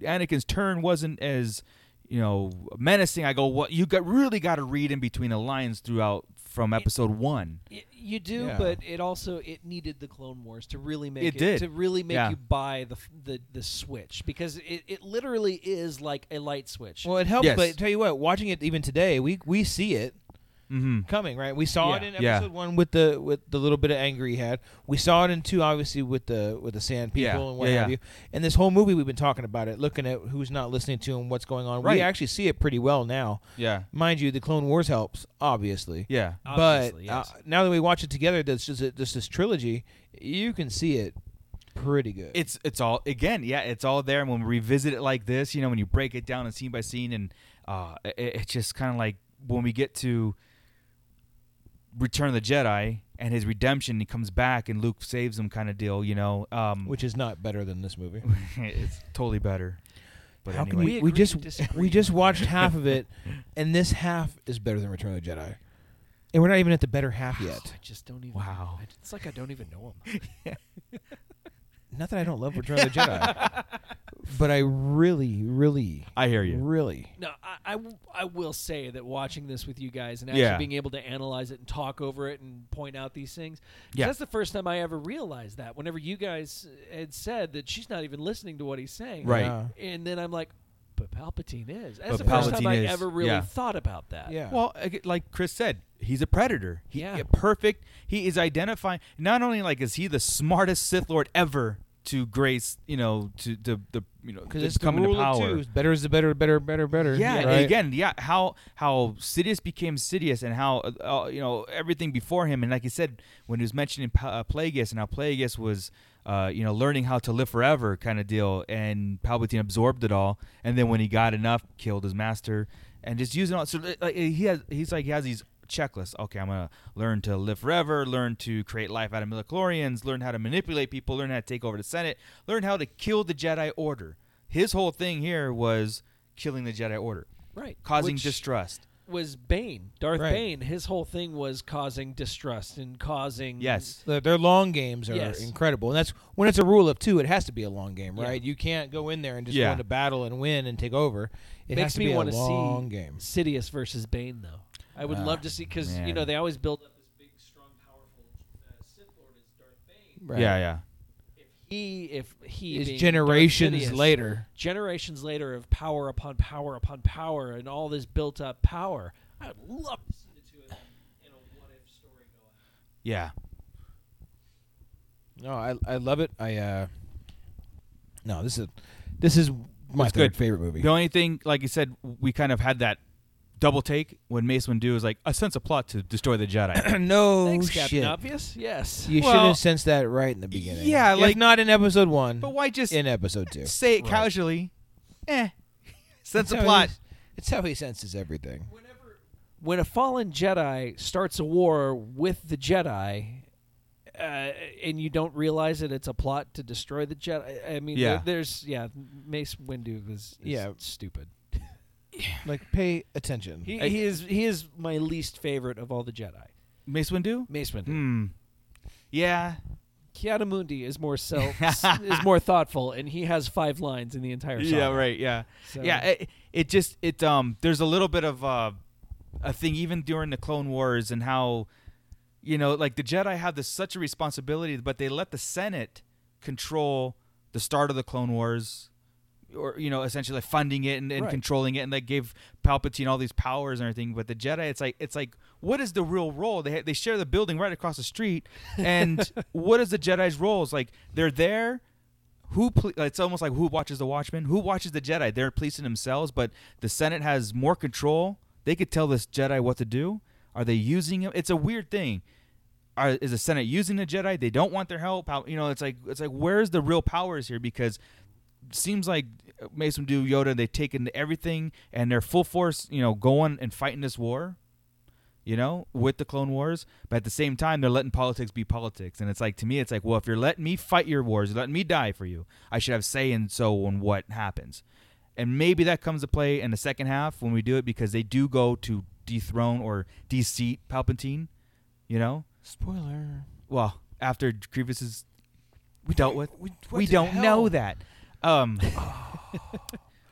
Speaker 8: Anakin's turn wasn't as, you you know menacing. I go, what you got really got to read in between the lines throughout from episode one.
Speaker 5: Y- you do,
Speaker 8: Yeah.
Speaker 5: but it also it needed the Clone Wars to really make
Speaker 8: It
Speaker 5: it,
Speaker 8: did.
Speaker 5: to really make
Speaker 8: Yeah.
Speaker 5: you buy the, f- the the switch because it, it literally is like a light switch.
Speaker 2: Well, it helps, but tell you what, watching it even today, we we see it
Speaker 8: Mhm.
Speaker 2: coming, right? We saw
Speaker 8: Yeah.
Speaker 2: it in
Speaker 8: Yeah.
Speaker 2: episode one with the with the little bit of anger he had. We saw it in two, obviously, with the with the sand people
Speaker 8: Yeah.
Speaker 2: and what
Speaker 8: Yeah,
Speaker 2: have
Speaker 8: yeah.
Speaker 2: you. And this whole movie, we've been talking about it, looking at who's not listening to and what's going on.
Speaker 8: Right.
Speaker 2: We actually see it pretty well now.
Speaker 8: Yeah.
Speaker 2: mind you, the Clone Wars helps, obviously.
Speaker 8: Yeah.
Speaker 2: but uh, now that we watch it together, this is this this trilogy, you can see it pretty good.
Speaker 8: It's it's all again, yeah, it's all there. And when we revisit it like this, you know, when you break it down and scene by scene, and uh, it, it's just kind of like when we get to Return of the Jedi and his redemption, he comes back and Luke saves him, kind of deal, you know. Um,
Speaker 2: Which is not better than this movie.
Speaker 8: *laughs* it's totally better. But
Speaker 2: How can
Speaker 8: anyway.
Speaker 2: we, we just *laughs* we just watched half of it, and this half is better than Return of the Jedi, and we're not even at the better half yet.
Speaker 5: *sighs* I just don't even.
Speaker 8: Wow.
Speaker 5: I- It's like I don't even know him.
Speaker 2: Not that I don't love Return of the *laughs* Jedi, but I really, really,
Speaker 8: I hear you.
Speaker 2: Really,
Speaker 5: No, I, I w- I will say that watching this with you guys and actually
Speaker 2: Yeah.
Speaker 5: being able to analyze it and talk over it and point out these things, 'cause
Speaker 8: Yeah.
Speaker 5: that's the first time I ever realized that. Whenever you guys had said that she's not even listening to what he's saying,
Speaker 8: Right. Yeah.
Speaker 5: And then I'm like, but Palpatine is. That's
Speaker 8: But
Speaker 5: the first time
Speaker 8: Palpatine
Speaker 5: I
Speaker 8: is,
Speaker 5: ever really
Speaker 8: yeah.
Speaker 5: thought about that.
Speaker 2: uh,
Speaker 8: Well, ag- like Chris said, he's a predator. He, yeah. Perfect. He is identifying. Not only like is he the smartest Sith Lord ever to grace, you know, to the the you know
Speaker 2: because
Speaker 8: to
Speaker 2: it's the
Speaker 8: come into
Speaker 2: rule of
Speaker 8: power.
Speaker 2: two. Better is the better, better, better, better.
Speaker 8: Yeah, and
Speaker 2: right?
Speaker 8: again, yeah, how how Sidious became Sidious, and how uh, uh, you know everything before him, and like you said, when he was mentioning Pa- uh, Plagueis, and how Plagueis was, uh, you know, learning how to live forever, kind of deal, and Palpatine absorbed it all, and then when he got enough, killed his master, and just using all. So like, he has, he's like he has these checklists. Okay, I'm gonna learn to live forever, learn to create life out of midichlorians, learn how to manipulate people, learn how to take over the Senate, learn how to kill the Jedi Order. His whole thing here was killing the Jedi Order.
Speaker 5: Right.
Speaker 8: Causing
Speaker 5: Which Mm-hmm.
Speaker 8: distrust.
Speaker 5: Was Bane, Darth
Speaker 8: Right.
Speaker 5: Bane, his whole thing was causing distrust and causing.
Speaker 2: Their, their long games are
Speaker 5: Yes.
Speaker 2: incredible, and that's when it's a rule of two. It has to be a long game,
Speaker 5: Yeah.
Speaker 2: right? You can't go in there and just
Speaker 8: Yeah.
Speaker 2: go into battle and win and take over. It
Speaker 5: Makes
Speaker 2: has to
Speaker 5: me
Speaker 2: be a
Speaker 5: wanna see
Speaker 2: long game.
Speaker 5: Sidious versus Bane, though. I would
Speaker 2: Ah,
Speaker 5: love to see because you
Speaker 2: man.
Speaker 5: know they always build up this big, strong, powerful uh, Sith Lord as Darth Bane.
Speaker 2: Right. Yeah, yeah.
Speaker 5: If he, if he
Speaker 2: Is
Speaker 5: being Darth
Speaker 2: generations
Speaker 5: Sidious,
Speaker 2: later.
Speaker 5: generations later of power upon power upon power and all this built up power, I would love to see the two of them in a what if story go
Speaker 2: Oh,
Speaker 5: out.
Speaker 8: Yeah.
Speaker 2: No, I I love it. I uh No, this is this is my
Speaker 8: It's
Speaker 2: third favorite movie. *clears throat*
Speaker 8: The only thing, like you said, we kind of had that double take when Mace Windu was like, "I sense a plot to destroy the Jedi."
Speaker 2: *coughs* no
Speaker 5: Thanks, Captain
Speaker 2: shit.
Speaker 5: Obvious. Yes.
Speaker 2: You should
Speaker 8: Well-
Speaker 2: have sensed that right in the beginning.
Speaker 8: Yeah,
Speaker 2: If
Speaker 8: like-
Speaker 2: not in episode 1.
Speaker 8: But why just
Speaker 2: in episode
Speaker 8: *laughs*
Speaker 2: 2?
Speaker 8: Say it
Speaker 2: Right.
Speaker 8: casually. Eh. *laughs* Sense a
Speaker 2: That's how
Speaker 8: plot.
Speaker 2: he's- It's how he senses everything.
Speaker 5: when a fallen Jedi starts a war with the Jedi, uh, and you don't realize that it's a plot to destroy the Jedi. I mean,
Speaker 2: Yeah.
Speaker 5: there- there's yeah, Mace Windu was is
Speaker 2: Yeah.
Speaker 5: stupid.
Speaker 2: Like pay attention.
Speaker 5: He, he is he is my least favorite of all the Jedi.
Speaker 8: Mace Windu.
Speaker 5: Mace Windu.
Speaker 8: Hmm. Yeah.
Speaker 5: Kiadamundi is more *laughs* self is more thoughtful, and he has five lines in the entire. Saga.
Speaker 8: Yeah, right. Yeah,
Speaker 5: So-
Speaker 8: yeah. It, it just it um. There's a little bit of uh, a thing even during the Clone Wars and how, you know, like the Jedi have this such a responsibility, but they let the Senate control the start of the Clone Wars, or you know, essentially funding it and, and
Speaker 13: Right.
Speaker 8: controlling it, and they gave Palpatine all these powers and everything. But the Jedi, it's like it's like what is the real role? They ha- they share the building right across the street, and what is the Jedi's role? It's like they're there who ple- it's almost like who watches the watchmen who watches the jedi they're policing themselves but the senate has more control they could tell this jedi what to do are they using him it's a weird thing are, is the senate using the jedi they don't want their help How, you know it's like it's like where's the real powers here because seems like mace windu yoda they take into everything and they're full force you know going and fighting this war you know, with the Clone Wars. But at the same time, they're letting politics be politics. And it's like, to me, it's like, well, if you're letting me fight your wars, you're letting me die for you, I should have say and so on what happens. And maybe that comes to play in the second half when we do it because they do go to dethrone or de-seat Palpatine, you know?
Speaker 2: Spoiler.
Speaker 8: Well, after Grievous is dealt with, we,
Speaker 2: what the
Speaker 8: don't
Speaker 2: *laughs* hell?
Speaker 8: know that. Um,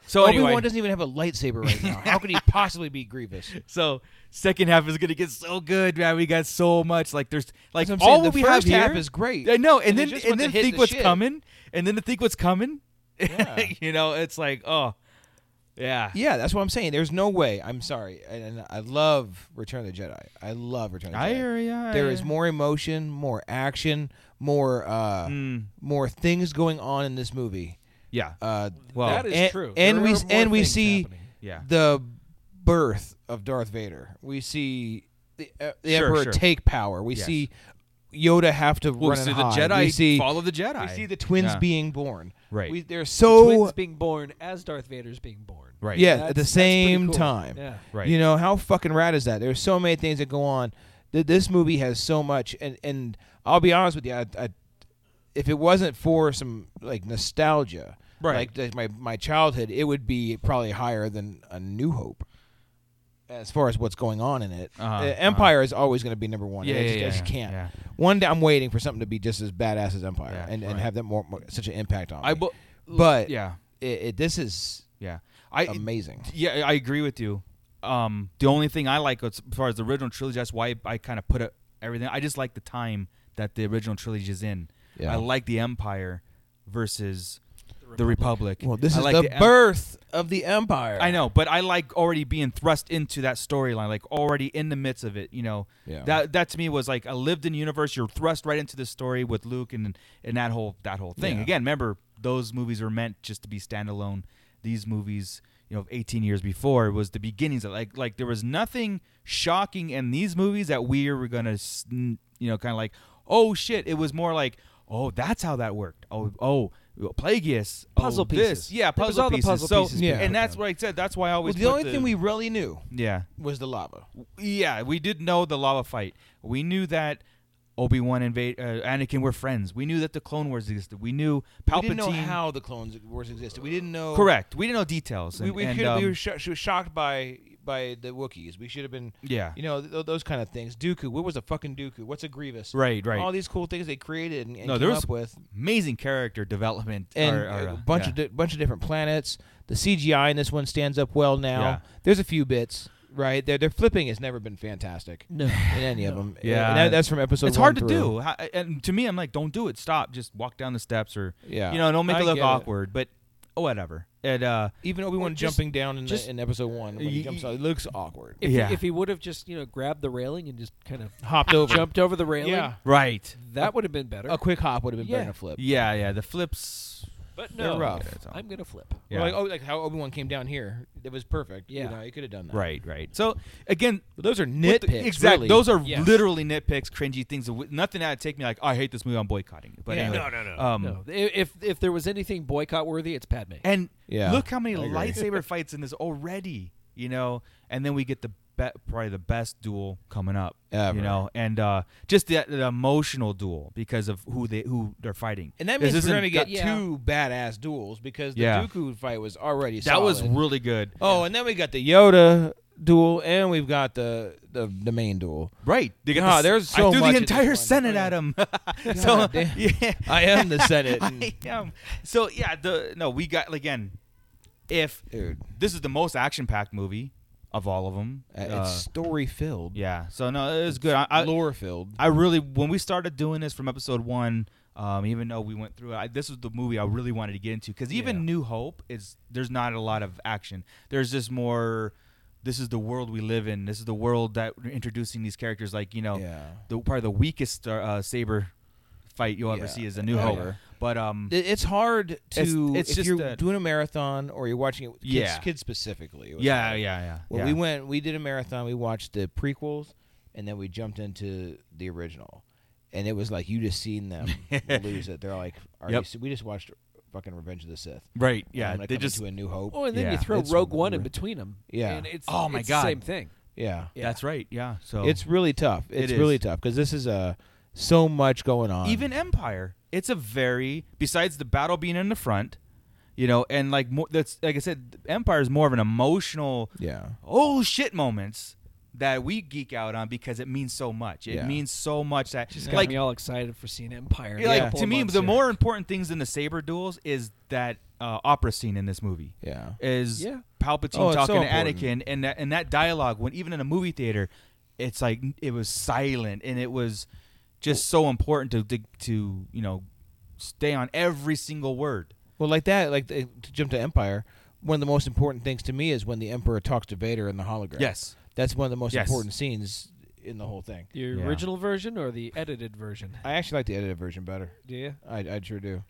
Speaker 8: So
Speaker 2: Obi-Wan
Speaker 8: anyway.
Speaker 2: doesn't even have a lightsaber right now. How could
Speaker 8: *laughs*
Speaker 2: he possibly be Grievous?
Speaker 8: So second half is gonna get so good, man. We got so much. Like there's like
Speaker 2: That's what I'm
Speaker 8: all
Speaker 2: saying.
Speaker 8: what
Speaker 2: The
Speaker 8: we
Speaker 2: first
Speaker 8: have
Speaker 2: half
Speaker 8: here
Speaker 2: is great.
Speaker 8: I know,
Speaker 2: And
Speaker 8: and,
Speaker 2: they
Speaker 8: then
Speaker 2: just
Speaker 8: and
Speaker 2: want to
Speaker 8: then
Speaker 2: hit
Speaker 8: think
Speaker 2: the
Speaker 8: what's
Speaker 2: shit.
Speaker 8: coming, and then the think what's coming.
Speaker 2: Yeah.
Speaker 8: *laughs* you know, it's like oh, yeah.
Speaker 2: Yeah, that's what I'm saying. There's no way. I'm sorry, and, and I love Return of the Jedi. I love Return of the
Speaker 8: I
Speaker 2: Jedi.
Speaker 8: hear ya,
Speaker 2: There
Speaker 8: I
Speaker 2: is
Speaker 8: hear-
Speaker 2: more emotion, more action, more uh,
Speaker 8: Hmm.
Speaker 2: more things going on in this movie.
Speaker 8: Yeah.
Speaker 2: uh,
Speaker 8: Well- That is
Speaker 2: and-
Speaker 8: true.
Speaker 2: And
Speaker 8: There
Speaker 2: we
Speaker 8: are more
Speaker 2: and we
Speaker 8: things
Speaker 2: see
Speaker 8: happening. Yeah.
Speaker 2: the birth of Darth Vader. We see the, uh, the
Speaker 8: Sure,
Speaker 2: Emperor
Speaker 8: sure.
Speaker 2: take power. We
Speaker 8: Yes.
Speaker 2: see Yoda have to
Speaker 8: Well, we
Speaker 2: run
Speaker 8: see
Speaker 2: and
Speaker 8: the
Speaker 2: hide.
Speaker 8: Jedi
Speaker 2: we see,
Speaker 8: follow the Jedi.
Speaker 2: We see the twins
Speaker 8: Yeah.
Speaker 2: being born.
Speaker 8: Right.
Speaker 2: We, they're
Speaker 5: the
Speaker 2: so
Speaker 5: twins being born as Darth Vader's being born.
Speaker 2: Yeah,
Speaker 5: That's-
Speaker 2: at the
Speaker 5: that's pretty
Speaker 2: same
Speaker 5: cool.
Speaker 2: time.
Speaker 5: Yeah.
Speaker 8: Right.
Speaker 2: You know how fucking rad is that? There's so many things that go on. Th- This movie has so much, and and I'll be honest with you, I, I, if it wasn't for some like nostalgia,
Speaker 8: Right.
Speaker 2: like, like my my childhood, it would be probably higher than a New Hope. As far as what's going on in it,
Speaker 8: Uh-huh,
Speaker 2: The Empire is always going to be number one.
Speaker 8: Yeah,
Speaker 2: I
Speaker 8: yeah,
Speaker 2: just, I
Speaker 8: yeah,
Speaker 2: just can't.
Speaker 8: yeah.
Speaker 2: One day I'm waiting for something to be just as badass as Empire,
Speaker 8: Yeah,
Speaker 2: and, and
Speaker 8: right.
Speaker 2: have that more, more such an impact on.
Speaker 8: I
Speaker 2: me.
Speaker 8: bu-
Speaker 2: but
Speaker 8: yeah.
Speaker 2: it, it, this is
Speaker 8: yeah, I
Speaker 2: amazing.
Speaker 8: Yeah, I agree with you. Um, the only thing I like as far as the original trilogy, that's why I kind of put it, everything. I just like the time that the original trilogy is in.
Speaker 2: Yeah.
Speaker 8: I like the Empire versus the Republic.
Speaker 2: Well, this
Speaker 8: I
Speaker 2: is
Speaker 8: like
Speaker 2: the,
Speaker 8: Em-
Speaker 2: birth of the Empire.
Speaker 8: I know, but I like already being thrust into that storyline, like already in the midst of it. You know,
Speaker 2: Yeah.
Speaker 8: that that to me was like a lived-in universe. You're thrust right into the story with Luke and and that whole that whole thing.
Speaker 2: Yeah.
Speaker 8: Again, remember those movies were meant just to be standalone. These movies, you know, 18 years before was the beginnings. Of, like like there was nothing shocking in these movies that we were gonna, s- n- you know, kind of like oh shit. It was more like oh that's how that worked. Oh oh. Plagueis, oh,
Speaker 5: Puzzle
Speaker 8: this.
Speaker 5: pieces.
Speaker 8: yeah,
Speaker 5: There was
Speaker 8: puzzle
Speaker 5: all the
Speaker 8: pieces.
Speaker 5: puzzle
Speaker 8: so,
Speaker 5: pieces being
Speaker 8: and
Speaker 5: put
Speaker 8: that's what I said. That's why I
Speaker 2: Well,
Speaker 8: always.
Speaker 2: the
Speaker 8: put
Speaker 2: only thing we really knew
Speaker 8: yeah.
Speaker 2: was the lava.
Speaker 8: Yeah, we did know the lava fight. We knew that Obi Wan and Va- uh, Anakin were friends. We knew that the Clone Wars existed. We knew Palpatine.
Speaker 2: We didn't know how the clones wars existed. We didn't know.
Speaker 8: Correct. We didn't know details.
Speaker 2: We,
Speaker 8: and-
Speaker 2: we,
Speaker 8: and,
Speaker 2: could, we
Speaker 8: um,
Speaker 2: were sho- she was shocked by by the Wookiees. We should have been.
Speaker 8: Yeah.
Speaker 2: You know th- those kind of things. Dooku. What was a fucking Dooku? What's a Grievous?
Speaker 8: Right, right.
Speaker 2: All these cool things they created and, and
Speaker 8: no,
Speaker 2: came
Speaker 8: there was
Speaker 2: up with.
Speaker 8: amazing character development
Speaker 2: and
Speaker 8: or- or,
Speaker 2: a
Speaker 8: uh,
Speaker 2: bunch
Speaker 8: yeah.
Speaker 2: of di- bunch of different planets. The CGI in this one stands up well now.
Speaker 8: Yeah.
Speaker 2: There's a few bits, right? Their their flipping has never been fantastic.
Speaker 5: No.
Speaker 2: in any of them.
Speaker 8: *laughs* Yeah,
Speaker 2: and that, that's from episode.
Speaker 8: It's
Speaker 2: one
Speaker 8: hard to
Speaker 2: through.
Speaker 8: do, How- and to me, I'm like, don't do it. Stop. Just walk down the steps, or
Speaker 2: Yeah.
Speaker 8: you know, don't make
Speaker 2: I
Speaker 8: it look
Speaker 2: get it.
Speaker 8: awkward. But oh, whatever. And uh,
Speaker 2: Even Obi Wan
Speaker 5: Or just-
Speaker 2: jumping down in,
Speaker 5: just-
Speaker 2: the, in episode one, when
Speaker 5: Y-
Speaker 2: he jumps out, it looks awkward.
Speaker 5: If
Speaker 8: Yeah.
Speaker 5: he, if he would have just you know grabbed the railing and just kind of
Speaker 2: Hopped over.
Speaker 5: jumped over the railing,
Speaker 2: Yeah.
Speaker 8: right.
Speaker 5: that would have been better.
Speaker 2: A quick hop would have been better
Speaker 5: Yeah.
Speaker 2: than a flip.
Speaker 8: Yeah, yeah. The flips.
Speaker 5: but
Speaker 2: They're
Speaker 5: no,
Speaker 2: rough.
Speaker 5: I'm gonna flip.
Speaker 2: Or
Speaker 8: Yeah.
Speaker 2: Like oh, like how Obi Wan came down here, it was perfect.
Speaker 5: Yeah.
Speaker 2: you know, he could have done that.
Speaker 8: Right, right. So again,
Speaker 2: those are
Speaker 8: what the-
Speaker 2: nitpicks,
Speaker 8: exactly.
Speaker 2: really.
Speaker 8: Those are
Speaker 2: Yes.
Speaker 8: literally nitpicks, cringy things. that would- Nothing that would take me like, oh, I hate this movie. I'm boycotting it. But
Speaker 5: Yeah.
Speaker 8: anyway, Um,
Speaker 5: No. I- If if there was anything boycott worthy, it's Padme.
Speaker 8: And
Speaker 2: Yeah,
Speaker 8: look how many
Speaker 2: I agree.
Speaker 8: lightsaber fights in this already. You know, and then we get the be- probably the best duel coming up.
Speaker 2: Ever.
Speaker 8: You know, and uh, just the, the emotional duel because of who they who they're fighting.
Speaker 2: And that
Speaker 8: This
Speaker 2: means we're
Speaker 8: isn't
Speaker 2: gonna get
Speaker 8: got-
Speaker 2: two badass duels because the
Speaker 8: Yeah.
Speaker 2: Dooku fight was already
Speaker 8: That was
Speaker 2: solid.
Speaker 8: really good.
Speaker 2: Oh, and then we got the Yoda duel, and we've got the the, the main duel.
Speaker 8: Right. They got
Speaker 2: God,
Speaker 8: the-
Speaker 2: there's
Speaker 8: I
Speaker 2: so
Speaker 8: threw
Speaker 2: much
Speaker 8: the
Speaker 2: in this
Speaker 8: entire
Speaker 2: one.
Speaker 8: Senate at
Speaker 2: *laughs*
Speaker 8: him. *laughs* so
Speaker 2: damn. *laughs*
Speaker 8: yeah.
Speaker 2: I am the
Speaker 8: *laughs*
Speaker 2: Senate. uh,
Speaker 8: I am. So yeah, the no, we got again. If
Speaker 2: Dude.
Speaker 8: this is the most action-packed movie of all of them,
Speaker 2: Uh, it's story filled.
Speaker 8: yeah. So no, it was good. I, I,
Speaker 2: Lore filled.
Speaker 8: I really when we started doing this from episode one, um, even though we went through it, I, this was the movie I really wanted to get into because even New Hope is there's not a lot of action. There's just more. This is the world we live in. This is the world that we're introducing these characters. Like you know,
Speaker 2: Yeah.
Speaker 8: the probably the weakest uh, uh, saber fight you'll ever
Speaker 2: Yeah.
Speaker 8: see is a New
Speaker 2: Yeah.
Speaker 8: Hope.
Speaker 2: Yeah.
Speaker 8: But um,
Speaker 2: It- It's hard to
Speaker 8: It's- it's
Speaker 2: if
Speaker 8: just
Speaker 2: you're
Speaker 8: that-
Speaker 2: doing a marathon or you're watching it with kids,
Speaker 8: Yeah.
Speaker 2: kids specifically. it was
Speaker 8: Yeah,
Speaker 2: hard.
Speaker 8: yeah, yeah,
Speaker 2: When
Speaker 8: yeah.
Speaker 2: we went, we did a marathon. We watched the prequels, and then we jumped into the original, and it was like you just
Speaker 8: *laughs*
Speaker 2: seen them lose it. They're like, Are
Speaker 8: Yep.
Speaker 2: you, we just watched fucking Revenge of the Sith.
Speaker 8: Right,
Speaker 2: And
Speaker 8: yeah,
Speaker 2: I'm gonna
Speaker 8: they
Speaker 2: come
Speaker 8: just-
Speaker 2: into a New Hope.
Speaker 5: Oh, and then you
Speaker 8: Yeah.
Speaker 5: throw
Speaker 2: It's
Speaker 5: Rogue One in
Speaker 2: re-
Speaker 5: between them.
Speaker 2: Yeah.
Speaker 5: And it's
Speaker 8: Oh, my
Speaker 5: it's
Speaker 8: God.
Speaker 5: the same thing.
Speaker 2: Yeah.
Speaker 8: that's right. Yeah. So
Speaker 2: It's really tough.
Speaker 8: Oh. It
Speaker 2: It's
Speaker 8: is.
Speaker 2: really tough because this is uh, so much going on.
Speaker 8: even Empire. It's a very besides the battle being in the front, you know, and like more, that's like I said, Empire is more of an emotional,
Speaker 2: Yeah.
Speaker 8: oh shit moments that we geek out on because it means so much. It
Speaker 2: Yeah.
Speaker 8: means so much that
Speaker 5: Just got
Speaker 8: like
Speaker 5: me all excited for seeing Empire. in a
Speaker 8: like
Speaker 5: couple
Speaker 8: to
Speaker 5: of
Speaker 8: me
Speaker 5: months
Speaker 8: the
Speaker 5: here.
Speaker 8: more important things in the saber duels is that uh, opera scene in this movie.
Speaker 2: Yeah,
Speaker 8: is
Speaker 2: Yeah.
Speaker 8: Palpatine
Speaker 2: Oh, it's so
Speaker 8: talking to Anakin,
Speaker 2: important.
Speaker 8: and that and that dialogue when even in a movie theater, it's like n- it was silent and it was just so important to to, to you know stay on every single word.
Speaker 2: Well, like that, like the, to jump to Empire, one of the most important things to me is when the Emperor talks to Vader in the hologram.
Speaker 8: Yes.
Speaker 2: that's one of the most
Speaker 8: Yes.
Speaker 2: important scenes in the whole thing.
Speaker 5: The original version or the edited version?
Speaker 2: I actually like the edited version better.
Speaker 5: Do you?
Speaker 2: I, I sure do.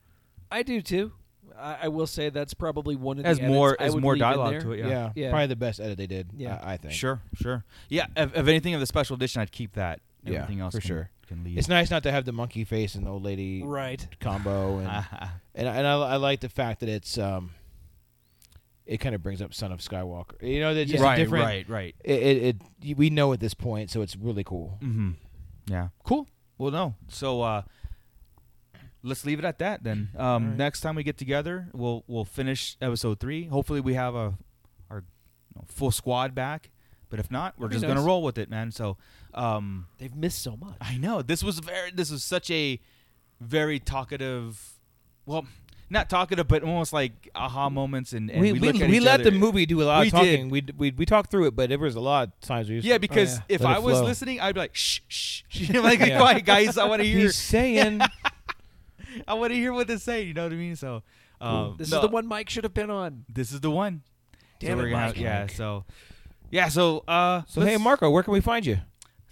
Speaker 5: I do too. I, I will say that's probably one of
Speaker 8: Has
Speaker 5: the edits
Speaker 8: more-
Speaker 5: I
Speaker 8: has
Speaker 5: would
Speaker 8: more
Speaker 5: leave in
Speaker 8: dialogue
Speaker 5: there.
Speaker 8: to it, yeah.
Speaker 2: Yeah,
Speaker 5: yeah.
Speaker 2: probably the best edit they did.
Speaker 5: Yeah.
Speaker 2: I, I think.
Speaker 8: Sure, sure, yeah. If, if anything of the special edition, I'd keep that.
Speaker 2: Yeah,
Speaker 8: Everything else
Speaker 2: for
Speaker 8: can-
Speaker 2: sure.
Speaker 8: can leave.
Speaker 2: It's nice not to have the monkey face and the old lady
Speaker 5: Right.
Speaker 8: *laughs*
Speaker 2: combo, and and, I- and I, I like the fact that it's um, it kind of brings up Son of Skywalker. You know, that just a
Speaker 8: Right,
Speaker 2: different,
Speaker 8: right, right.
Speaker 2: It, it, it we know at this point, so it's really cool.
Speaker 8: Mm-hmm. Yeah. Cool. Well, no. So uh, let's leave it at that
Speaker 2: *clears throat*
Speaker 8: then. Um, Next time we get together, we'll we'll finish episode three. Hopefully, we have a our you know, full squad back. But if not, we're
Speaker 5: That'd be
Speaker 8: just gonna
Speaker 5: nice.
Speaker 8: roll with it, man. So um,
Speaker 5: they've missed so much.
Speaker 8: I know this was very this was such a very talkative. Well. Not talkative, but almost like aha moments, and, and
Speaker 2: we
Speaker 8: we,
Speaker 2: we,
Speaker 8: look at
Speaker 2: we
Speaker 8: each
Speaker 2: let the
Speaker 8: other.
Speaker 2: movie do a lot
Speaker 8: We
Speaker 2: of
Speaker 8: did.
Speaker 2: talking. We, d- we we talked through it, but there was a lot of times we. Just
Speaker 8: Yeah, because if
Speaker 2: Oh, let it
Speaker 8: I was
Speaker 2: flow.
Speaker 8: listening, I'd be like, shh, shh, shh. *laughs*
Speaker 2: *laughs*
Speaker 8: like,
Speaker 2: Oh, Yeah.
Speaker 8: quiet, guys, I want to hear. *laughs*
Speaker 2: He's saying.
Speaker 8: I want to hear what they say. You know what I mean? So, um,
Speaker 5: this
Speaker 8: no,
Speaker 5: is the one Mike should have been on.
Speaker 8: This is the one.
Speaker 5: Damn
Speaker 8: so
Speaker 5: it,
Speaker 8: we're gonna-
Speaker 5: Mike.
Speaker 8: Yeah. So, yeah. So, uh,
Speaker 2: So hey,
Speaker 8: let's-
Speaker 2: Marco, where can we find you?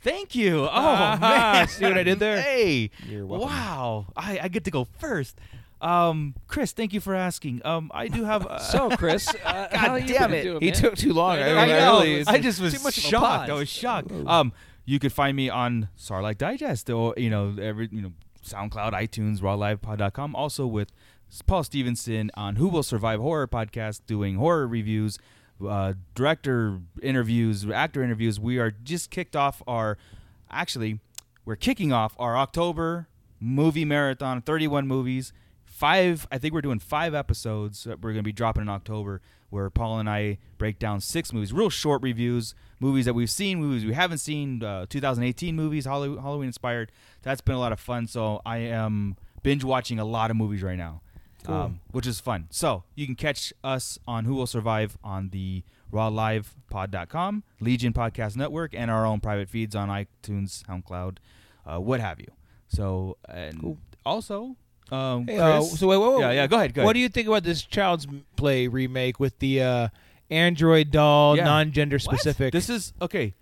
Speaker 8: thank you. Oh
Speaker 2: Ah,
Speaker 8: man,
Speaker 2: see what I did there?
Speaker 8: Hey,
Speaker 2: You're welcome.
Speaker 8: wow. I, I get to go first. Um, Chris, thank you for asking. Um, I do have. Uh,
Speaker 5: So, Chris, uh,
Speaker 8: *laughs* God
Speaker 5: how you
Speaker 8: damn
Speaker 5: gonna
Speaker 8: it,
Speaker 5: do it, He man? took too long.
Speaker 8: Oh, I,
Speaker 5: I mean,
Speaker 8: I
Speaker 5: I
Speaker 8: know.
Speaker 5: really-
Speaker 8: I just was
Speaker 5: Too much of a
Speaker 8: shocked. I
Speaker 5: pause.
Speaker 8: was shocked. Um, you could find me on Sarlacc Digest or you know every you know SoundCloud, iTunes, RawLivePod.com. Also with Paul Stevenson on Who Will Survive Horror podcast, doing horror reviews, uh, director interviews, actor interviews. We are just kicked off our, actually, we're kicking off our October movie marathon. Thirty-one movies. Five, I think we're doing five episodes that we're going to be dropping in October where Paul and I break down six movies, real short reviews, movies that we've seen, movies we haven't seen, uh, 2018 movies, Halloween, Halloween inspired. That's been a lot of fun. So I am binge watching a lot of movies right now,
Speaker 2: Cool.
Speaker 8: um, which is fun. So you can catch us on Who Will Survive on the rawlivepod.com, Legion Podcast Network, and our own private feeds on iTunes, SoundCloud, uh, what have you. So, and also, um,
Speaker 2: Hey, uh,
Speaker 8: Chris-
Speaker 2: so wait, wait, wait.
Speaker 8: yeah, yeah, go ahead, go ahead.
Speaker 2: What do you think about this Child's Play remake with the uh, android doll,
Speaker 8: Yeah.
Speaker 2: non-gender
Speaker 8: What?
Speaker 2: specific?
Speaker 8: This is okay.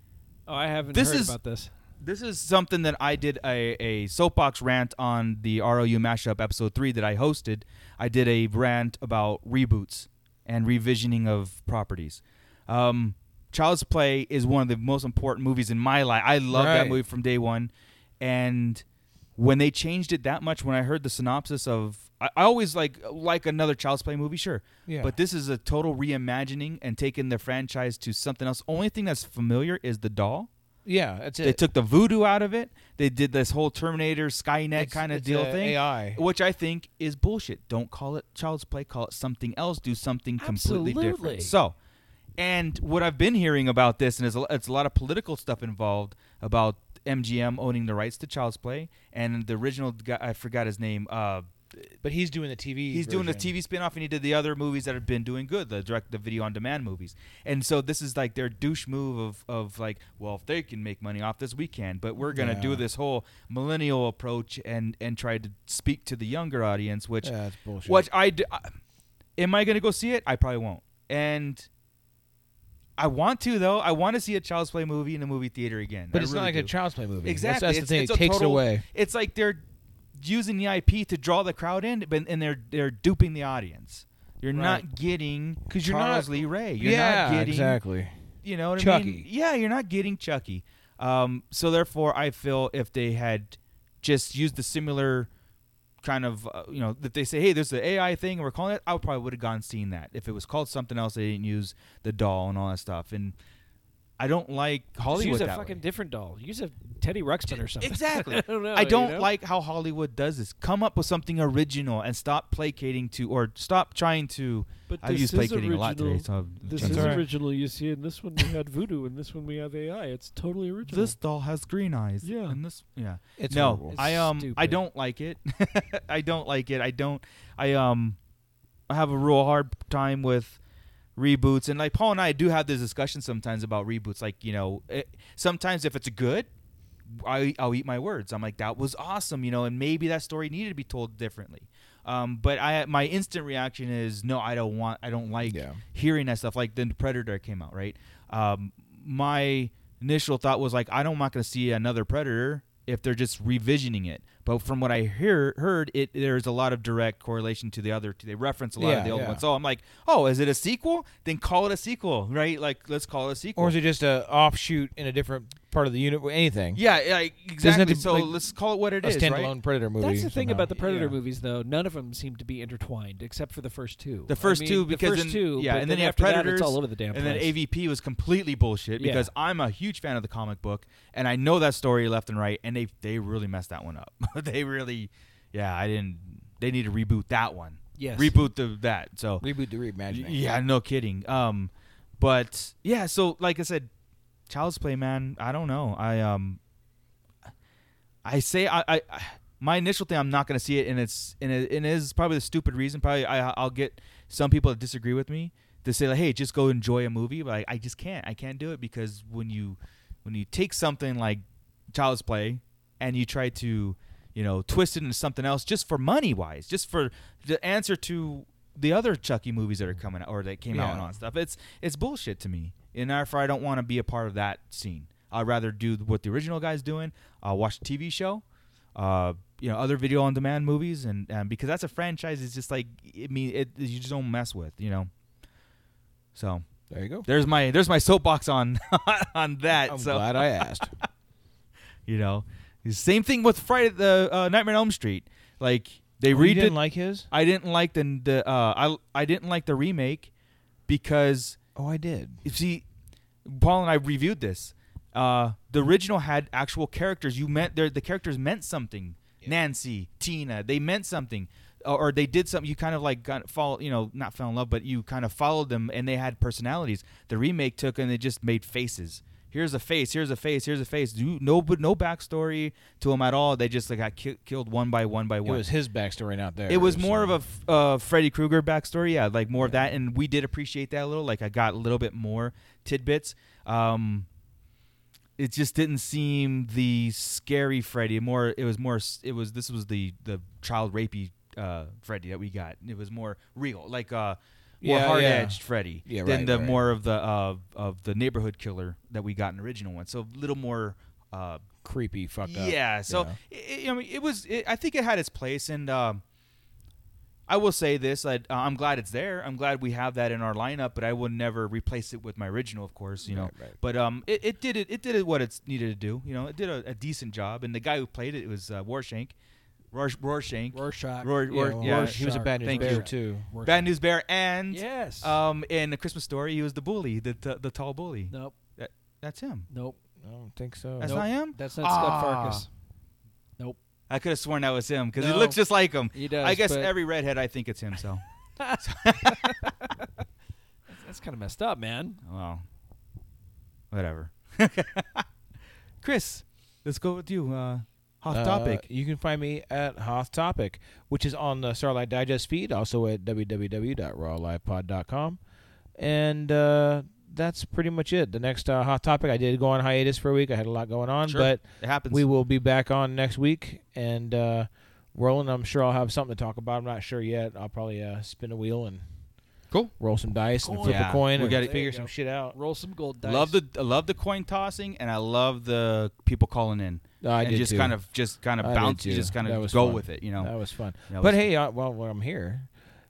Speaker 5: Oh, I haven't
Speaker 8: This
Speaker 5: heard
Speaker 8: is-
Speaker 5: about this.
Speaker 8: This is something that I did a, a soapbox rant on the ROU mashup episode three that I hosted. I did a rant about reboots and revisioning of properties. Um, Child's Play is one of the most important movies in my life. I love that
Speaker 2: Right.
Speaker 8: movie from day one, and when they changed it that much, when I heard the synopsis of, I, I always like like another Child's Play movie, sure,
Speaker 2: Yeah.
Speaker 8: but this is a total reimagining and taking the franchise to something else. Only thing that's familiar is the doll.
Speaker 2: Yeah, that's
Speaker 8: They
Speaker 2: it.
Speaker 8: took the voodoo out of it. They did this whole Terminator Skynet
Speaker 2: It's-
Speaker 8: kind of
Speaker 2: it's
Speaker 8: deal
Speaker 2: a
Speaker 8: thing,
Speaker 2: AI.
Speaker 8: which I think is bullshit. Don't call it Child's Play. Call it something else. Do something completely
Speaker 5: Absolutely.
Speaker 8: different. So, and what I've been hearing about this, and it's a, it's a lot of political stuff involved about MGM owning the rights to Child's Play, and the original guy I forgot his name. Uh,
Speaker 2: but he's doing the TV.
Speaker 8: He's doing the
Speaker 2: version.
Speaker 8: TV spin-off and he did the other movies that have been doing good, the direct the video on demand movies. And so this is like their douche move of of like, well, if they can make money off this, we can. But we're gonna do
Speaker 2: Yeah.
Speaker 8: this whole millennial approach and and try to speak to the younger audience, which
Speaker 2: Yeah, that's bullshit.
Speaker 8: which I, d- I- am I gonna go see it? I probably won't. And I want to though. I want to see a Child's Play movie in a movie theater again.
Speaker 2: But
Speaker 8: I
Speaker 2: it's not
Speaker 8: really
Speaker 2: like a
Speaker 8: do.
Speaker 2: Child's Play movie. That's-
Speaker 8: Exactly.
Speaker 2: that's the
Speaker 8: It's-
Speaker 2: thing.
Speaker 8: it's
Speaker 2: It
Speaker 8: a
Speaker 2: takes it
Speaker 8: total-
Speaker 2: away.
Speaker 8: It's like they're using the IP to draw the crowd in, but and they're they're duping the audience. You're not
Speaker 2: Right.
Speaker 8: getting
Speaker 2: 'Cause
Speaker 8: because
Speaker 2: you're not-
Speaker 8: Charles Lee Ray. You're
Speaker 2: Yeah,
Speaker 8: not getting
Speaker 2: exactly.
Speaker 8: You know what I mean?
Speaker 2: Chucky.
Speaker 8: Yeah, you're not getting Chucky. Um, so therefore, I feel if they had just used the similar kind of uh, you know if they say hey there's the AI thing and we're calling it I would probably would have gone and seen that if it was called something else they didn't use the doll and all that stuff and I don't like Hollywood
Speaker 5: Just use a
Speaker 8: that way.
Speaker 5: fucking different doll. Use a Teddy Ruxpin or something.
Speaker 2: *laughs*
Speaker 8: Exactly.
Speaker 5: I don't know.
Speaker 8: I
Speaker 5: you
Speaker 8: don't
Speaker 5: know?
Speaker 8: like how Hollywood does this. Come up with something original and stop placating to, or stop trying to.
Speaker 1: But
Speaker 8: I've
Speaker 1: this
Speaker 8: used
Speaker 1: is
Speaker 8: placating a lot today.
Speaker 1: original.
Speaker 8: So
Speaker 1: this is original. You see, in this one we had voodoo, and this one we have AI. It's totally original.
Speaker 8: This doll has green eyes.
Speaker 1: Yeah.
Speaker 8: And this, yeah.
Speaker 1: It's
Speaker 8: no,
Speaker 1: horrible.
Speaker 8: I
Speaker 1: It's
Speaker 8: um, *laughs* I
Speaker 1: stupid.
Speaker 8: don't like it. I don't like it. I don't. I um, have a real hard time with reboots, and like Paul and I do have this discussion sometimes about reboots. Like you know, it, sometimes if it's good, I, I'll eat my words. I'm like, that was awesome, you know, and maybe that story needed to be told differently. Um, but I, my instant reaction is, no, I don't want, I don't like hearing that stuff. Like then Predator came out, right? Um, my initial thought was like, I don't, I'm not going to see another Predator if they're just revisioning it. But from what I hear heard, it there's a lot of direct correlation to the other. Two. They reference a lot
Speaker 2: Yeah,
Speaker 8: of the old
Speaker 2: yeah.
Speaker 8: ones. So I'm like, oh, is it a sequel? Then call it a sequel, right? Like let's call it a sequel.
Speaker 2: Or is it just a offshoot in a different part of the unit? Anything?
Speaker 8: Yeah, like,
Speaker 2: Doesn't have
Speaker 8: exactly.
Speaker 2: to be,
Speaker 8: so
Speaker 2: like,
Speaker 8: let's call it what it
Speaker 2: a
Speaker 8: is.
Speaker 2: standalone
Speaker 8: right?
Speaker 2: Predator movie.
Speaker 5: That's the thing
Speaker 2: somehow.
Speaker 5: about the Predator
Speaker 8: Yeah.
Speaker 5: movies, though. None of them seem to be intertwined except for the first two.
Speaker 8: The
Speaker 5: I
Speaker 8: first
Speaker 5: mean,
Speaker 8: two
Speaker 5: the
Speaker 8: because
Speaker 5: first
Speaker 8: then,
Speaker 5: two,
Speaker 8: yeah,
Speaker 5: but
Speaker 8: and then, you have
Speaker 5: after that,
Speaker 8: predators,
Speaker 5: it's all over the damn
Speaker 8: and
Speaker 5: place.
Speaker 8: then AVP was completely bullshit
Speaker 5: Yeah.
Speaker 8: because I'm a huge fan of the comic book and I know that story left and right, and they they really messed that one up. *laughs* they really, yeah, I didn't. They need to reboot that one.
Speaker 2: Yes.
Speaker 8: reboot the that. So
Speaker 2: reboot the reimagining.
Speaker 8: Yeah, no kidding. Um, but yeah, so like I said, Child's Play, man. I don't know. I um, I say I, I I- my initial thing I'm not gonna see it, and it's and it, and it is probably the stupid reason. Probably I I'll get some people that disagree with me to say like, hey, just go enjoy a movie, but I, I just can't. I can't do it because when you when you take something like Child's Play and you try to you know twist it into something else just for money wise, just for the answer to the other Chucky movies that are coming out or that came out
Speaker 2: Yeah.
Speaker 8: on stuff. It's it's bullshit to me, and therefore I don't want to be a part of that scene. I'd rather do what the original guy's doing. I'll watch a TV show, uh, you know, other video on demand movies, and, and because that's a franchise, it's just like I mean, it you just don't mess with, you know. So *laughs*
Speaker 2: there you go.
Speaker 8: There's my there's my soapbox on *laughs* on that.
Speaker 2: I'm
Speaker 8: so.
Speaker 2: glad I asked.
Speaker 8: you know, the same thing with Friday the uh, Nightmare on Elm Street. Like *laughs* they
Speaker 2: Oh,
Speaker 8: redid.
Speaker 2: you didn't like his?
Speaker 8: I didn't like the the uh, I I didn't like the remake because
Speaker 2: oh I did.
Speaker 8: You see, Paul and I reviewed this. Uh, the original had actual characters. You meant there the characters meant something. Nancy, Tina, they meant something, or, or they did something. You kind of like got fall, you know, not fell in love, but you kind of followed them, and they had personalities. The remake took and they just made faces. Here's a face. Here's a face. Here's a face. You- no, but no backstory to them at all. They just like got ki- killed one by one by
Speaker 2: It
Speaker 8: one.
Speaker 2: was his backstory, not theirs.
Speaker 8: It was more of a f- uh, Freddy Krueger backstory, yeah, like more of that, and we did appreciate that a little. Like I got a little bit more tidbits. Um, it just didn't seem the scary Freddy. More, it was more. s- It was this was the the child rapey uh, Freddy that we got. It was more real, like uh, more
Speaker 2: Yeah, yeah.
Speaker 8: hard edged Freddy
Speaker 2: Yeah,
Speaker 8: than
Speaker 2: right,
Speaker 8: the
Speaker 2: right.
Speaker 8: more of the uh, of the neighborhood killer that we got in the original one. So a little more uh,
Speaker 2: creepy, fucked
Speaker 8: yeah,
Speaker 2: up,
Speaker 8: So
Speaker 2: yeah.
Speaker 8: i I I mean, it was. It, I think it had its place, and um, I will say this: I, uh, I'm glad it's there. I'm glad we have that in our lineup, but I would never replace it with my original, of course. You know,
Speaker 2: Right, right.
Speaker 8: but um, it, it did it. It did what it's needed to do. You know, it did a, a decent job, and the guy who played it, was uh, Warshank. Rorsch, Rorschach.
Speaker 5: Rorschach.
Speaker 8: Ror,
Speaker 5: Yeah,
Speaker 8: Ror- yeah,
Speaker 5: Rorschach. He was a Bad News
Speaker 8: Thank
Speaker 5: Bear,
Speaker 8: you.
Speaker 5: too. Rorschach.
Speaker 8: Bad News Bear and
Speaker 5: Yes.
Speaker 8: um, in The Christmas Story, he was the bully, the the, the tall bully.
Speaker 5: Nope.
Speaker 8: That, that's him.
Speaker 5: Nope.
Speaker 2: I don't think so.
Speaker 8: That's
Speaker 5: Nope.
Speaker 8: not him.
Speaker 5: That's not Scott
Speaker 8: Ah.
Speaker 5: Farkas. Nope.
Speaker 8: I could have sworn that was him because
Speaker 2: No.
Speaker 8: he looks just like him.
Speaker 2: He does,
Speaker 8: I guess
Speaker 2: but-
Speaker 8: every redhead, I think it's him. So. Ah. *laughs*
Speaker 5: That's kind of messed up, man.
Speaker 8: Well, whatever. *laughs* Chris, let's go with you. Uh, Hot
Speaker 2: Uh,
Speaker 8: topic.
Speaker 2: You can find me at Hoth Topic, which is on the Starlight Digest feed, also at www.rawlivepod.com. And uh, that's pretty much it. The next uh, Hot Topic, I did go on hiatus for a week. I had a lot going on,
Speaker 8: Sure.
Speaker 2: but
Speaker 8: It happens.
Speaker 2: we will be back on next week. And uh, Roland, I'm sure I'll have something to talk about. I'm not sure yet. I'll probably uh, spin a wheel and
Speaker 8: cool
Speaker 2: roll some dice and
Speaker 8: Coin.
Speaker 2: flip
Speaker 8: Yeah.
Speaker 2: a coin
Speaker 8: We
Speaker 2: and
Speaker 8: gotta- There
Speaker 2: figure
Speaker 8: you
Speaker 2: some
Speaker 8: go.
Speaker 2: shit out.
Speaker 5: Roll some gold dice.
Speaker 8: Love the I love the coin tossing, and I love the people calling in.
Speaker 2: No, I
Speaker 8: and
Speaker 2: did
Speaker 8: just
Speaker 2: too.
Speaker 8: kind of just kind of
Speaker 2: I did
Speaker 8: bounce,
Speaker 2: too.
Speaker 8: just kind
Speaker 2: That
Speaker 8: of
Speaker 2: was
Speaker 8: go
Speaker 2: fun.
Speaker 8: with it. You know,
Speaker 2: that was fun.
Speaker 8: That
Speaker 2: but
Speaker 8: was-
Speaker 2: hey, uh, well, well, I'm here.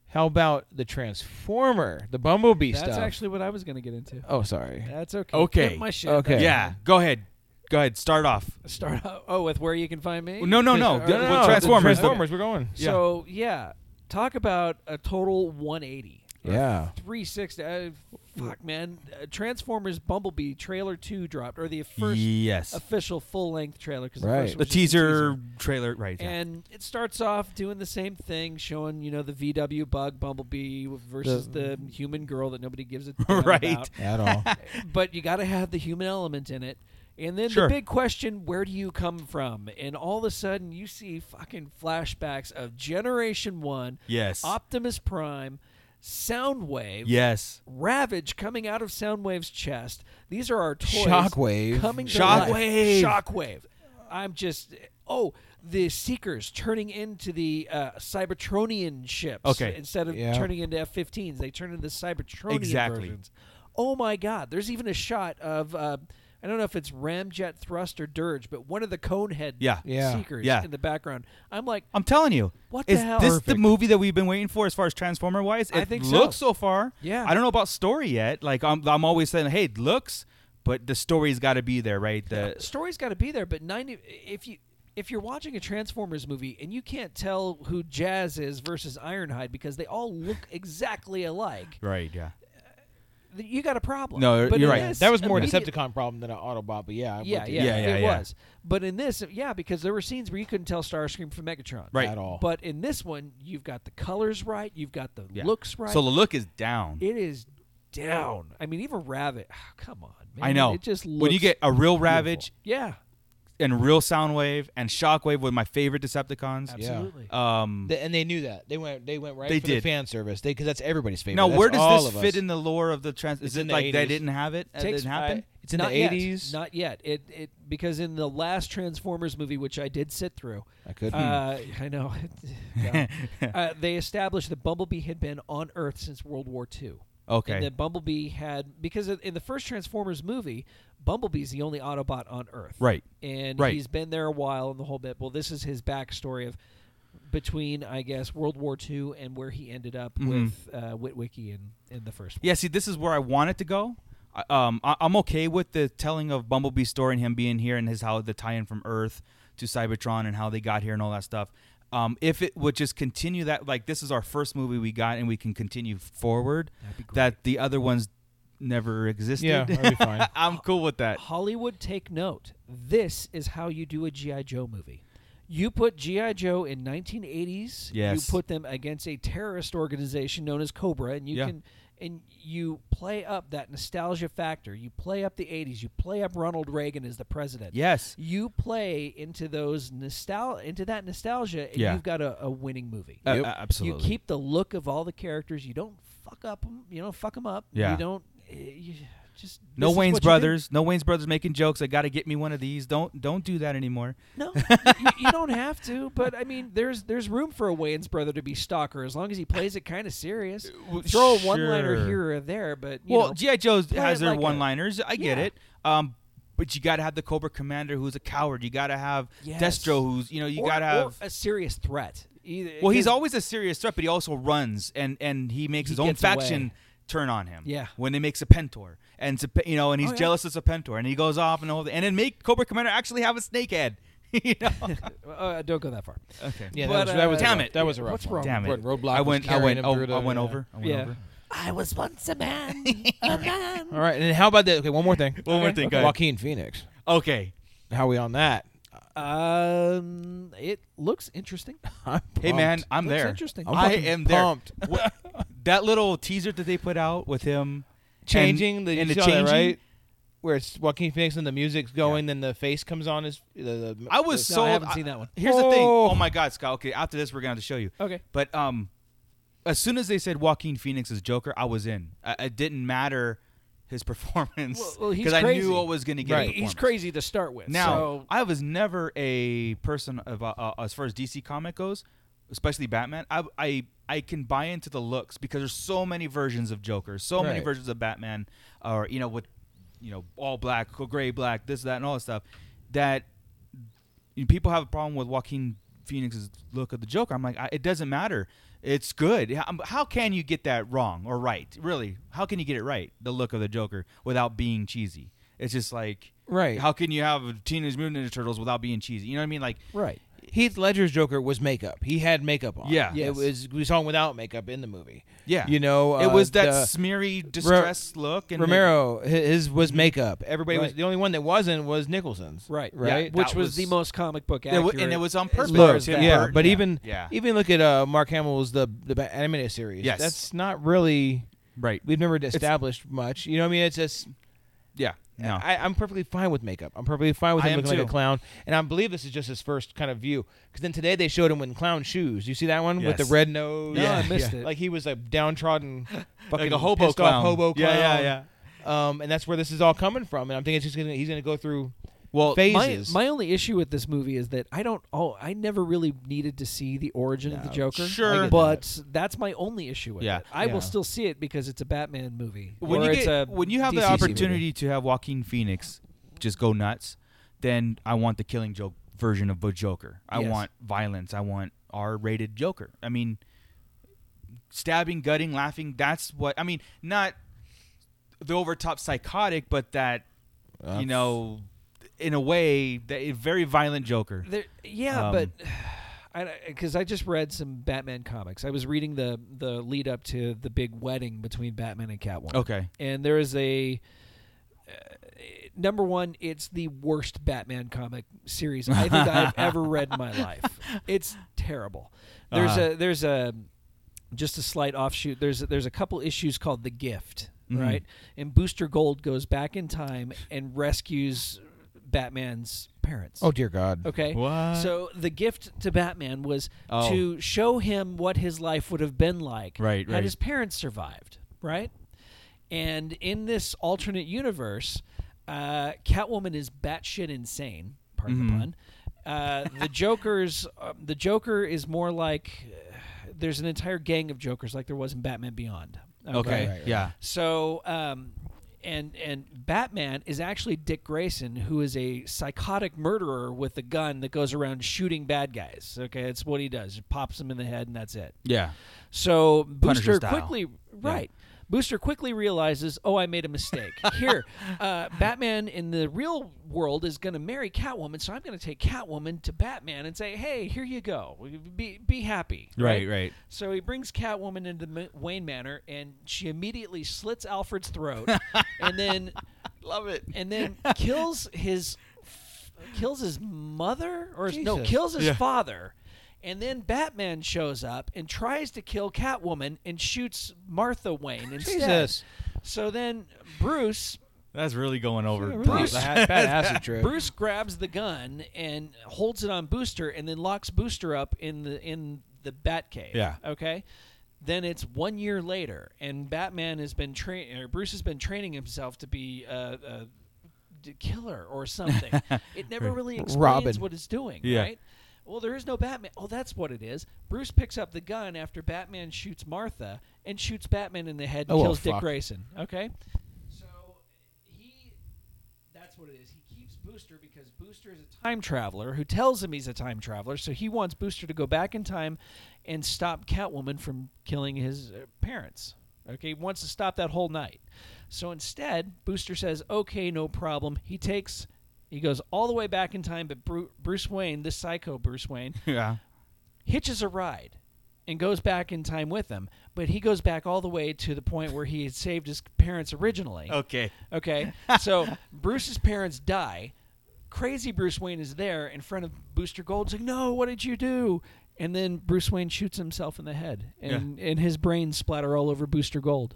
Speaker 2: How about the Transformer, the Bumblebee
Speaker 5: That's
Speaker 2: stuff?
Speaker 5: actually what I was going to get into.
Speaker 2: Oh, sorry.
Speaker 5: That's okay. Get my shit.
Speaker 2: Okay.
Speaker 8: yeah, go ahead, go ahead, start off.
Speaker 5: Start out. Oh, with where you can find me?
Speaker 8: Well, no, no, no.
Speaker 2: uh,
Speaker 5: Or-
Speaker 8: The- No, no, with no, the Transformers.
Speaker 2: Transformers, we're going. Yeah. *laughs*
Speaker 5: So yeah, talk about a total 180.
Speaker 2: Yeah.
Speaker 5: 360. Uh, fuck, man. Uh, Transformers Bumblebee trailer two dropped, or the first
Speaker 8: Yes.
Speaker 5: official full length trailer because
Speaker 8: Right.
Speaker 5: the, first one
Speaker 8: The
Speaker 5: was just a
Speaker 8: teaser trailer, right, yeah.
Speaker 5: And it starts off doing the same thing, showing you know the VW bug Bumblebee versus the, human girl that nobody
Speaker 8: *laughs*
Speaker 5: gives a damn
Speaker 8: Right.
Speaker 5: about.
Speaker 8: At all.
Speaker 5: but you got to have the human element in it. And then
Speaker 8: Sure.
Speaker 5: the big question, where do you come from? And all of a sudden you see fucking flashbacks of Generation 1,
Speaker 8: Yes.
Speaker 5: Optimus Prime, Soundwave.
Speaker 8: Yes.
Speaker 5: Ravage coming out of Soundwave's chest. These are our toys.
Speaker 2: Shockwave.
Speaker 5: Coming to
Speaker 2: Shockwave.
Speaker 5: life. Shockwave. I'm just. Oh, the Seekers turning into the uh, Cybertronian ships.
Speaker 8: Okay.
Speaker 5: Instead of
Speaker 8: Yeah.
Speaker 5: turning into F 15s, they turn into the Cybertronian
Speaker 8: Exactly.
Speaker 5: versions. Oh, my God. There's even a shot of. Uh, I don't know if it's ramjet thrust or dirge, but one of the conehead
Speaker 8: Yeah. Yeah.
Speaker 5: seekers
Speaker 8: Yeah.
Speaker 5: in the background. I'm like,
Speaker 8: I'm telling you,
Speaker 5: What the
Speaker 8: is
Speaker 5: hell?
Speaker 8: this the
Speaker 5: Perfect.
Speaker 8: movie that we've been waiting for as far as Transformer wise? It
Speaker 5: I think so.
Speaker 8: looks so. far.
Speaker 5: Yeah.
Speaker 8: I don't know about story yet. Like I'm, I'm always saying, hey, it looks, but the story's got to be there, right? The
Speaker 5: story's got to be there. But ninety, if you if you're watching a Transformers movie and you can't tell who Jazz is versus Ironhide because they all look exactly alike,
Speaker 8: right, yeah.
Speaker 5: th- you got a problem.
Speaker 8: No,
Speaker 5: but
Speaker 8: you're
Speaker 5: in
Speaker 8: right.
Speaker 5: This,
Speaker 2: That was more a
Speaker 5: immediate-
Speaker 2: Decepticon problem than an Autobot, but yeah. I'm
Speaker 5: Yeah,
Speaker 2: with you.
Speaker 5: yeah, it was. But in this, yeah, because there were scenes where you couldn't tell Starscream from Megatron
Speaker 8: Right. At all.
Speaker 5: But in this one, you've got the colors right, you've got the looks right.
Speaker 8: So the look is down.
Speaker 5: It is down. I mean, even Rabbit. Come on, man.
Speaker 8: I know.
Speaker 5: It just looks
Speaker 8: when you get a real
Speaker 5: beautiful.
Speaker 8: Ravage,
Speaker 5: Yeah.
Speaker 8: and real Soundwave and Shockwave were my favorite Decepticons.
Speaker 2: Yeah. Absolutely.
Speaker 8: Um,
Speaker 2: Th- and they knew that. They went. They went right
Speaker 8: They
Speaker 2: for the
Speaker 8: did.
Speaker 2: fan service. They because that's everybody's favorite.
Speaker 8: now,
Speaker 2: That's
Speaker 8: where does
Speaker 2: all
Speaker 8: this
Speaker 2: of
Speaker 8: fit
Speaker 2: us.
Speaker 8: in the lore of the trans?
Speaker 2: It's
Speaker 8: Is
Speaker 2: in
Speaker 8: it
Speaker 2: the
Speaker 8: like they
Speaker 2: 80s.
Speaker 8: didn't have it? It
Speaker 5: Takes
Speaker 8: didn't happen.
Speaker 5: five- not yet. Not yet. It it because in the last Transformers movie, which I did sit through,
Speaker 2: I couldn't.
Speaker 5: Uh, I know. *laughs*
Speaker 8: *laughs*
Speaker 5: Yeah. uh, they established that Bumblebee had been on Earth since World War II.
Speaker 8: Okay.
Speaker 5: And that Bumblebee had because in in the first Transformers movie, Bumblebee's the only Autobot on Earth.
Speaker 8: Right.
Speaker 5: And
Speaker 8: Right.
Speaker 5: he's been there a while and the whole bit. Well, this is his backstory of between I guess World War II and where he ended up
Speaker 8: Mhm.
Speaker 5: with uh, Witwicky in, in the first one.
Speaker 8: Yeah, see, this is where I want it to go. I- Um, I, I'm okay with the telling of Bumblebee's story and him being here and his how the tie-in from Earth to Cybertron and how they got here and all that stuff. Um, if it would just continue that, like this is our first movie we got and we can continue forward, that the other ones never existed.
Speaker 2: Yeah, that'd be fine.
Speaker 8: *laughs* I'm cool with that.
Speaker 5: Hollywood, take note. This is how you do a G.I. Joe movie. You put G.I. Joe in 1980s.
Speaker 8: Yes.
Speaker 5: You put them against a terrorist organization known as Cobra, and you
Speaker 8: Yeah.
Speaker 5: can and you play up that nostalgia factor. You play up the 80s. You play up Ronald Reagan as the president.
Speaker 8: Yes.
Speaker 5: You play into those nostal into that nostalgia, and
Speaker 8: Yeah.
Speaker 5: you've got a, a winning movie.
Speaker 8: Uh, Yep. uh, absolutely.
Speaker 5: You keep the look of all the characters. You don't fuck up. 'em- You don't fuck them up.
Speaker 8: Yeah.
Speaker 5: You don't. eh, You just
Speaker 8: No
Speaker 5: this is
Speaker 8: Wayne's
Speaker 5: what you do.
Speaker 8: brothers. No Wayne's brothers making jokes. I got to get me one of these. Don't don't do that anymore.
Speaker 5: No, *laughs* you, you don't have to. But I mean, there's there's room for a Wayne's brother to be stalker as long as he plays it kind of serious. Throw a one liner
Speaker 8: Uh, sure.
Speaker 5: here or there, but you
Speaker 8: well,
Speaker 5: know,
Speaker 8: GI Joe's
Speaker 5: play
Speaker 8: has
Speaker 5: it
Speaker 8: their
Speaker 5: like a-
Speaker 8: one-liners. I get
Speaker 5: Yeah.
Speaker 8: it. Um, but you got to have the Cobra Commander who's a coward. You got to have
Speaker 5: Yes.
Speaker 8: Destro who's you know you
Speaker 5: Or-
Speaker 8: got to
Speaker 5: or
Speaker 8: have.
Speaker 5: a serious threat. E, Either,
Speaker 8: well, he's
Speaker 5: 'cause-
Speaker 8: always a serious threat, but he also runs and and he makes
Speaker 5: He
Speaker 8: his own
Speaker 5: gets
Speaker 8: faction
Speaker 5: away.
Speaker 8: turn on him.
Speaker 5: Yeah.
Speaker 8: when they make Sepentor and Sep- you know and he's
Speaker 5: Oh, yeah.
Speaker 8: jealous of Sepentor and he goes off and all the, and then make Cobra Commander actually have a snake head. *laughs* you
Speaker 5: *laughs*
Speaker 8: know.
Speaker 5: Uh, don't go that far.
Speaker 8: Okay.
Speaker 2: Yeah, that was- that was a
Speaker 8: damn
Speaker 2: rough-
Speaker 8: it.
Speaker 2: uh, that was a rough
Speaker 5: What's
Speaker 2: one.
Speaker 5: wrong?
Speaker 8: Damn
Speaker 2: When
Speaker 8: it.
Speaker 2: Roadblock
Speaker 8: I
Speaker 2: was
Speaker 8: went. I
Speaker 2: carrying
Speaker 8: went.
Speaker 2: him
Speaker 8: Oh,
Speaker 2: through the-
Speaker 8: I went
Speaker 2: yeah.
Speaker 8: over. I went
Speaker 2: Yeah.
Speaker 8: over.
Speaker 5: I was once a
Speaker 8: *laughs*
Speaker 5: man, a man.
Speaker 2: All right, and how about that? Okay, *laughs* one more thing.
Speaker 8: One more
Speaker 2: Okay.
Speaker 8: thing, go ahead.
Speaker 2: Joaquin Phoenix.
Speaker 8: Okay.
Speaker 2: How are we on that?
Speaker 5: Um, it looks interesting.
Speaker 8: Hey man, I'm
Speaker 5: Looks
Speaker 8: there.
Speaker 5: Interesting.
Speaker 2: I'm
Speaker 8: I
Speaker 2: fucking
Speaker 8: am
Speaker 2: pumped.
Speaker 8: there. *laughs* What- that little teaser that they put out with him
Speaker 2: Changing
Speaker 8: and,
Speaker 2: the
Speaker 8: and
Speaker 2: you
Speaker 8: the
Speaker 2: saw that,
Speaker 8: changing,
Speaker 2: right? Where it's Joaquin Phoenix and the music's going, then the face comes on. Is the, the
Speaker 8: I was
Speaker 2: the-
Speaker 8: so. Here's the thing.
Speaker 2: Oh.
Speaker 8: Oh my God, Scott. Okay, after this, we're gonna have to show you.
Speaker 5: Okay.
Speaker 8: But um, as soon as they said Joaquin Phoenix is Joker, I was in. I, it didn't matter his *laughs* performance because
Speaker 5: well, he's
Speaker 8: I
Speaker 5: crazy.
Speaker 8: knew what was gonna get.
Speaker 5: Right.
Speaker 8: a
Speaker 5: He's
Speaker 8: performance.
Speaker 5: crazy to start with.
Speaker 8: Now,
Speaker 5: so-
Speaker 8: I was never a person of uh, uh, as far as DC comic goes, especially Batman. I, I I can buy into the looks because there's so many versions of Joker, so many
Speaker 2: Right.
Speaker 8: versions of Batman, or you know with you know all black, gray, black, this, that, and all that stuff. That you know, people have a problem with Joaquin Phoenix's look of the Joker. I'm like, I, it doesn't matter. It's good. How, how can you get that wrong or right? Really, how can you get it right? The look of the Joker without being cheesy. It's just like
Speaker 2: Right.
Speaker 8: How can you have Teenage Mutant Ninja Turtles without being cheesy? You know what I mean? Like
Speaker 5: right.
Speaker 2: Heath Ledger's Joker was makeup. He had makeup on.
Speaker 8: Yeah.
Speaker 2: it
Speaker 8: Yes.
Speaker 2: was. We saw him without makeup in the movie.
Speaker 8: Yeah.
Speaker 2: you know,
Speaker 8: It
Speaker 2: uh,
Speaker 8: was that
Speaker 2: the-
Speaker 8: smeary,
Speaker 2: Ro-
Speaker 8: distressed look and
Speaker 2: Romero, hi- his was makeup. Everybody was
Speaker 8: Right.
Speaker 2: the only one that wasn't was Nicholson's.
Speaker 5: Right. Yeah,
Speaker 2: right.
Speaker 5: which was the most comic book
Speaker 8: It wa- and
Speaker 5: accurate
Speaker 8: it was on
Speaker 5: as far
Speaker 8: purpose.
Speaker 5: as
Speaker 8: Tim
Speaker 5: that.
Speaker 2: yeah,
Speaker 8: Burton.
Speaker 2: but
Speaker 8: Yeah.
Speaker 2: even
Speaker 8: Yeah.
Speaker 2: even look at uh, Mark Hamill's the the ba- animated series.
Speaker 8: Yes.
Speaker 2: that's not really
Speaker 8: Right.
Speaker 2: We've never
Speaker 8: It's-
Speaker 2: established much. You know, what I mean, it's just
Speaker 8: Yeah, no.
Speaker 2: I, I'm perfectly fine with makeup. I'm perfectly fine with
Speaker 8: I
Speaker 2: him
Speaker 8: am
Speaker 2: looking like
Speaker 8: too.
Speaker 2: a clown, and I believe this is just his first kind of view. Because then today they showed him in clown shoes. You see that one with the
Speaker 8: Yes.
Speaker 2: red nose?
Speaker 8: No, I Yeah. missed it.
Speaker 2: Like he was
Speaker 8: *laughs*
Speaker 2: a downtrodden, fucking
Speaker 8: a hobo
Speaker 2: pissed off
Speaker 8: clown.
Speaker 2: hobo
Speaker 8: Yeah,
Speaker 2: clown.
Speaker 8: yeah,
Speaker 2: yeah. Um, and that's where this is all coming from. And I'm thinking it's just gonna, he's going to go through
Speaker 5: Well, my,
Speaker 2: phases.
Speaker 5: my only issue with this movie is that I don't. Oh, I never really needed to see the origin of the
Speaker 2: No,
Speaker 5: Joker.
Speaker 2: sure. I get
Speaker 5: but that's my only issue with
Speaker 8: Yeah.
Speaker 5: it. I
Speaker 8: Yeah.
Speaker 5: will still see it because it's a Batman movie.
Speaker 8: when
Speaker 5: or
Speaker 8: you
Speaker 5: it's
Speaker 8: get,
Speaker 5: a
Speaker 8: when you have the
Speaker 5: DCC movie.
Speaker 8: opportunity to have Joaquin Phoenix just go nuts, then I want the Killing Joke version of a Joker. I
Speaker 5: Yes.
Speaker 8: want violence. I want R-rated Joker. I mean, stabbing, gutting, laughing. That's what I mean. Not the overtop psychotic, but that
Speaker 2: That's-
Speaker 8: you know, in a way, that a very violent Joker.
Speaker 5: There, yeah,
Speaker 8: Um,
Speaker 5: but *sighs* because I, just read some Batman comics. I was reading the the lead up to the big wedding between Batman and Catwoman.
Speaker 8: Okay.
Speaker 5: and there is a. Uh, number one, it's the worst Batman comic series I think I've ever read in my life. It's terrible. There's
Speaker 8: Uh-huh.
Speaker 5: a there's a just a slight offshoot. There's a, there's a couple issues called The Gift,
Speaker 8: Mhm.
Speaker 5: right? And Booster Gold goes back in time and rescues Batman's parents.
Speaker 2: Oh, dear God.
Speaker 5: Okay.
Speaker 2: What?
Speaker 5: So the gift to Batman was
Speaker 2: Oh.
Speaker 5: to show him what his life would have been like
Speaker 8: Right,
Speaker 5: had
Speaker 8: right.
Speaker 5: his parents survived, right? And in this alternate universe, uh, Catwoman is batshit insane. Pardon the
Speaker 8: Mhm.
Speaker 5: pun. Uh,
Speaker 8: *laughs*
Speaker 5: the Joker's um, the Joker is more like uh, there's an entire gang of Jokers like there was in Batman Beyond.
Speaker 8: Okay, Right, right, right. yeah.
Speaker 5: So um, and and Batman is actually Dick Grayson, who is a psychotic murderer with a gun that goes around shooting bad guys. Okay, that's what he does. He pops them in the head, and that's it.
Speaker 8: Yeah.
Speaker 5: So
Speaker 8: Punisher
Speaker 5: Booster
Speaker 8: style.
Speaker 5: quickly right. Booster quickly realizes, oh, I made a
Speaker 8: *laughs*
Speaker 5: mistake. Here, uh, Batman in the real world is going to marry Catwoman, so I'm going to take Catwoman to Batman and say, hey, here you go, be be happy.
Speaker 8: Right, right.
Speaker 5: So he brings Catwoman into the Ma- Wayne Manor, and she immediately slits Alfred's
Speaker 2: *laughs*
Speaker 5: throat, and then
Speaker 8: love it,
Speaker 5: and then kills his kills his mother or his, no
Speaker 2: Jesus.
Speaker 5: kills his
Speaker 2: Yeah.
Speaker 5: father. And then Batman shows up and tries to kill Catwoman and shoots Martha Wayne instead.
Speaker 2: Jesus.
Speaker 5: So then Bruce
Speaker 8: That's really going over. the
Speaker 5: Bruce,
Speaker 8: top. *laughs*
Speaker 5: Bruce grabs the gun and holds it on Booster, and then locks Booster up in the in the Batcave.
Speaker 8: Yeah.
Speaker 5: Okay. Then it's one year later, and Batman has been train or Bruce has been training himself to be a, a d- killer or something. it never
Speaker 2: Right.
Speaker 5: really explains
Speaker 2: Robin.
Speaker 5: what it's doing,
Speaker 2: Yeah.
Speaker 5: right? Well, there is no Batman. Oh, that's what it is. Bruce picks up the gun after Batman shoots Martha and shoots Batman in the head and
Speaker 2: Oh, well,
Speaker 5: kills Dick
Speaker 2: fuck.
Speaker 5: Grayson. Okay. So he that's what it is. He keeps Booster because Booster is a time traveler who tells him he's a time traveler, so he wants Booster to go back in time and stop Catwoman from killing his uh, parents. Okay, he wants to stop that whole night. So instead, Booster says, "Okay, no problem." He takes he goes all the way back in time, but Bru- Bruce Wayne, this psycho Bruce Wayne,
Speaker 8: *laughs* Yeah.
Speaker 5: hitches a ride and goes back in time with him, but he goes back all the way to the point where he had saved his parents originally.
Speaker 8: Okay. *laughs*
Speaker 5: Okay. So Bruce's parents die. Crazy Bruce Wayne is there in front of Booster Gold. He's like, no, what did you do? And then Bruce Wayne shoots himself in the head, and, and his brains splatter all over Booster
Speaker 8: *laughs*
Speaker 5: Gold.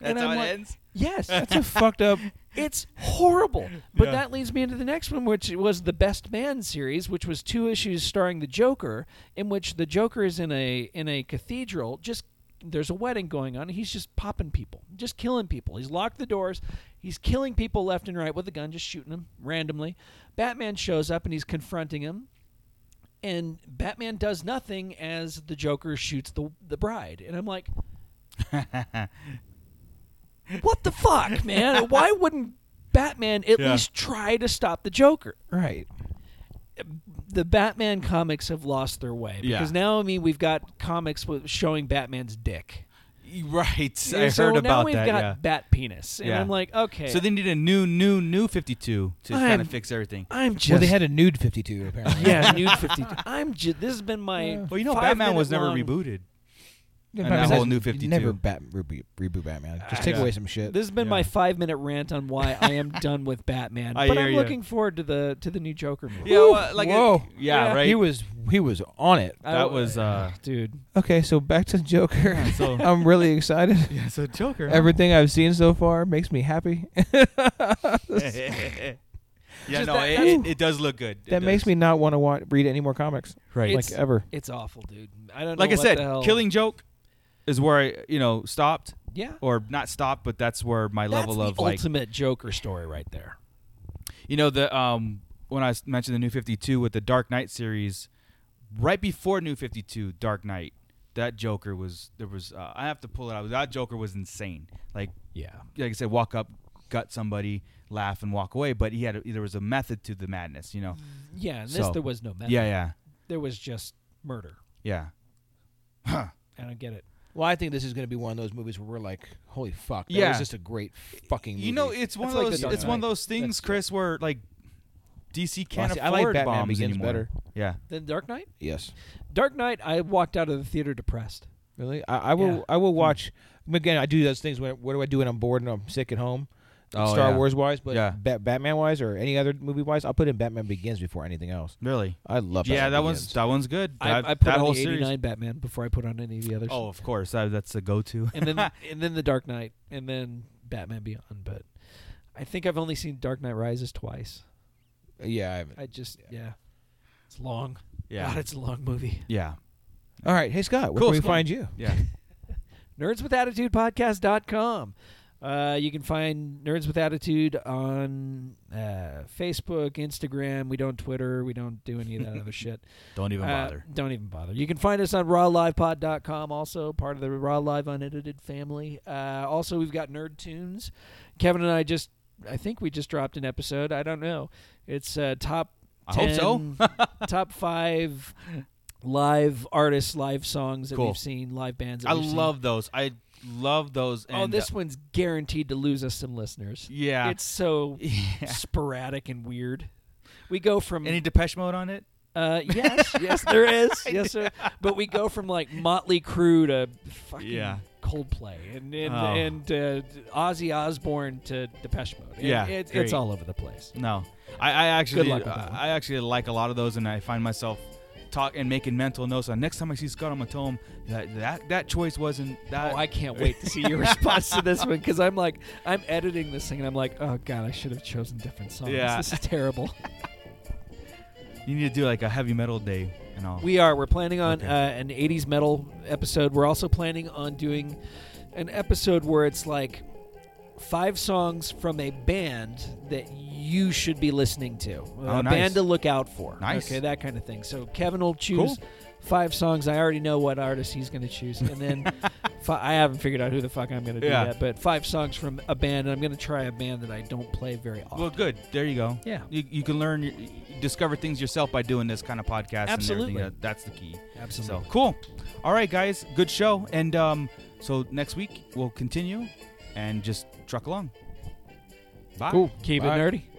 Speaker 8: That's
Speaker 5: And
Speaker 8: how
Speaker 5: I'm
Speaker 8: it
Speaker 5: like,
Speaker 8: ends?
Speaker 5: Yes,
Speaker 8: That's a fucked up-
Speaker 5: It's horrible. But
Speaker 8: Yeah.
Speaker 5: that leads me into the next one, which was the Best Man series, which was two issues starring the Joker, in which the Joker is in a in a cathedral. Just there's a wedding going on. And he's just popping people, just killing people. He's locked the doors. He's killing people left and right with a gun, just shooting them randomly. Batman shows up and he's confronting him and Batman does nothing as the Joker shoots the the bride, and I'm
Speaker 8: *laughs*
Speaker 5: like, what the fuck, man? Why wouldn't Batman at
Speaker 2: Yeah.
Speaker 5: least try to stop the Joker?
Speaker 2: Right.
Speaker 5: The Batman comics have lost their way
Speaker 8: Yeah.
Speaker 5: because now I mean we've got comics with showing Batman's dick.
Speaker 8: *laughs* Right.
Speaker 5: And
Speaker 8: I
Speaker 5: so
Speaker 8: heard
Speaker 5: now
Speaker 8: about
Speaker 5: we've
Speaker 8: that.
Speaker 5: got
Speaker 8: yeah.
Speaker 5: bat penis, and I'm like, okay.
Speaker 8: So they need a new, new, new 52 to kind
Speaker 5: I'm-
Speaker 8: of fix everything.
Speaker 5: I'm just
Speaker 2: Well,
Speaker 5: *laughs*
Speaker 2: they had a nude 52 *laughs* apparently.
Speaker 8: *laughs*
Speaker 5: yeah nude fifty. I'm ju- this has been my
Speaker 8: Well, you know,
Speaker 5: five
Speaker 8: Batman was
Speaker 5: minute
Speaker 8: never
Speaker 5: long-
Speaker 8: rebooted.
Speaker 2: Yeah,
Speaker 8: and that
Speaker 2: Batman-
Speaker 8: whole new Fifty Two.
Speaker 2: Never bat, reboot, reboot Batman. Just take
Speaker 5: Yeah.
Speaker 2: away some shit.
Speaker 5: This has been my five minute rant on why I
Speaker 8: *laughs*
Speaker 5: am done with Batman,
Speaker 2: I
Speaker 5: but
Speaker 2: hear
Speaker 5: I'm
Speaker 2: ya.
Speaker 5: looking forward to the to the new Joker movie.
Speaker 8: Yeah, well, like it-
Speaker 2: Whoa!
Speaker 8: yeah, right.
Speaker 2: He was he was on it.
Speaker 8: That
Speaker 5: *laughs*
Speaker 8: was uh,
Speaker 5: dude.
Speaker 2: Okay, so back to Joker.
Speaker 8: Yeah, so-
Speaker 2: *laughs* I'm really excited.
Speaker 8: *laughs* Yeah, so Joker,
Speaker 5: *laughs*
Speaker 8: huh?
Speaker 2: Everything I've seen so far makes me happy.
Speaker 8: *laughs*
Speaker 2: *laughs*
Speaker 8: Yeah,
Speaker 5: Just
Speaker 8: no,
Speaker 5: that-
Speaker 8: it,
Speaker 5: that's-
Speaker 8: it, it does look good. It
Speaker 2: that makes me not want to want, read any more comics.
Speaker 8: Right.
Speaker 2: Like ever.
Speaker 5: It's awful, dude. I don't know
Speaker 8: like I
Speaker 5: what
Speaker 8: said,
Speaker 5: the hell-
Speaker 8: Killing Joke is where I, you know, stopped.
Speaker 5: Yeah.
Speaker 8: Or not stopped, but that's where my
Speaker 5: *laughs* That's
Speaker 8: level
Speaker 5: the
Speaker 8: of like
Speaker 5: ultimate Joker story right there.
Speaker 8: You know the um when I s- mentioned the New Fifty Two with the Dark Knight series, right before New Fifty Two, Dark Knight, that Joker was there was uh, I have to pull it out. That Joker was insane. Like
Speaker 5: yeah,
Speaker 8: like I said, walk up, gut somebody, laugh and walk away. But he had a, there was a method to the madness. You know.
Speaker 5: Yeah, and this
Speaker 8: So-
Speaker 5: there was no method.
Speaker 8: Yeah, yeah,
Speaker 5: There was just murder.
Speaker 8: yeah.
Speaker 5: I don't get it.
Speaker 2: Well, I think this is going to be one of those movies where we're like, "Holy fuck! That
Speaker 8: Yeah.
Speaker 2: was just a great fucking." Movie.
Speaker 8: You know, it's one
Speaker 2: That's
Speaker 8: of
Speaker 2: like
Speaker 8: those.
Speaker 2: the Dark
Speaker 8: it's one of
Speaker 2: Knight.
Speaker 8: those things, Chris, where like DC can't
Speaker 2: Well, see, I
Speaker 8: afford
Speaker 2: like Batman
Speaker 8: bombs
Speaker 2: Begins
Speaker 8: anymore.
Speaker 2: better.
Speaker 8: Yeah.
Speaker 5: Then Dark Knight.
Speaker 2: Yes.
Speaker 5: Dark Knight. I walked out of the theater depressed.
Speaker 2: Really, I, I will.
Speaker 5: Yeah.
Speaker 2: I
Speaker 8: Hmm.
Speaker 2: will watch. Again, I do those things. When what do I do when I'm bored and I'm sick at home?
Speaker 8: Oh,
Speaker 2: Star
Speaker 8: yeah.
Speaker 2: Wars wise, but
Speaker 8: Yeah.
Speaker 2: Bat- Batman wise or any other movie wise, I'll put in Batman Begins before anything else.
Speaker 8: Really,
Speaker 2: I love.
Speaker 8: Yeah,
Speaker 2: Batman
Speaker 8: that
Speaker 2: Begins.
Speaker 8: one's that one's good. That,
Speaker 5: I, I put
Speaker 8: that
Speaker 5: on
Speaker 8: whole
Speaker 5: the
Speaker 8: series.
Speaker 5: '89 Batman before I put on any of the others.
Speaker 8: Oh, of course, that, that's
Speaker 5: *laughs*
Speaker 8: a go-to.
Speaker 5: and
Speaker 8: *laughs*
Speaker 5: then and then the Dark Knight, and then Batman Beyond. But I think I've only seen Dark Knight Rises twice.
Speaker 2: Yeah, I haven't.
Speaker 5: I just yeah, it's long.
Speaker 2: Yeah.
Speaker 5: God, it's a long movie.
Speaker 8: Yeah.
Speaker 2: All right, hey Scott, where
Speaker 5: Cool,
Speaker 2: can we
Speaker 5: Scott.
Speaker 2: find you?
Speaker 8: *laughs* Yeah.
Speaker 5: nerdswithattitudepodcast.com. Uh, you can find Nerds with Attitude on uh, Facebook, Instagram. We don't Twitter. We don't do any of that other shit.
Speaker 8: Don't even
Speaker 5: Uh,
Speaker 8: bother.
Speaker 5: Don't even bother. You can find us on rawlivepod.com, also part of the Raw Live Unedited family. Uh, also, we've got Nerd Tunes. Kevin and I just, I think we just dropped an episode. I don't know. It's uh, top
Speaker 8: I hope so.
Speaker 5: 10
Speaker 8: *laughs*
Speaker 5: top five live artists, live songs that
Speaker 8: Cool.
Speaker 5: we've seen, live bands. That
Speaker 8: I
Speaker 5: we've seen.
Speaker 8: love those. I love those. And,
Speaker 5: Oh, this
Speaker 8: uh,
Speaker 5: one's guaranteed to lose us some listeners.
Speaker 8: Yeah. *laughs*
Speaker 5: it's so sporadic and weird. We go from
Speaker 8: any Depeche Mode on it? *laughs*
Speaker 5: Uh, yes, yes, there is. Yes, sir. but we go from like Motley Crue to fucking
Speaker 8: Yeah.
Speaker 5: Coldplay and and,
Speaker 8: Oh.
Speaker 5: and uh, Ozzy Osbourne to Depeche Mode. It-
Speaker 8: yeah,
Speaker 5: it's,
Speaker 8: great.
Speaker 5: it's all over the place.
Speaker 8: No, I, I actually,
Speaker 5: luck with that one.
Speaker 8: I actually like a lot of those, and I find myself talk and making mental notes on next time I see Scott on my tome. That that, that choice wasn't that.
Speaker 5: Oh, I can't wait to see your response to this one because I'm like, I'm editing this thing and I'm like, oh god, I should have chosen different songs.
Speaker 8: Yeah.
Speaker 5: This is terrible.
Speaker 8: you need to do like a heavy metal day and all.
Speaker 5: We are. We're planning on uh, an 80s metal episode. We're also planning on doing an episode where it's like five songs from a band that you should be listening to. uh,
Speaker 8: Oh,
Speaker 5: a
Speaker 8: nice.
Speaker 5: band to look out for.
Speaker 8: Nice.
Speaker 5: Okay, that kind of thing. So Kevin will choose
Speaker 8: Cool.
Speaker 5: five songs. I already know what artist he's going to choose. And
Speaker 8: *laughs*
Speaker 5: then fi- I haven't figured out who the fuck I'm going to do
Speaker 8: Yeah.
Speaker 5: yet, but five songs from a band. And I'm going to try a band that I don't play very often.
Speaker 8: well, good. There you go.
Speaker 5: Yeah.
Speaker 8: you, you can learn, you discover things yourself by doing this kind of podcast.
Speaker 5: Absolutely.
Speaker 8: and everything. That- that's the key.
Speaker 5: Absolutely.
Speaker 8: So cool. All right, guys, good show. And um, so next week we'll continue, and just truck along. Bye.
Speaker 5: Cool. Keep it nerdy.